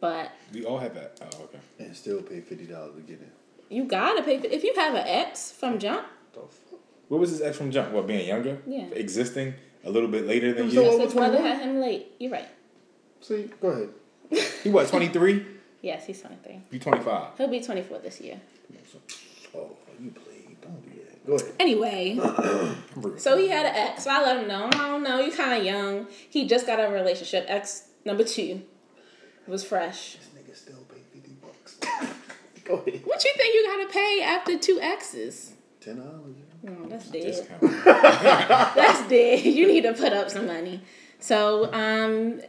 Speaker 4: But
Speaker 3: We all have that. Oh, okay.
Speaker 2: And still pay fifty dollars to get in.
Speaker 4: you gotta pay if you have an ex from jump.
Speaker 2: The fuck?
Speaker 3: What was his ex from jump? What being younger?
Speaker 4: Yeah.
Speaker 3: Existing a little bit later than
Speaker 2: So
Speaker 3: you.
Speaker 2: over
Speaker 4: His brother
Speaker 2: 21?
Speaker 4: had him late. You're right.
Speaker 2: See, go ahead.
Speaker 3: He what? Twenty three.
Speaker 4: Yes, he's 23.
Speaker 3: You twenty five.
Speaker 4: He'll be 24 this year.
Speaker 2: Oh, you played. Don't do that. Go ahead.
Speaker 4: Anyway, so he had an ex. So I let him know. I don't know. You kind of young. He just got out of a relationship. Ex Number two was fresh.
Speaker 2: Nigga still pay fifty bucks. Go ahead.
Speaker 4: What you think you gotta pay after two X's?
Speaker 2: Ten dollars.
Speaker 4: Oh, that's dead.
Speaker 3: Discount.
Speaker 4: That's dead. You need to put up some money. So, um,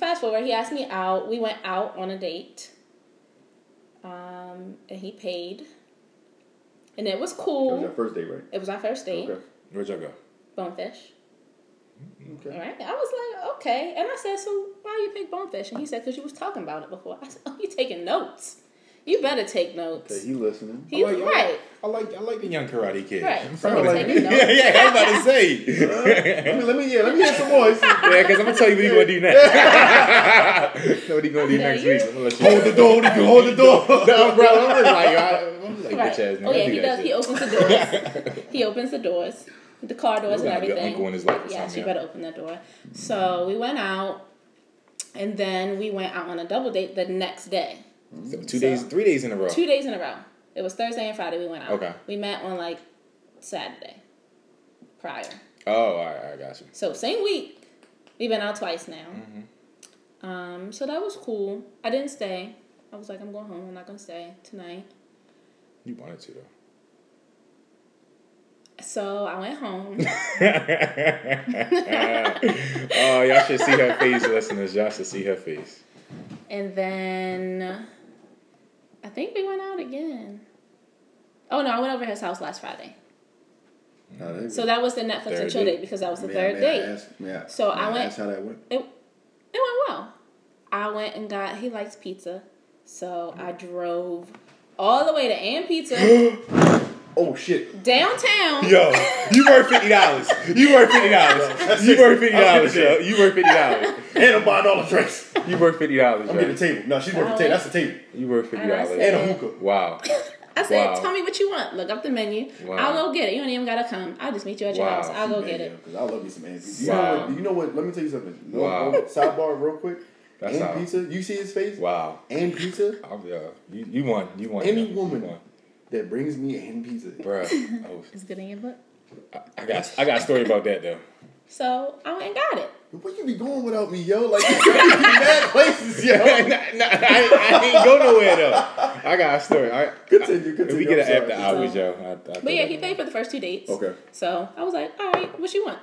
Speaker 4: fast forward, he asked me out. We went out on a date. Um, and he paid. And it was
Speaker 2: That was
Speaker 4: cool.
Speaker 2: our first date, right?
Speaker 4: It was our first date.
Speaker 2: Okay.
Speaker 3: Where'd y'all go?
Speaker 4: Bonefish.
Speaker 2: Okay.
Speaker 4: Right? I was like, okay. And I said, so why you pick bonefish? And he said, because you was talking about it before. I said, oh, you taking notes. You better take notes.
Speaker 2: Okay, he listening.
Speaker 4: He's
Speaker 3: I like- I like-
Speaker 4: right.
Speaker 3: I like I like the young karate kid.
Speaker 4: Right.
Speaker 3: I'm
Speaker 4: So
Speaker 3: proud
Speaker 4: you
Speaker 3: of
Speaker 4: taking
Speaker 3: him.
Speaker 4: notes.
Speaker 3: yeah, yeah, I was about to say.
Speaker 2: let me, let me, yeah, let me hear some more.
Speaker 3: Yeah, because I'm gonna tell you what he gonna do next. know what he gonna do
Speaker 4: Yeah,
Speaker 3: next
Speaker 4: you-
Speaker 3: week. Hold the
Speaker 2: door, hold the door.
Speaker 3: no, bro. I'm just like, I, I'm just like bitch
Speaker 4: Right.
Speaker 3: ass nigga.
Speaker 4: Oh yeah,
Speaker 3: do
Speaker 4: he
Speaker 3: that
Speaker 4: does.
Speaker 3: shit.
Speaker 4: He opens the doors. he opens the doors, the car
Speaker 3: He's
Speaker 4: doors and
Speaker 3: like a good
Speaker 4: everything.
Speaker 3: uncle in his life or
Speaker 4: yeah,
Speaker 3: something,
Speaker 4: she
Speaker 3: yeah.
Speaker 4: better open that door. So we went out, and then we went out on a double date the next day,
Speaker 3: So two days, three days in a row.
Speaker 4: two days in a row. It was Thursday and Friday. We went out.
Speaker 3: Okay.
Speaker 4: We met on like Saturday prior.
Speaker 3: Oh, all right, I got you.
Speaker 4: So same week, we've been out twice now.
Speaker 3: Mm-hmm.
Speaker 4: Um, so that was cool. I didn't stay. I was like, I'm going home. I'm not gonna stay tonight.
Speaker 3: You wanted to though.
Speaker 4: So I went home.
Speaker 3: Oh, y'all should see her face, listeners. Y'all should see her face.
Speaker 4: And then I think we went out again. Oh no, I went over his house last Friday. So that was the Netflix
Speaker 3: Third
Speaker 4: and chill
Speaker 3: date.
Speaker 4: date because that was the third date.
Speaker 2: Yeah.
Speaker 4: So I
Speaker 2: May
Speaker 4: went-
Speaker 2: Ask how that went.
Speaker 4: It, it went well. I went and got he likes pizza. So I drove all the way to Ann Pizza
Speaker 2: Oh shit!
Speaker 4: downtown.
Speaker 3: Yo, you worth fifty dollars. You worth fifty dollars. You worth fifty dollars, yo. You worth fifty dollars.
Speaker 2: And I'm buying all the drinks.
Speaker 3: You worth fifty dollars,
Speaker 2: I'm getting
Speaker 3: yo.
Speaker 2: the table. No, she's worth the table. That's the table.
Speaker 3: You worth fifty
Speaker 4: And I
Speaker 3: dollars.
Speaker 2: And
Speaker 4: said-
Speaker 2: a hookah.
Speaker 3: Wow.
Speaker 4: I said,
Speaker 3: Wow.
Speaker 4: Tell me what you want. Look up the menu.
Speaker 3: Wow.
Speaker 4: I'll go get it. You don't even gotta come. I'll just meet you at your
Speaker 3: Wow.
Speaker 4: house. I'll go get it.
Speaker 2: Because I love me some Ann pizza.
Speaker 3: Wow.
Speaker 2: You, know what, you know what? Let me tell you something. No,
Speaker 3: Wow.
Speaker 2: no, sidebar, real quick.
Speaker 3: That's
Speaker 2: Ann
Speaker 3: how-
Speaker 2: pizza. You see his face?
Speaker 3: Wow.
Speaker 2: Ann pizza.
Speaker 3: I'm, yo, you, you won. You won.
Speaker 2: Any
Speaker 3: yo.
Speaker 2: woman
Speaker 3: You won.
Speaker 2: that brings me Ann pizza.
Speaker 3: Bruh. Oh,
Speaker 4: It's good in your book.
Speaker 3: I got I got a story about that though.
Speaker 4: So I went and got it.
Speaker 2: Where you be going without me, yo? Like you be mad places, yo.
Speaker 3: Nah, nah, I, I ain't go nowhere though. I got a story. I,
Speaker 2: Continue, continue.
Speaker 3: we get
Speaker 2: I'm
Speaker 3: it after
Speaker 2: sorry.
Speaker 3: hours, yo. I, I thought
Speaker 4: But yeah,
Speaker 3: that
Speaker 4: he
Speaker 3: was-
Speaker 4: paid for the first two dates.
Speaker 2: Okay.
Speaker 4: So I was like, all right, what you want?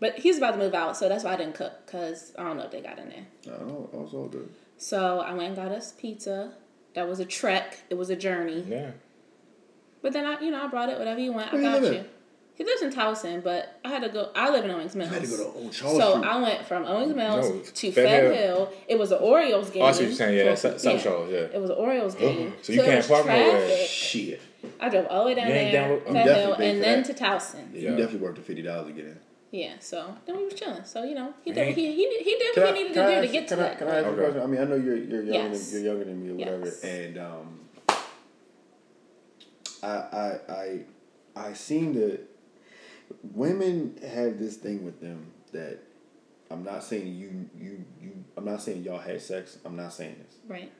Speaker 4: But he's about to move out, so that's why I didn't cook because I don't know if they got in there.
Speaker 2: No, I was all good.
Speaker 4: So I went and got us pizza. That was a trek. It was a journey.
Speaker 3: Yeah.
Speaker 4: But then I, you know, I brought it. Whatever you want,
Speaker 2: Where
Speaker 4: I
Speaker 2: you
Speaker 4: got
Speaker 2: live
Speaker 4: you.
Speaker 2: at?
Speaker 4: He lives in Towson, but I had to go. I live in Owings Mills.
Speaker 2: I had to go to Old Charles
Speaker 4: so
Speaker 2: Street.
Speaker 4: I went from Owings Mills
Speaker 3: No, Fed
Speaker 4: to Fed Hill.
Speaker 3: Hill.
Speaker 4: It was an Orioles game.
Speaker 3: Oh, I see what you're saying. Yeah, that's South South Charles. Yeah.
Speaker 4: It was an Orioles game.
Speaker 3: So you
Speaker 4: it
Speaker 3: can't
Speaker 4: was
Speaker 3: park nowhere.
Speaker 4: traffic.
Speaker 2: Shit.
Speaker 4: I drove all the way down
Speaker 3: You ain't
Speaker 4: there,
Speaker 3: down- I'm
Speaker 4: Fed Hill,
Speaker 2: definitely paying
Speaker 4: and
Speaker 2: for
Speaker 4: then to
Speaker 2: that.
Speaker 4: Towson.
Speaker 2: Yeah, you
Speaker 3: Yeah.
Speaker 2: definitely worked the fifty dollars to get in.
Speaker 4: Yeah, so then we was chilling. So you know, he
Speaker 3: Man.
Speaker 4: did he he, he did
Speaker 2: Can
Speaker 4: what
Speaker 2: I-
Speaker 4: he needed
Speaker 2: can
Speaker 4: to
Speaker 2: I
Speaker 4: do to
Speaker 2: ask-
Speaker 4: get to
Speaker 2: can I-
Speaker 4: that.
Speaker 2: Can I ask you a
Speaker 3: Okay.
Speaker 2: question? I mean, I know you're you're younger
Speaker 4: Yes.
Speaker 2: than, you're younger than me or whatever,
Speaker 4: Yes.
Speaker 2: and um, I I I I seem to women have this thing with them that I'm not saying you you you I'm not saying y'all had sex. I'm not saying this,
Speaker 4: right.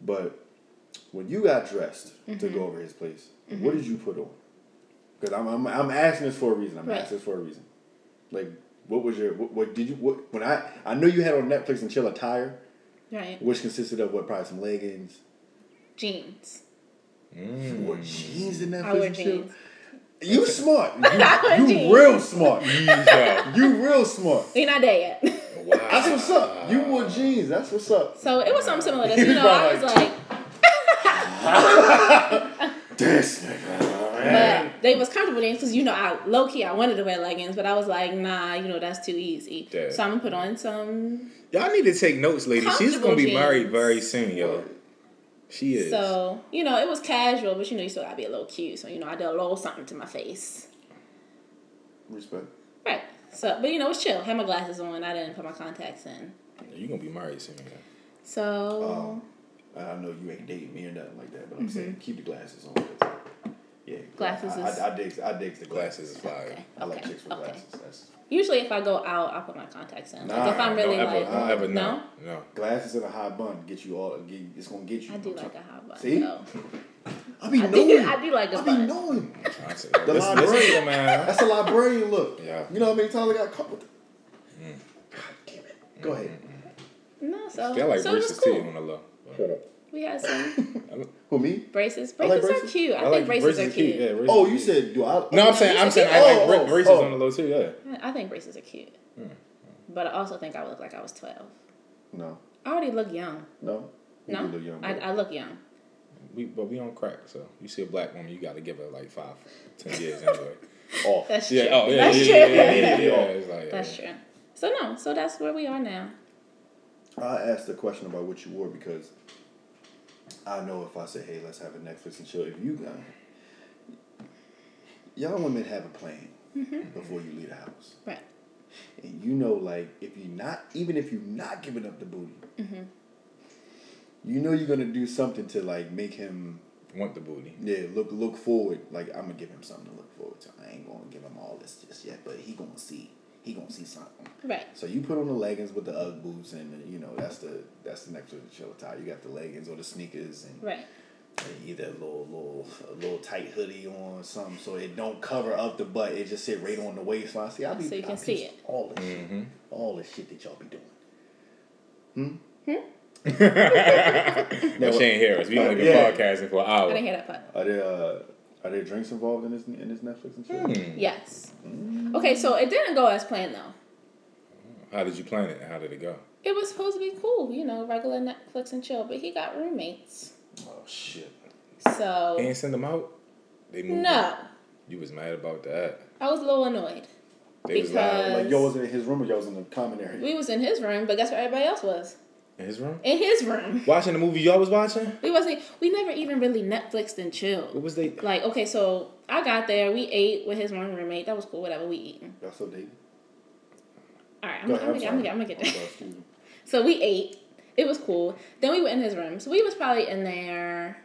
Speaker 2: but when you got dressed to
Speaker 4: Mm-hmm.
Speaker 2: go over his place, what did you put on? Because I'm, I'm I'm asking this for a reason. I'm
Speaker 4: Right.
Speaker 2: asking this for a reason. Like, what was your what, what did you what when I I know you had on Netflix and chill attire.
Speaker 4: Right.
Speaker 2: Which consisted of what? Probably some leggings.
Speaker 4: Jeans.
Speaker 2: You wore jeans in that
Speaker 4: I wear
Speaker 2: prison too?
Speaker 4: jeans.
Speaker 2: You smart.
Speaker 4: wear
Speaker 2: You, you
Speaker 4: jeans.
Speaker 2: real smart.
Speaker 3: Jeez,
Speaker 2: You real smart.
Speaker 4: We're not there yet.
Speaker 3: yo. Wow.
Speaker 2: That's what's up. You wore jeans. That's what's up.
Speaker 4: so it was something similar. To this. You
Speaker 2: He's
Speaker 4: know,
Speaker 2: probably This nigga.
Speaker 4: I was like,
Speaker 2: man.
Speaker 4: but they was comfortable jeans because you know, I low key I wanted to wear leggings, but I was like, nah, you know, that's too easy.
Speaker 3: Yeah.
Speaker 4: So I'm gonna put on some.
Speaker 3: Y'all need to take notes, ladies. She's
Speaker 4: Comfortable
Speaker 3: gonna be
Speaker 4: jeans.
Speaker 3: married very soon, yo. She is.
Speaker 4: So you know, it was casual, but you know, you still gotta be a little cute. So you know, I did a little something to my face.
Speaker 2: Respect.
Speaker 4: Right. So, but you know, it was chill. Had my glasses on. I didn't put my contacts in.
Speaker 3: you gonna be married soon, yo.
Speaker 4: So
Speaker 2: Um, I know you ain't dating me or nothing like that, but I'm saying keep the glasses on. 'cause, Yeah,
Speaker 4: Mm-hmm. Glasses
Speaker 2: I,
Speaker 4: is-
Speaker 2: I, I digs. I digs the
Speaker 3: Glasses is
Speaker 2: glasses.
Speaker 3: fire.
Speaker 4: okay,
Speaker 2: I like
Speaker 4: okay,
Speaker 2: chicks with
Speaker 4: okay.
Speaker 2: glasses. That's,
Speaker 4: Usually, if I go out, I'll put my contacts in. Like
Speaker 2: Nah,
Speaker 4: if I'm really
Speaker 3: don't ever,
Speaker 4: like,
Speaker 3: don't ever, no,
Speaker 4: no,
Speaker 3: no.
Speaker 2: glasses and a high bun get you all. Get, it's gonna get you.
Speaker 4: I do
Speaker 2: I'm
Speaker 4: like a
Speaker 2: trying-
Speaker 4: hot bun.
Speaker 2: See?
Speaker 4: though.
Speaker 2: I be
Speaker 4: I
Speaker 2: knowing.
Speaker 4: do, I do like a
Speaker 2: I be
Speaker 4: bun.
Speaker 2: knowing.
Speaker 3: I said, yo,
Speaker 2: The
Speaker 3: listen-
Speaker 2: library.
Speaker 3: listen to the man.
Speaker 2: That's a librarian look.
Speaker 3: Yeah. Mm. Mm-hmm.
Speaker 2: You know how many times I got caught with it? God damn it. Go ahead.
Speaker 4: No, so
Speaker 3: They like
Speaker 4: so it
Speaker 3: braces
Speaker 4: was
Speaker 3: too
Speaker 4: cool.
Speaker 3: on the low.
Speaker 2: Shut up.
Speaker 4: We had some
Speaker 2: Who me?
Speaker 4: braces.
Speaker 2: I like
Speaker 4: Braces are
Speaker 2: braces.
Speaker 4: cute. I,
Speaker 3: I
Speaker 4: think
Speaker 3: like
Speaker 4: braces, are cute.
Speaker 3: Yeah, braces
Speaker 2: Oh,
Speaker 3: are
Speaker 2: you
Speaker 3: cute.
Speaker 2: said do I?
Speaker 3: No, I'm saying I'm saying I
Speaker 2: Oh,
Speaker 3: like bra-
Speaker 2: oh,
Speaker 3: braces
Speaker 2: oh.
Speaker 3: on the low too. Yeah.
Speaker 4: I think braces are cute. But I also think I would look like I was twelve.
Speaker 2: No,
Speaker 4: I already look young.
Speaker 2: no. You
Speaker 4: No,
Speaker 2: do look young,
Speaker 4: I,
Speaker 2: bro.
Speaker 4: I look young.
Speaker 3: We but we on crack, so you see a black woman, you got to give her like five, ten years anyway.
Speaker 2: Off.
Speaker 4: That's
Speaker 3: Yeah.
Speaker 4: true.
Speaker 3: Oh yeah.
Speaker 4: that's
Speaker 3: yeah,
Speaker 4: true.
Speaker 3: yeah, yeah, yeah, yeah, yeah. It's like, uh, yeah.
Speaker 4: That's true. So no, so that's where we are now.
Speaker 2: I asked the question about what you wore because I know if I say, "Hey, let's have a Netflix and chill," if you got y'all women have a plan before you leave the house,
Speaker 4: Right.
Speaker 2: and you know, like if you not even if you're not giving up the booty, you know you're gonna do something to like make him
Speaker 3: Want the booty?
Speaker 2: yeah look look forward. Like I'm gonna give him something to look forward to. I ain't gonna give him all this just yet, but he gonna see he gonna see something.
Speaker 4: Right.
Speaker 2: So you put on the leggings with the UGG boots, and you know that's the that's the next to the chill tie. You got the leggings or the sneakers, and,
Speaker 4: Right.
Speaker 2: and either a little little a little tight hoodie on something, so it don't cover up the butt. It just sit right on the waistline. See, I be
Speaker 4: So you
Speaker 2: I
Speaker 4: can see
Speaker 2: peep
Speaker 4: it.
Speaker 2: All this shit, all this shit that y'all be doing.
Speaker 3: No, she ain't hear us. We only been
Speaker 2: Yeah.
Speaker 3: podcasting for an
Speaker 4: I
Speaker 3: hour.
Speaker 4: didn't hear that part.
Speaker 2: Are there uh, are there drinks involved in this in this Netflix and chill?
Speaker 4: Yes. Okay, so it didn't go as planned though.
Speaker 3: How did you plan it? How did it go?
Speaker 4: It was supposed to be cool, you know, regular Netflix and chill, but he got roommates.
Speaker 2: Oh shit!
Speaker 3: They
Speaker 4: So
Speaker 3: ain't send them out. They moved.
Speaker 4: no,
Speaker 3: them. You was mad about that.
Speaker 4: I was a little annoyed.
Speaker 3: They was loud.
Speaker 4: Because-
Speaker 2: Uh, Like y'all was in his room, or y'all was in the common area.
Speaker 4: Uh, We was in his room, but guess where everybody else was?
Speaker 3: In his room.
Speaker 4: In his room.
Speaker 3: Watching the movie y'all was watching.
Speaker 4: We wasn't. We never even really Netflixed and
Speaker 3: What
Speaker 4: chilled.
Speaker 3: was they?
Speaker 4: Like okay, so I got there. We ate with his one roommate. That was cool. Whatever. We eating.
Speaker 2: Y'all still dating?
Speaker 4: All right. I'm,
Speaker 2: Go
Speaker 4: gonna
Speaker 2: ahead,
Speaker 4: I'm, gonna, I'm,
Speaker 2: sorry.
Speaker 4: gonna, I'm gonna get
Speaker 2: I'm
Speaker 4: there.
Speaker 2: sorry, excuse me.
Speaker 4: So we ate. It was cool. Then we went in his room. So we was probably in there.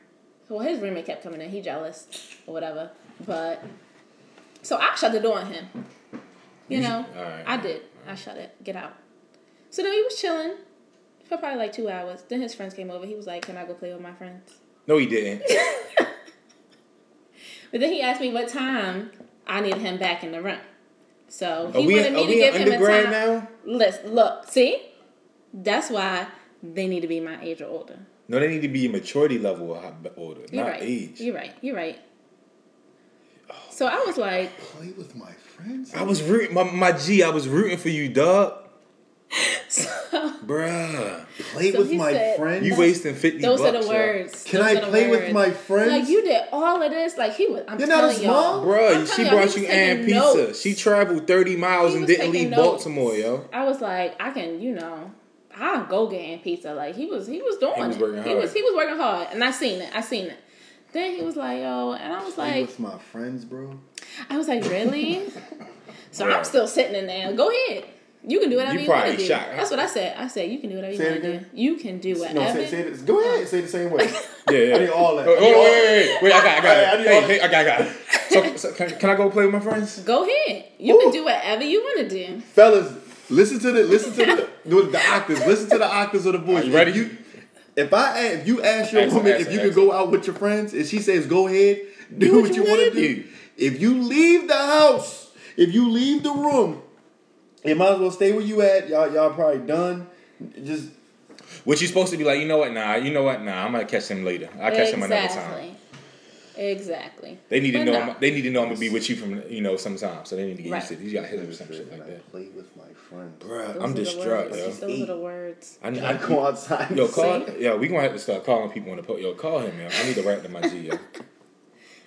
Speaker 4: Well, his roommate kept coming in. He jealous or whatever. But so I shut the door on him. You know,
Speaker 3: Alright.
Speaker 4: I did. I shut it. Get out. So then we was chilling for probably like two hours. Then his friends came over. He was like, "Can I go play with my friends?"
Speaker 3: No, he didn't.
Speaker 4: But then he asked me what time I needed him back in the room. So
Speaker 3: Are
Speaker 4: he
Speaker 3: we,
Speaker 4: wanted
Speaker 3: are
Speaker 4: me to
Speaker 3: we
Speaker 4: give
Speaker 3: in
Speaker 4: him a time.
Speaker 3: undergrad now?
Speaker 4: Listen, look, see, that's why they need to be my age or older.
Speaker 3: No, they need to be maturity level or hot- older,
Speaker 4: You're
Speaker 3: not
Speaker 4: right.
Speaker 3: age. Oh.
Speaker 4: You're right. You're right. So I was like,
Speaker 2: Play with my friends.
Speaker 3: I was rooting my, my G. I was rooting for you, Doug.
Speaker 4: so
Speaker 3: Bruh,
Speaker 2: Play
Speaker 4: So
Speaker 2: with
Speaker 4: he
Speaker 2: my
Speaker 4: said-
Speaker 2: friends.
Speaker 3: you wasting fifty.
Speaker 4: those are
Speaker 3: bucks,
Speaker 4: the
Speaker 3: y'all.
Speaker 4: words.
Speaker 2: Can
Speaker 4: Those
Speaker 2: I
Speaker 4: are the
Speaker 2: play with
Speaker 4: words.
Speaker 2: my friends?
Speaker 4: Like you did all of this. Like he was. I'm
Speaker 2: You're not
Speaker 4: telling
Speaker 2: as
Speaker 4: y'all,
Speaker 2: mom?
Speaker 4: I'm
Speaker 3: Bruh, she
Speaker 4: telling y'all,
Speaker 3: brought
Speaker 4: he
Speaker 3: you
Speaker 4: was
Speaker 3: Ann
Speaker 4: taking
Speaker 3: Pizza.
Speaker 4: notes.
Speaker 3: She traveled 30 miles
Speaker 4: He
Speaker 3: and
Speaker 4: was
Speaker 3: didn't
Speaker 4: taking
Speaker 3: leave
Speaker 4: notes.
Speaker 3: Baltimore, yo.
Speaker 4: I was like, I can, you know, I'll go get Aunt Pizza. Like he was, he was doing.
Speaker 3: He was
Speaker 4: it.
Speaker 3: working
Speaker 4: He
Speaker 3: hard.
Speaker 4: was, he was working hard, and I seen it. I seen it. Then he was like, yo, and I was
Speaker 2: Play
Speaker 4: like,
Speaker 2: with my friends, bro.
Speaker 4: I was like, really? so
Speaker 3: Yeah.
Speaker 4: I'm still sitting in there. Go ahead. You can do whatever
Speaker 3: You
Speaker 4: you, want to
Speaker 3: probably
Speaker 4: do.
Speaker 3: shocked, huh?
Speaker 4: That's what I said. I said you can do whatever you
Speaker 2: Say it
Speaker 4: want to do.
Speaker 2: again.
Speaker 4: You can do whatever.
Speaker 2: No, say, say this. Go ahead. Say the same way.
Speaker 3: Yeah, yeah.
Speaker 2: I need all that.
Speaker 3: Oh, wait, wait, wait, wait. I got, I got
Speaker 2: I
Speaker 3: it.
Speaker 2: need
Speaker 3: Hey,
Speaker 2: all-
Speaker 3: hey, I got, I got it. So, so can, can I go play with my friends?
Speaker 4: Go ahead. You
Speaker 2: Ooh.
Speaker 4: can do whatever you want to do.
Speaker 2: Fellas, listen to the listen to the the, the octaves. Listen to the octaves of the voice.
Speaker 3: You ready?
Speaker 2: If you, if I a- if you ask your
Speaker 3: Ask her,
Speaker 2: woman
Speaker 3: ask
Speaker 2: if
Speaker 3: her,
Speaker 2: you could
Speaker 3: ask
Speaker 2: go out with your friends and she says go ahead, do, what you, want to do. If you leave the house, if you leave the room, you might as well stay where you at. Y'all y'all probably done. Just
Speaker 3: Which you supposed to be like, you know what? Nah, you know what? Nah, I'm gonna catch him later. I'll catch him another time.
Speaker 4: Exactly.
Speaker 3: They need to
Speaker 4: But
Speaker 3: know.
Speaker 4: no.
Speaker 3: I'm, they need to know I'm gonna be with you from you know sometime. So they need to get used to
Speaker 4: Right.
Speaker 3: it. You got hit with some shit like that.
Speaker 2: Play with my friends.
Speaker 3: Bruh, I'm
Speaker 4: Those are the
Speaker 3: distraught,
Speaker 4: words.
Speaker 3: yo.
Speaker 4: Those are the words.
Speaker 3: I,
Speaker 2: I
Speaker 3: I,
Speaker 2: go outside. and
Speaker 3: yo,
Speaker 2: sit.
Speaker 3: call.
Speaker 4: See?
Speaker 3: Yo, we gonna have to start calling people on the po Yo, call him, yo. I need to write to my G, yo.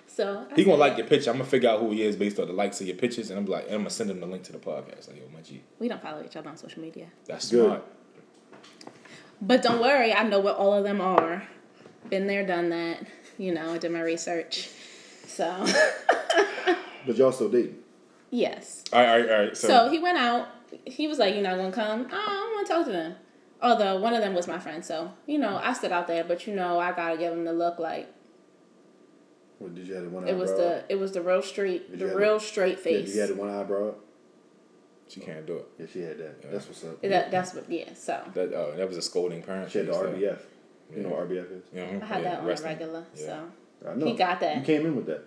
Speaker 4: So I
Speaker 3: He gonna
Speaker 4: said,
Speaker 3: like your picture. I'm gonna figure out who he is based on the likes of your pictures, and I'm like, and I'm gonna send him the link to the podcast. Like, yo, my G,
Speaker 4: We don't follow each other on social media,
Speaker 3: that's
Speaker 2: Good.
Speaker 3: smart.
Speaker 4: but don't worry. I know what all of them are. Been there, done that. You know, I did my research. So
Speaker 2: But y'all still dating.
Speaker 4: yes.
Speaker 3: All right, all right, all right. So,
Speaker 4: So, he went out. He was like, "You're not gonna come. Oh, I'm gonna talk to them." Although one of them was my friend, so you know I stood out there. But you know I gotta give him the look like
Speaker 2: Or did you have the one
Speaker 4: it was
Speaker 2: eyebrow
Speaker 4: the
Speaker 2: up?
Speaker 4: it was the real straight
Speaker 2: Did
Speaker 4: the
Speaker 2: Oh, you have
Speaker 4: real
Speaker 2: the-
Speaker 4: straight
Speaker 2: Yeah,
Speaker 4: face.
Speaker 2: you had the one eyebrow up?
Speaker 3: she can't do it.
Speaker 2: Yeah, she had that. That's what's up.
Speaker 4: that, that's what yeah. So
Speaker 3: That oh, that was a scolding parent.
Speaker 2: She had the
Speaker 3: So,
Speaker 2: RBF. You know what RBF is?
Speaker 3: You know,
Speaker 4: I had
Speaker 3: yeah,
Speaker 4: that on a
Speaker 3: wrestling.
Speaker 4: regular.
Speaker 3: Yeah.
Speaker 4: So
Speaker 2: I know.
Speaker 4: He got that.
Speaker 2: You came in with that.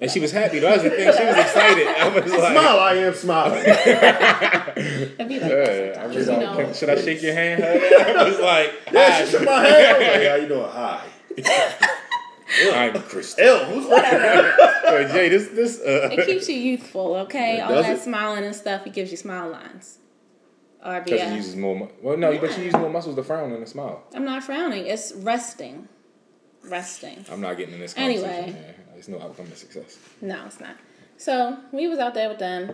Speaker 3: And she was happy. though. That was the thing. She was excited. I was like,
Speaker 2: Smile, I am smiling.
Speaker 4: It'd be like that
Speaker 3: Yeah, I
Speaker 4: sometimes,
Speaker 3: was
Speaker 4: you
Speaker 3: like,
Speaker 4: know.
Speaker 3: should I shake your hand? I was like,
Speaker 2: yeah, she
Speaker 3: "Hi,
Speaker 2: shook my hand. I was like, how you doing? Hi.
Speaker 3: I'm Christian.
Speaker 2: Ew, who's looking at me?
Speaker 3: But Jay, this this
Speaker 4: It
Speaker 3: uh,
Speaker 4: keeps you youthful, okay?
Speaker 2: It
Speaker 4: All
Speaker 2: does
Speaker 4: that
Speaker 2: it.
Speaker 4: smiling and stuff, it gives you smile lines.
Speaker 3: because it
Speaker 4: RBF.
Speaker 3: uses more. mu- Well, no, but you
Speaker 4: Yeah.
Speaker 3: use more muscles to frown than to smile.
Speaker 4: I'm not frowning. It's resting. Resting.
Speaker 3: I'm not getting in this
Speaker 4: Anyway.
Speaker 3: conversation. man. There's no outcome to success.
Speaker 4: No, it's not. So we was out there with them,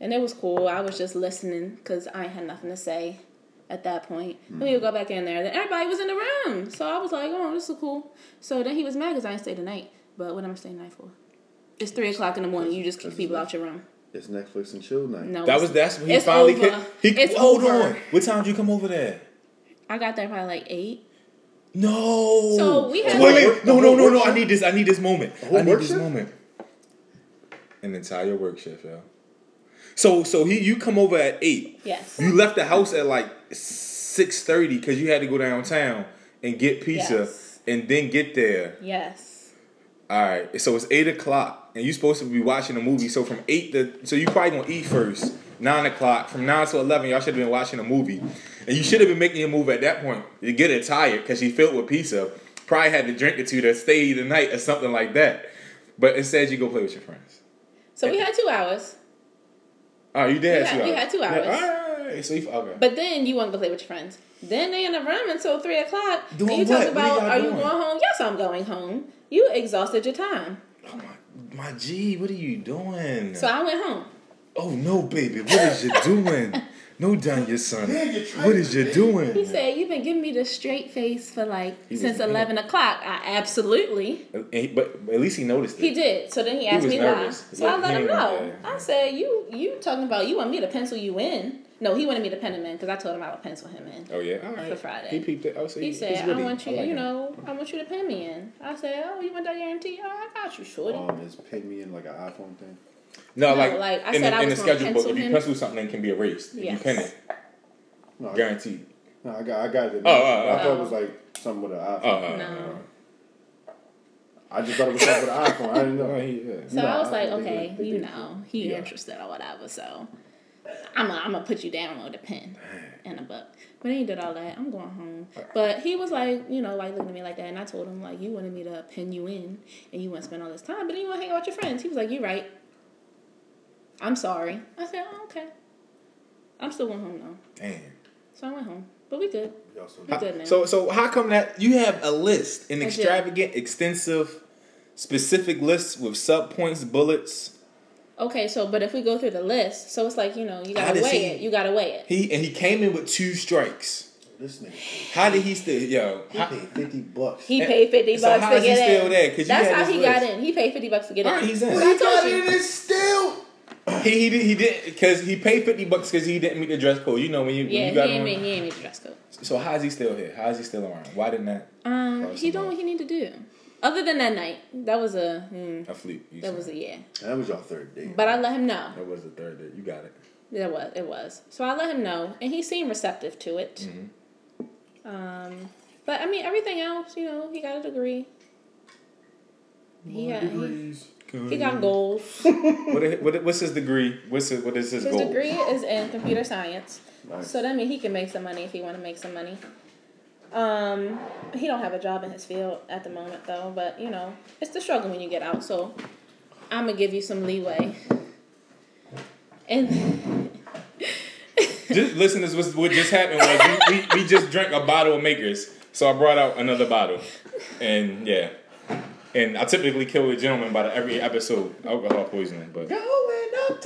Speaker 4: and it was cool. I was just listening because I had nothing to say at that point. Then we would go back in there. Then everybody was in the room, so I was like, "Oh, this is cool." So then he was mad because I didn't stay the night. But what am I staying the night for? It's three o'clock in the morning. You just kick
Speaker 2: That's
Speaker 4: people
Speaker 2: late.
Speaker 4: out your room.
Speaker 2: It's Netflix and chill night.
Speaker 4: No,
Speaker 3: That
Speaker 4: it's-
Speaker 3: was that's when he
Speaker 4: It's
Speaker 3: finally
Speaker 4: over.
Speaker 3: came. He,
Speaker 4: It's
Speaker 3: hold
Speaker 4: over.
Speaker 3: on. What time did you come over there?
Speaker 4: I got there probably like eight.
Speaker 3: No.
Speaker 4: So we had-
Speaker 3: wait, wait, no, no, no, no. I
Speaker 2: Workshop?
Speaker 3: need this. I need this moment.
Speaker 2: whole
Speaker 3: I need this
Speaker 2: workshop?
Speaker 3: moment. An entire work shift, yo. So, so he, you come over at eight.
Speaker 4: Yes.
Speaker 3: You left the house at like six thirty because you had to go downtown and get pizza
Speaker 4: Yes.
Speaker 3: and then get there.
Speaker 4: Yes.
Speaker 3: All right. So it's eight o'clock and you're supposed to be watching a movie. So from eight to so you probably gonna eat first. Nine o'clock from nine to eleven, y'all should have been watching a movie, and you should have been making your move at that point. You get it tired because she filled with pizza. Probably had to drink or two to stay the night or something like that. But instead, you go play with your friends.
Speaker 4: So we had two hours,
Speaker 3: Oh, you did. have
Speaker 4: We had-
Speaker 3: two
Speaker 4: we
Speaker 3: hours.
Speaker 4: had two
Speaker 3: Yeah,
Speaker 4: hours.
Speaker 3: all right. So you okay?
Speaker 4: but then you want to go play with your friends. Then they in the room until three o'clock.
Speaker 3: Doing
Speaker 4: and you
Speaker 3: what?
Speaker 4: talk
Speaker 3: What
Speaker 4: about,
Speaker 3: are y'all
Speaker 4: are you
Speaker 3: doing?"
Speaker 4: going home? Yes, I'm going home. You exhausted your time.
Speaker 3: Oh my, my G, what are you doing?
Speaker 4: So I went home.
Speaker 3: oh no, baby, what is you doing? No, done your son. What is you doing?
Speaker 4: He said, You've been giving me this straight face for like
Speaker 3: He was
Speaker 4: since
Speaker 3: mad.
Speaker 4: 11 o'clock. I absolutely.
Speaker 3: And he- but at least he noticed it.
Speaker 4: He did. So then he asked
Speaker 3: was
Speaker 4: me
Speaker 3: nervous.
Speaker 4: why. So
Speaker 3: Yeah,
Speaker 4: I
Speaker 3: he
Speaker 4: let him
Speaker 3: ain't
Speaker 4: know.
Speaker 3: gonna- yeah.
Speaker 4: I said, You you talking about you want me to pencil you in. No, he wanted me to pen him in because I told him I would pencil him in.
Speaker 3: Oh yeah, all right.
Speaker 4: For Friday.
Speaker 3: He peeped it. Oh, so
Speaker 4: He
Speaker 3: he's
Speaker 4: said, I
Speaker 3: witty.
Speaker 4: want you,
Speaker 3: like
Speaker 4: you
Speaker 3: him.
Speaker 4: know, I want you to pen me in. I said, Oh, you want that guarantee? Oh, I got you, shorty.
Speaker 2: Um, it's pin me in like an iPhone thing.
Speaker 3: No,
Speaker 4: No,
Speaker 3: like,
Speaker 4: like, I
Speaker 3: in,
Speaker 4: said
Speaker 3: the,
Speaker 4: I
Speaker 3: in the
Speaker 4: was gonna
Speaker 3: schedule book, if
Speaker 4: pencil
Speaker 3: you
Speaker 4: him.
Speaker 3: pencil something, it can be erased. If
Speaker 4: Yes.
Speaker 3: you pen it,
Speaker 2: No, I,
Speaker 3: guaranteed.
Speaker 2: no, I got, I got it.
Speaker 3: Oh, oh,
Speaker 2: I thought
Speaker 4: oh.
Speaker 2: it was like something with an iPhone.
Speaker 3: Oh, oh,
Speaker 4: No.
Speaker 2: I just thought it was something with an iPhone. I didn't
Speaker 3: Oh,
Speaker 2: know.
Speaker 4: So
Speaker 2: No,
Speaker 4: I was
Speaker 2: I
Speaker 4: like,
Speaker 2: think they
Speaker 4: okay,
Speaker 2: do- they
Speaker 4: you
Speaker 2: do.
Speaker 4: know, he
Speaker 3: Yeah.
Speaker 4: interested or whatever. So I'm gonna I'm put you down with a pen and a book. But he did all that. I'm going home. But he was like, you know, like looking at me like that. And I told him, like, you wanted me to pin you in and you want to spend all this time, but then you want to hang out with your friends. He was like, you're right. I'm sorry. I said, oh, okay. I'm still going home though.
Speaker 3: Damn.
Speaker 4: So I went home. But we good.
Speaker 2: Y'all so
Speaker 4: We good now.
Speaker 3: So so how come that you have a list, an
Speaker 4: do.
Speaker 3: extravagant, extensive, specific list with sub points, bullets?
Speaker 4: okay, so, but if we go through the list, so it's like, you know, you
Speaker 3: How
Speaker 4: gotta
Speaker 3: does
Speaker 4: weigh
Speaker 3: he-
Speaker 4: it. You gotta weigh it.
Speaker 3: He and he came in with two strikes.
Speaker 2: this nigga
Speaker 3: How did he still yo?
Speaker 2: he
Speaker 3: How,
Speaker 2: paid fifty bucks.
Speaker 4: He
Speaker 3: And-
Speaker 4: paid fifty
Speaker 3: so
Speaker 4: bucks
Speaker 3: how
Speaker 4: to
Speaker 3: is he
Speaker 4: get in.
Speaker 3: still there? 'Cause you
Speaker 4: That's
Speaker 3: had
Speaker 4: how
Speaker 3: this
Speaker 4: he
Speaker 3: list.
Speaker 4: got in. He paid fifty bucks to get
Speaker 3: all
Speaker 4: in.
Speaker 3: right, he's in.
Speaker 4: But I told you.
Speaker 2: and still.
Speaker 3: He he did he did because he paid fifty bucks because he didn't meet the dress code. You know when you when
Speaker 4: Yeah,
Speaker 3: you
Speaker 4: he
Speaker 3: got
Speaker 4: ain't
Speaker 3: on.
Speaker 4: made he ain't made the dress code.
Speaker 3: So how is he still here? How is he still around? Why didn't that
Speaker 4: Um,
Speaker 3: some
Speaker 4: he done
Speaker 3: more.
Speaker 4: what he need to do. Other than that night, that was a mm,
Speaker 3: a fleet? You
Speaker 4: that
Speaker 3: said.
Speaker 4: was a yeah.
Speaker 2: That was your third date.
Speaker 4: But I let him know
Speaker 3: That was the third day. You got it.
Speaker 4: that was it was. So I let him know, and he seemed receptive to it.
Speaker 3: Mm-hmm.
Speaker 4: Um, but I mean everything else, you know, he got a degree. He got he, he got gold.
Speaker 3: What, i- what i- what's his degree? What's his, what is his,
Speaker 4: His
Speaker 3: goal?
Speaker 4: degree is in computer science.
Speaker 2: Nice.
Speaker 4: So that means he can make some money if he want to make some money. Um, he don't have a job in his field at the moment though, but you know it's the struggle when you get out. So I'm gonna give you some leeway. And
Speaker 3: Just listeners, what's, what just happened was we, we, we just drank a bottle of Makers, so I brought out another bottle, and yeah, and I typically kill a gentleman by the, every episode alcohol poisoning, but that's
Speaker 2: Going up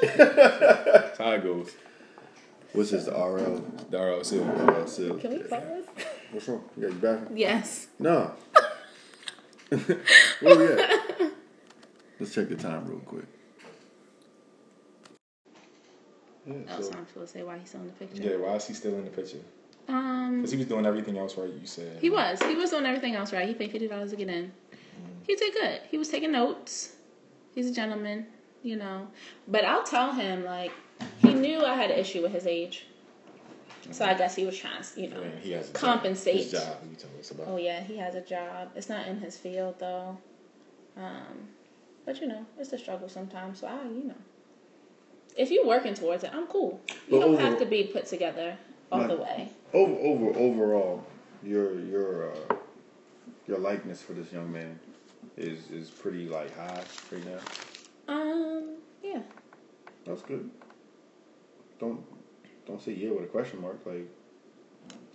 Speaker 2: to yard.
Speaker 3: how it goes.
Speaker 2: What's this? The RL.
Speaker 3: The RLC.
Speaker 2: RL seal.
Speaker 4: can we pause?
Speaker 2: What's wrong? You got your bathroom?
Speaker 4: Yes.
Speaker 2: No. Where we at? Let's check the time real quick.
Speaker 4: That was harmful to say why he's still in the picture.
Speaker 3: Yeah, why is he still in the picture?
Speaker 4: Um,
Speaker 3: Because he was doing everything else right. You said
Speaker 4: he was he was doing everything else right. He paid fifty dollars to get in. He did good. He was taking notes. He's a gentleman, you know. But I'll tell him like he knew I had an issue with his age, so I guess he was trying, to, you know. Oh,
Speaker 3: Man, he has a
Speaker 4: Compensate.
Speaker 3: Job. His job. You tell us about.
Speaker 4: Oh yeah, he has a job. It's not in his field though. Um, but you know, it's a struggle sometimes. So I, you know, if you're working towards it, I'm cool. You
Speaker 2: But
Speaker 4: don't
Speaker 2: overall-
Speaker 4: have to be put together all the way.
Speaker 2: Over, over, overall, your your uh, your likeness for this young man is is pretty like high right now.
Speaker 4: Um, yeah.
Speaker 2: That's good. Don't don't say yeah with a question mark. Like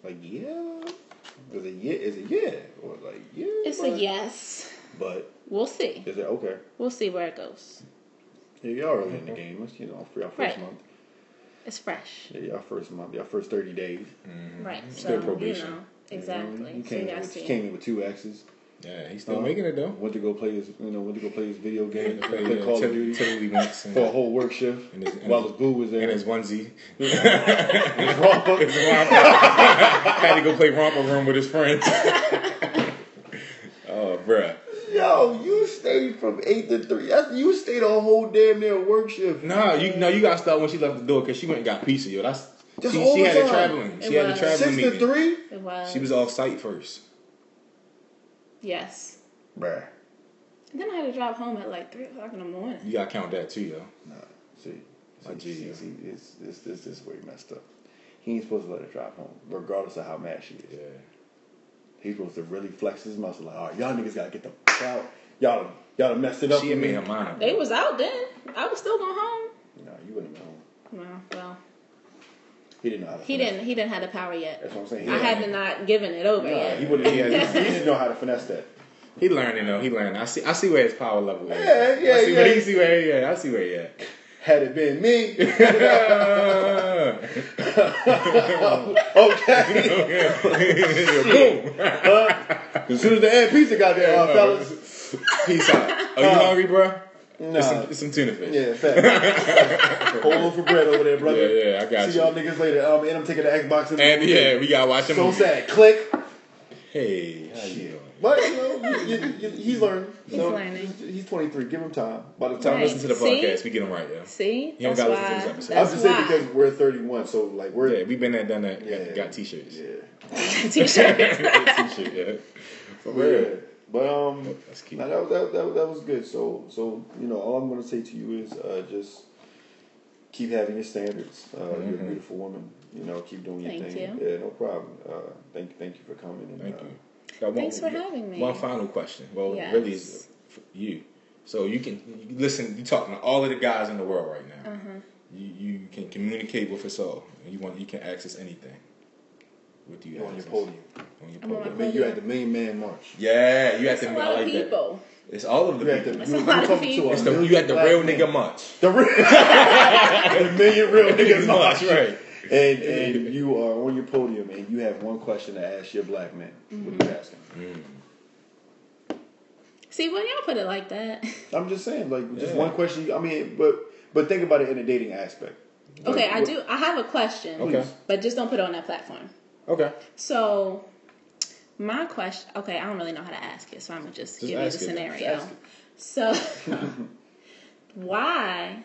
Speaker 2: like yeah. Is it yeah? Is it yeah? Or like yeah?
Speaker 4: It's a
Speaker 2: but-
Speaker 4: yes.
Speaker 2: But
Speaker 4: We'll see.
Speaker 2: is it okay? Mm-hmm.
Speaker 4: We'll see where it goes.
Speaker 2: Yeah, y'all early in the game. It's you know for y'all first
Speaker 4: Right.
Speaker 2: month.
Speaker 4: It's fresh.
Speaker 2: Yeah, y'all first month. Y'all first thirty days.
Speaker 4: Right.
Speaker 3: still
Speaker 4: So, you
Speaker 3: probation.
Speaker 4: know,
Speaker 2: You, know,
Speaker 4: exactly.
Speaker 2: you
Speaker 4: Mm-hmm. So
Speaker 2: came,
Speaker 4: you
Speaker 2: in
Speaker 4: gotta
Speaker 2: with, you
Speaker 4: see.
Speaker 2: came in with two X's.
Speaker 3: Yeah, he's still
Speaker 2: Huh?
Speaker 3: making it though.
Speaker 2: Went to go play his you know went to go play his video game.
Speaker 3: Yeah,
Speaker 2: play Call of
Speaker 3: Tilly,
Speaker 2: Duty for
Speaker 3: Tilly once and,
Speaker 2: a whole work shift
Speaker 3: And his- and
Speaker 2: while
Speaker 3: his-
Speaker 2: his boo was there.
Speaker 3: and his onesie.
Speaker 2: Wrong.
Speaker 3: Had to go play romper room with his friends. oh, bruh.
Speaker 2: Yo, you stayed from eight to three. That's, you stayed a whole damn near work shift.
Speaker 3: No, you no, you got to start when she left the door because she went and got pizza. Yo, that's
Speaker 2: That's
Speaker 3: she, she had a
Speaker 2: overtime.
Speaker 3: traveling. She
Speaker 4: It
Speaker 3: had a
Speaker 4: was.
Speaker 2: Six
Speaker 3: traveling
Speaker 2: to
Speaker 3: meeting.
Speaker 2: three,
Speaker 4: It was.
Speaker 3: She was off site first.
Speaker 4: Yes.
Speaker 2: bruh.
Speaker 4: And then I had to drive home at like 3 o'clock in the morning.
Speaker 3: You gotta count that too, yo.
Speaker 2: Nah, E see,
Speaker 3: My
Speaker 2: see,
Speaker 3: G,
Speaker 2: see,
Speaker 3: yeah.
Speaker 2: see, it's this this this way messed up. He ain't supposed to let her drive home, regardless of how mad she is.
Speaker 3: Yeah.
Speaker 2: He's supposed to really flex his muscle. Like, all right, y'all niggas gotta get the fuck out. Y'all, done- y'all done messed it up.
Speaker 3: She
Speaker 2: for
Speaker 3: had
Speaker 2: me.
Speaker 3: made her mind up.
Speaker 4: They was out then. I was still going home.
Speaker 2: No, you wouldn't have known.
Speaker 4: Well, well,
Speaker 2: He didn't know how to.
Speaker 4: he
Speaker 2: finesse.
Speaker 4: didn't. He didn't have the power yet.
Speaker 2: That's what I'm saying. He
Speaker 4: I
Speaker 2: didn't-
Speaker 4: haven't not given it over
Speaker 2: Nah,
Speaker 4: yet.
Speaker 2: he wouldn't. He,
Speaker 3: Yeah, yeah.
Speaker 2: he didn't know how to finesse that.
Speaker 3: He learning though. He learning. I see. I see where his power level is.
Speaker 2: Yeah, yeah,
Speaker 3: I see Where,
Speaker 2: yeah.
Speaker 3: he see where he at. I see where he at.
Speaker 2: Had it been me, Uh.
Speaker 3: okay. Boom.
Speaker 2: as soon as the ad pizza got there, uh, fellas.
Speaker 3: Peace out. Are you hungry, bro?
Speaker 2: Nah.
Speaker 3: It's some, it's some tuna fish.
Speaker 2: Uh. Yeah, fact. Hold on for bread over there, brother.
Speaker 3: Yeah, yeah, I got
Speaker 2: See
Speaker 3: you.
Speaker 2: y'all niggas later. Um, and I'm taking the Xbox in the
Speaker 3: And
Speaker 2: movie.
Speaker 3: yeah, we gotta watch him.
Speaker 2: So sad. Click.
Speaker 3: Hey, how you doing?
Speaker 2: But you know, you, you, you, he's learning.
Speaker 4: He's learning.
Speaker 2: He's 23. Give him time. By the time,
Speaker 3: Time
Speaker 4: Right.
Speaker 3: listen to the
Speaker 4: See?
Speaker 3: podcast. We get him right, yo.
Speaker 4: See,
Speaker 3: He don't
Speaker 4: that's
Speaker 3: gotta listen to this
Speaker 4: why.
Speaker 3: episode.
Speaker 2: I'm
Speaker 4: That's
Speaker 2: just saying
Speaker 4: why.
Speaker 2: because we're 31, so like we're
Speaker 3: Yeah, we been there, done that.
Speaker 2: Yeah.
Speaker 3: Got, got t-shirts.
Speaker 2: yeah.
Speaker 4: T-shirt.
Speaker 3: t-shirt. Yeah. For
Speaker 2: Yeah. But um,
Speaker 3: Oh, That's cute.
Speaker 2: nah, that, was- that, that, that was good. So so you know, all I'm gonna say to you is uh, just keep having your standards. Uh, You're
Speaker 3: Mm-hmm.
Speaker 2: a beautiful woman. You know, keep doing your
Speaker 4: Thank
Speaker 2: thing.
Speaker 4: you.
Speaker 2: Yeah, no problem. Uh, thank thank you for coming. And,
Speaker 3: Thank
Speaker 2: uh,
Speaker 3: you. Got one-
Speaker 4: Thanks for having me.
Speaker 3: One final question. Well,
Speaker 4: Yes.
Speaker 3: really, is for you. So you can you listen. You talking to all of the guys in the world right now.
Speaker 4: Uh-huh.
Speaker 3: You you can communicate with us all. You want you can ask us anything. What do you
Speaker 2: You're on
Speaker 3: ask
Speaker 2: your
Speaker 3: us?
Speaker 2: podium.
Speaker 3: On your
Speaker 4: I'm on
Speaker 3: podium.
Speaker 2: I mean, you at the main man march.
Speaker 3: Yeah, you at
Speaker 4: It's
Speaker 3: the.
Speaker 4: a
Speaker 3: I
Speaker 4: lot of
Speaker 3: like that.
Speaker 4: people.
Speaker 3: It's all of the
Speaker 2: You at the, you,
Speaker 3: people.
Speaker 4: That's a lot
Speaker 2: you
Speaker 4: of
Speaker 2: talking to
Speaker 4: people.
Speaker 2: a
Speaker 3: It's the,
Speaker 2: million
Speaker 3: you at the
Speaker 2: black
Speaker 3: real
Speaker 2: men.
Speaker 3: nigga munch.
Speaker 2: The real, the million real niggas
Speaker 3: Munch,
Speaker 2: march.
Speaker 3: right?
Speaker 2: And and you are on your podium and you have one question to ask your black man. What
Speaker 4: Mm-hmm.
Speaker 2: you asking?
Speaker 4: See, when y'all put it like that,
Speaker 2: I'm just saying, like, just
Speaker 3: Yeah.
Speaker 2: one question. I mean, but but think about it in the dating aspect.
Speaker 4: okay, I
Speaker 2: what-
Speaker 4: do. I have a question,
Speaker 3: Okay.
Speaker 4: but just don't put it on that platform.
Speaker 3: Okay.
Speaker 4: So, my question. Okay, I don't really know how to ask it, so I'm gonna just, give you the
Speaker 3: ask it.
Speaker 4: scenario.
Speaker 3: Ask it.
Speaker 4: So, why?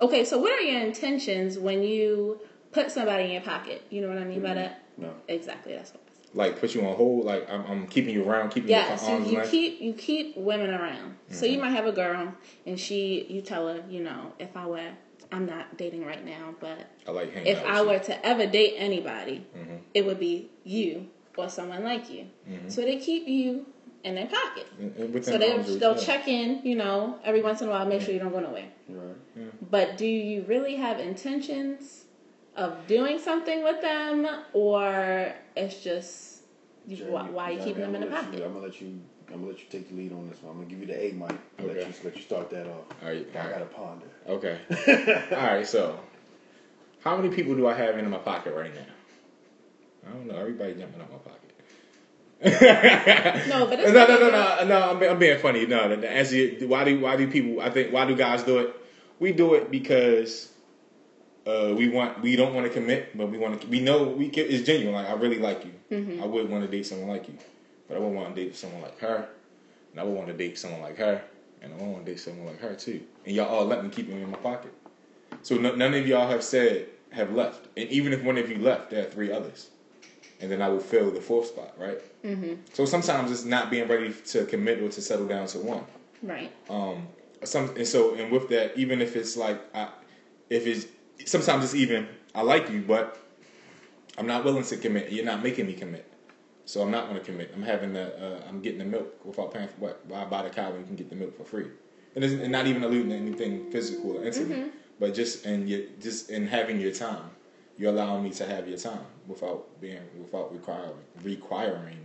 Speaker 4: Okay, so what are your intentions when you put somebody in your pocket? You know what I mean
Speaker 3: Mm-hmm.
Speaker 4: by that?
Speaker 2: No.
Speaker 4: Exactly. That's what. I said.
Speaker 3: Like put you on hold. Like I'm, I'm keeping you around. Keeping
Speaker 4: Yeah.
Speaker 3: you
Speaker 4: So
Speaker 3: on arms Mm-hmm.
Speaker 4: you
Speaker 3: length.
Speaker 4: keep you keep women around. So you might have a girl, and she you tell her, you know, if I were, I'm not dating right now, but
Speaker 3: I like hanging
Speaker 4: if
Speaker 3: out. with
Speaker 4: I
Speaker 3: you.
Speaker 4: were to ever date anybody,
Speaker 3: Mm-hmm.
Speaker 4: it would be you or someone like you. So they keep you in their pocket.
Speaker 3: And- and within
Speaker 4: So they,
Speaker 3: arms reach,
Speaker 4: they'll
Speaker 3: yeah.
Speaker 4: check in, you know, every once in a while, make sure you don't go nowhere.
Speaker 2: Right.
Speaker 4: But do you really have intentions of doing something with them, or it's just you, why, why you keep them in the pocket?
Speaker 2: I'm gonna let you. I'm gonna let you take the lead on this one. I'm gonna give you the A, Mike. I'll Let
Speaker 3: Okay.
Speaker 2: you let you start that off.
Speaker 3: All right,
Speaker 2: I
Speaker 3: all right.
Speaker 2: gotta ponder.
Speaker 3: Okay. All right. So, how many people do I have in my pocket right now? I don't know. Everybody jumping out my pocket.
Speaker 4: No, but it's
Speaker 3: No, no, no, no, no. I'm, I'm being funny. No, the, the answer. is- Why do why do people? I think why do guys do it? We do it because uh, we want we don't want to commit, but we want to. We know we can, it's genuine. Like I really like you.
Speaker 4: Mm-hmm.
Speaker 3: I would want to date someone like you, but I would want to date someone like her, and I would want to date someone like her, and I would want to date someone like her too. And y'all all let me keep them in my pocket. So no, none of y'all have said have left, and even if one of you left, there are three others, and then I will fill the fourth spot, right? So sometimes it's not being ready to commit or to settle down to one.
Speaker 4: Right.
Speaker 3: Um, some and so and with that, even if it's like, I, if it's sometimes it's even I like you, but I'm not willing to commit. You're not making me commit, so I'm not going to commit. I'm having the uh, I'm getting the milk without paying for what. Why buy the cow when you can get the milk for free? And, it's, and not even alluding to anything physical or intimate, but just in your, just in having your time. You're allowing me to have your time without being without requiring requiring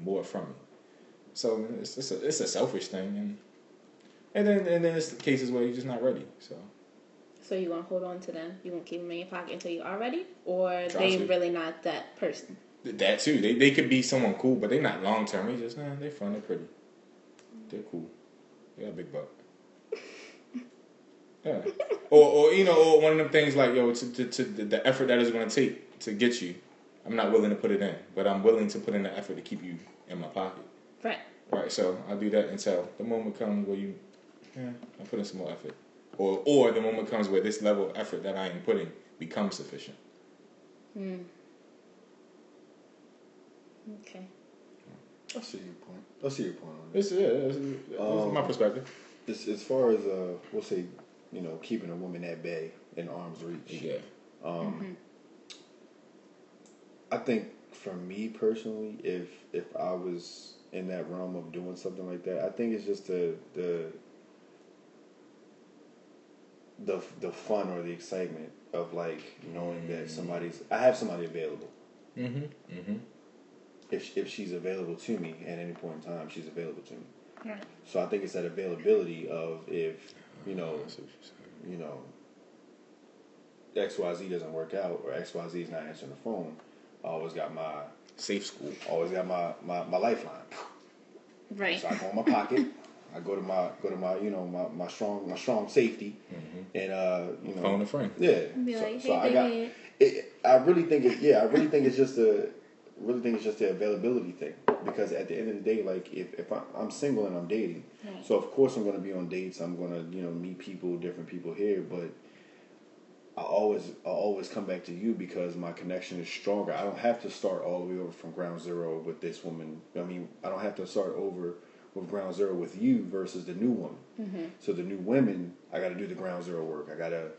Speaker 3: more from me. So it's it's a, it's a selfish thing, and and then and then it's the cases where you're just not ready. So
Speaker 4: So you want to hold on to them? You want to keep them in your pocket until you are ready, or
Speaker 3: Try
Speaker 4: they
Speaker 3: to.
Speaker 4: really not that person?
Speaker 3: Th- that too, they they could be someone cool, but they're not long term. They just nah, they're fun, they're pretty, they're cool, they got a big buck. Yeah, or or you know, or one of them things like yo, to, to, to the the effort that it's going to take to get you, I'm not willing to put it in, but I'm willing to put in the effort to keep you in my pocket.
Speaker 4: Right.
Speaker 3: Right, so I'll do that until the moment comes where you, yeah, I put in some more effort, or or the moment comes where this level of effort that I am putting becomes sufficient.
Speaker 4: Okay.
Speaker 2: I see your point. I see your point on that.
Speaker 3: This is, yeah, this is, this is my
Speaker 2: Um,
Speaker 3: perspective.
Speaker 2: As, as far as uh, we'll say, you know, keeping a woman at bay in arm's reach.
Speaker 3: Yeah,
Speaker 2: I think for me personally, if if I was in that realm of doing something like that, I think it's just the the the the fun or the excitement of like knowing that somebody's I have somebody available.
Speaker 3: Mm. mm-hmm, mm-hmm.
Speaker 2: If if she's available to me at any point in time, she's available to me.
Speaker 4: Right.
Speaker 2: So I think it's that availability of if you know you know, XYZ doesn't work out or XYZ is not answering the phone, I always got my
Speaker 3: Safe school.
Speaker 2: always got my, my, my lifeline.
Speaker 4: Right.
Speaker 2: So I go in my pocket, I go to my go to my, you know, my, my strong my strong safety and uh you know
Speaker 3: Phone a friend.
Speaker 2: Yeah.
Speaker 4: Be
Speaker 2: so,
Speaker 4: like,
Speaker 2: so
Speaker 4: "Hey,
Speaker 2: I got
Speaker 4: babe."
Speaker 2: it, I really think it yeah, I really think it's just a really think it's just the availability thing because at the end of the day like if, if I, i'm single and i'm dating
Speaker 4: Right.
Speaker 2: so of course i'm going to be on dates i'm going to you know meet people different people here but I always I always come back to you because my connection is stronger. I don't have to start all the way over from ground zero with this woman. I mean, I don't have to start over with ground zero with you versus the new woman.
Speaker 4: Mm-hmm.
Speaker 2: So the new women, I got to do the ground zero work. I got to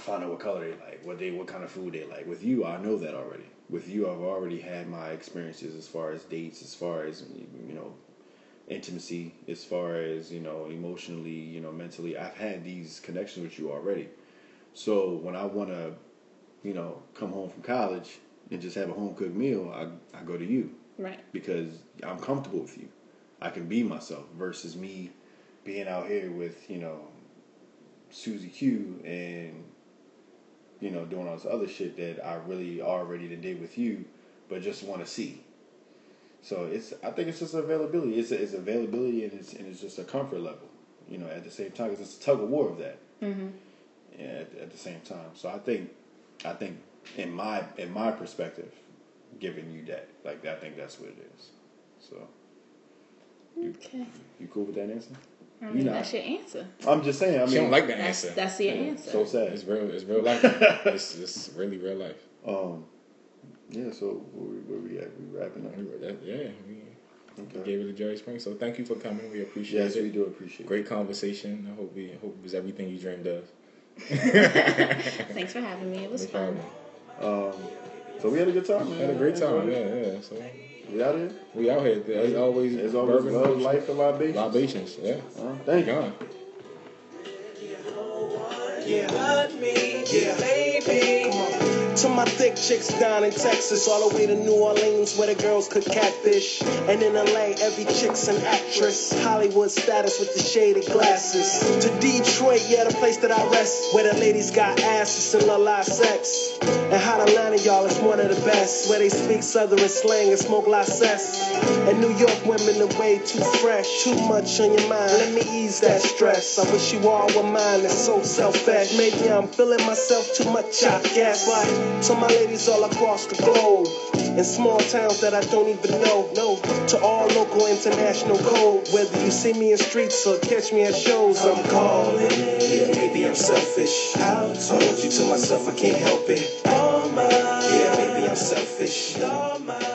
Speaker 2: find out what color they like, what they what kind of food they like. With you, I know that already. With you, I've already had my experiences as far as dates, as far as you know, intimacy, as far as you know, emotionally, you know, mentally. I've had these connections with you already. So when I want to, you know, come home from college and just have a home cooked meal, I, I go to you
Speaker 4: Right.
Speaker 2: because I'm comfortable with you. I can be myself versus me being out here with, you know, Susie Q and, you know, doing all this other shit that I really already done did with you, but just want to see. So it's, I think it's just availability. It's, it's availability and it's, and it's just a comfort level, you know, at the same time. 'cause it's a tug of war of that yeah, at, at the same time. So I think, I think in my in my perspective, giving you that like I think that's what it is. So you
Speaker 4: Okay.
Speaker 2: you cool with that answer?
Speaker 4: I
Speaker 2: You
Speaker 4: mean,
Speaker 2: not.
Speaker 4: that's your answer.
Speaker 2: I'm just saying. I mean,
Speaker 3: She don't like that
Speaker 4: That's
Speaker 3: answer.
Speaker 4: that's your answer.
Speaker 2: so sad.
Speaker 3: it's real. It's real life. it's it's really real life.
Speaker 2: Um, yeah. So where we, where we at? We wrapping up.
Speaker 3: That- yeah, we
Speaker 2: Okay.
Speaker 3: gave it to Jerry Spring. So thank you for coming. We appreciate
Speaker 2: Yes,
Speaker 3: it.
Speaker 2: we do appreciate. it.
Speaker 3: Great conversation. I hope we I hope it was everything you dreamed of.
Speaker 4: Thanks for having me. It was
Speaker 3: No
Speaker 4: fun.
Speaker 3: problem.
Speaker 2: Um, so we had a good time. Man.
Speaker 3: Had a great time. Yeah, yeah. So
Speaker 2: We out here.
Speaker 3: we out here. As always,
Speaker 2: There's always
Speaker 3: bourbon,
Speaker 2: love, life, and libations.
Speaker 3: libations. Yeah,
Speaker 2: Huh? Thank you.
Speaker 3: gone.
Speaker 5: Yeah, hurt me, yeah, baby. To my thick chicks down in Texas, all the way to New Orleans, where the girls could catfish. And in LA, every chick's an actress. Hollywood status with the shaded glasses. To Detroit, yeah, the place that I rest, where the ladies got asses and a lot of sex. And Hot Atlanta, y'all, is one of the best, where they speak Southern slang and smoke license. And New York women are way too fresh, too much on your mind. Let me ease that stress. I wish you all were mine. It's so selfish. Maybe I'm feeling myself too much. I guess. But to my ladies all across the globe, in small towns that I don't even know. No, to all local, international code. Whether you see me in streets or catch me at shows, I'm calling. Yeah, maybe I'm selfish. I'll hold you to myself. I can't help it. Yeah, maybe I'm selfish.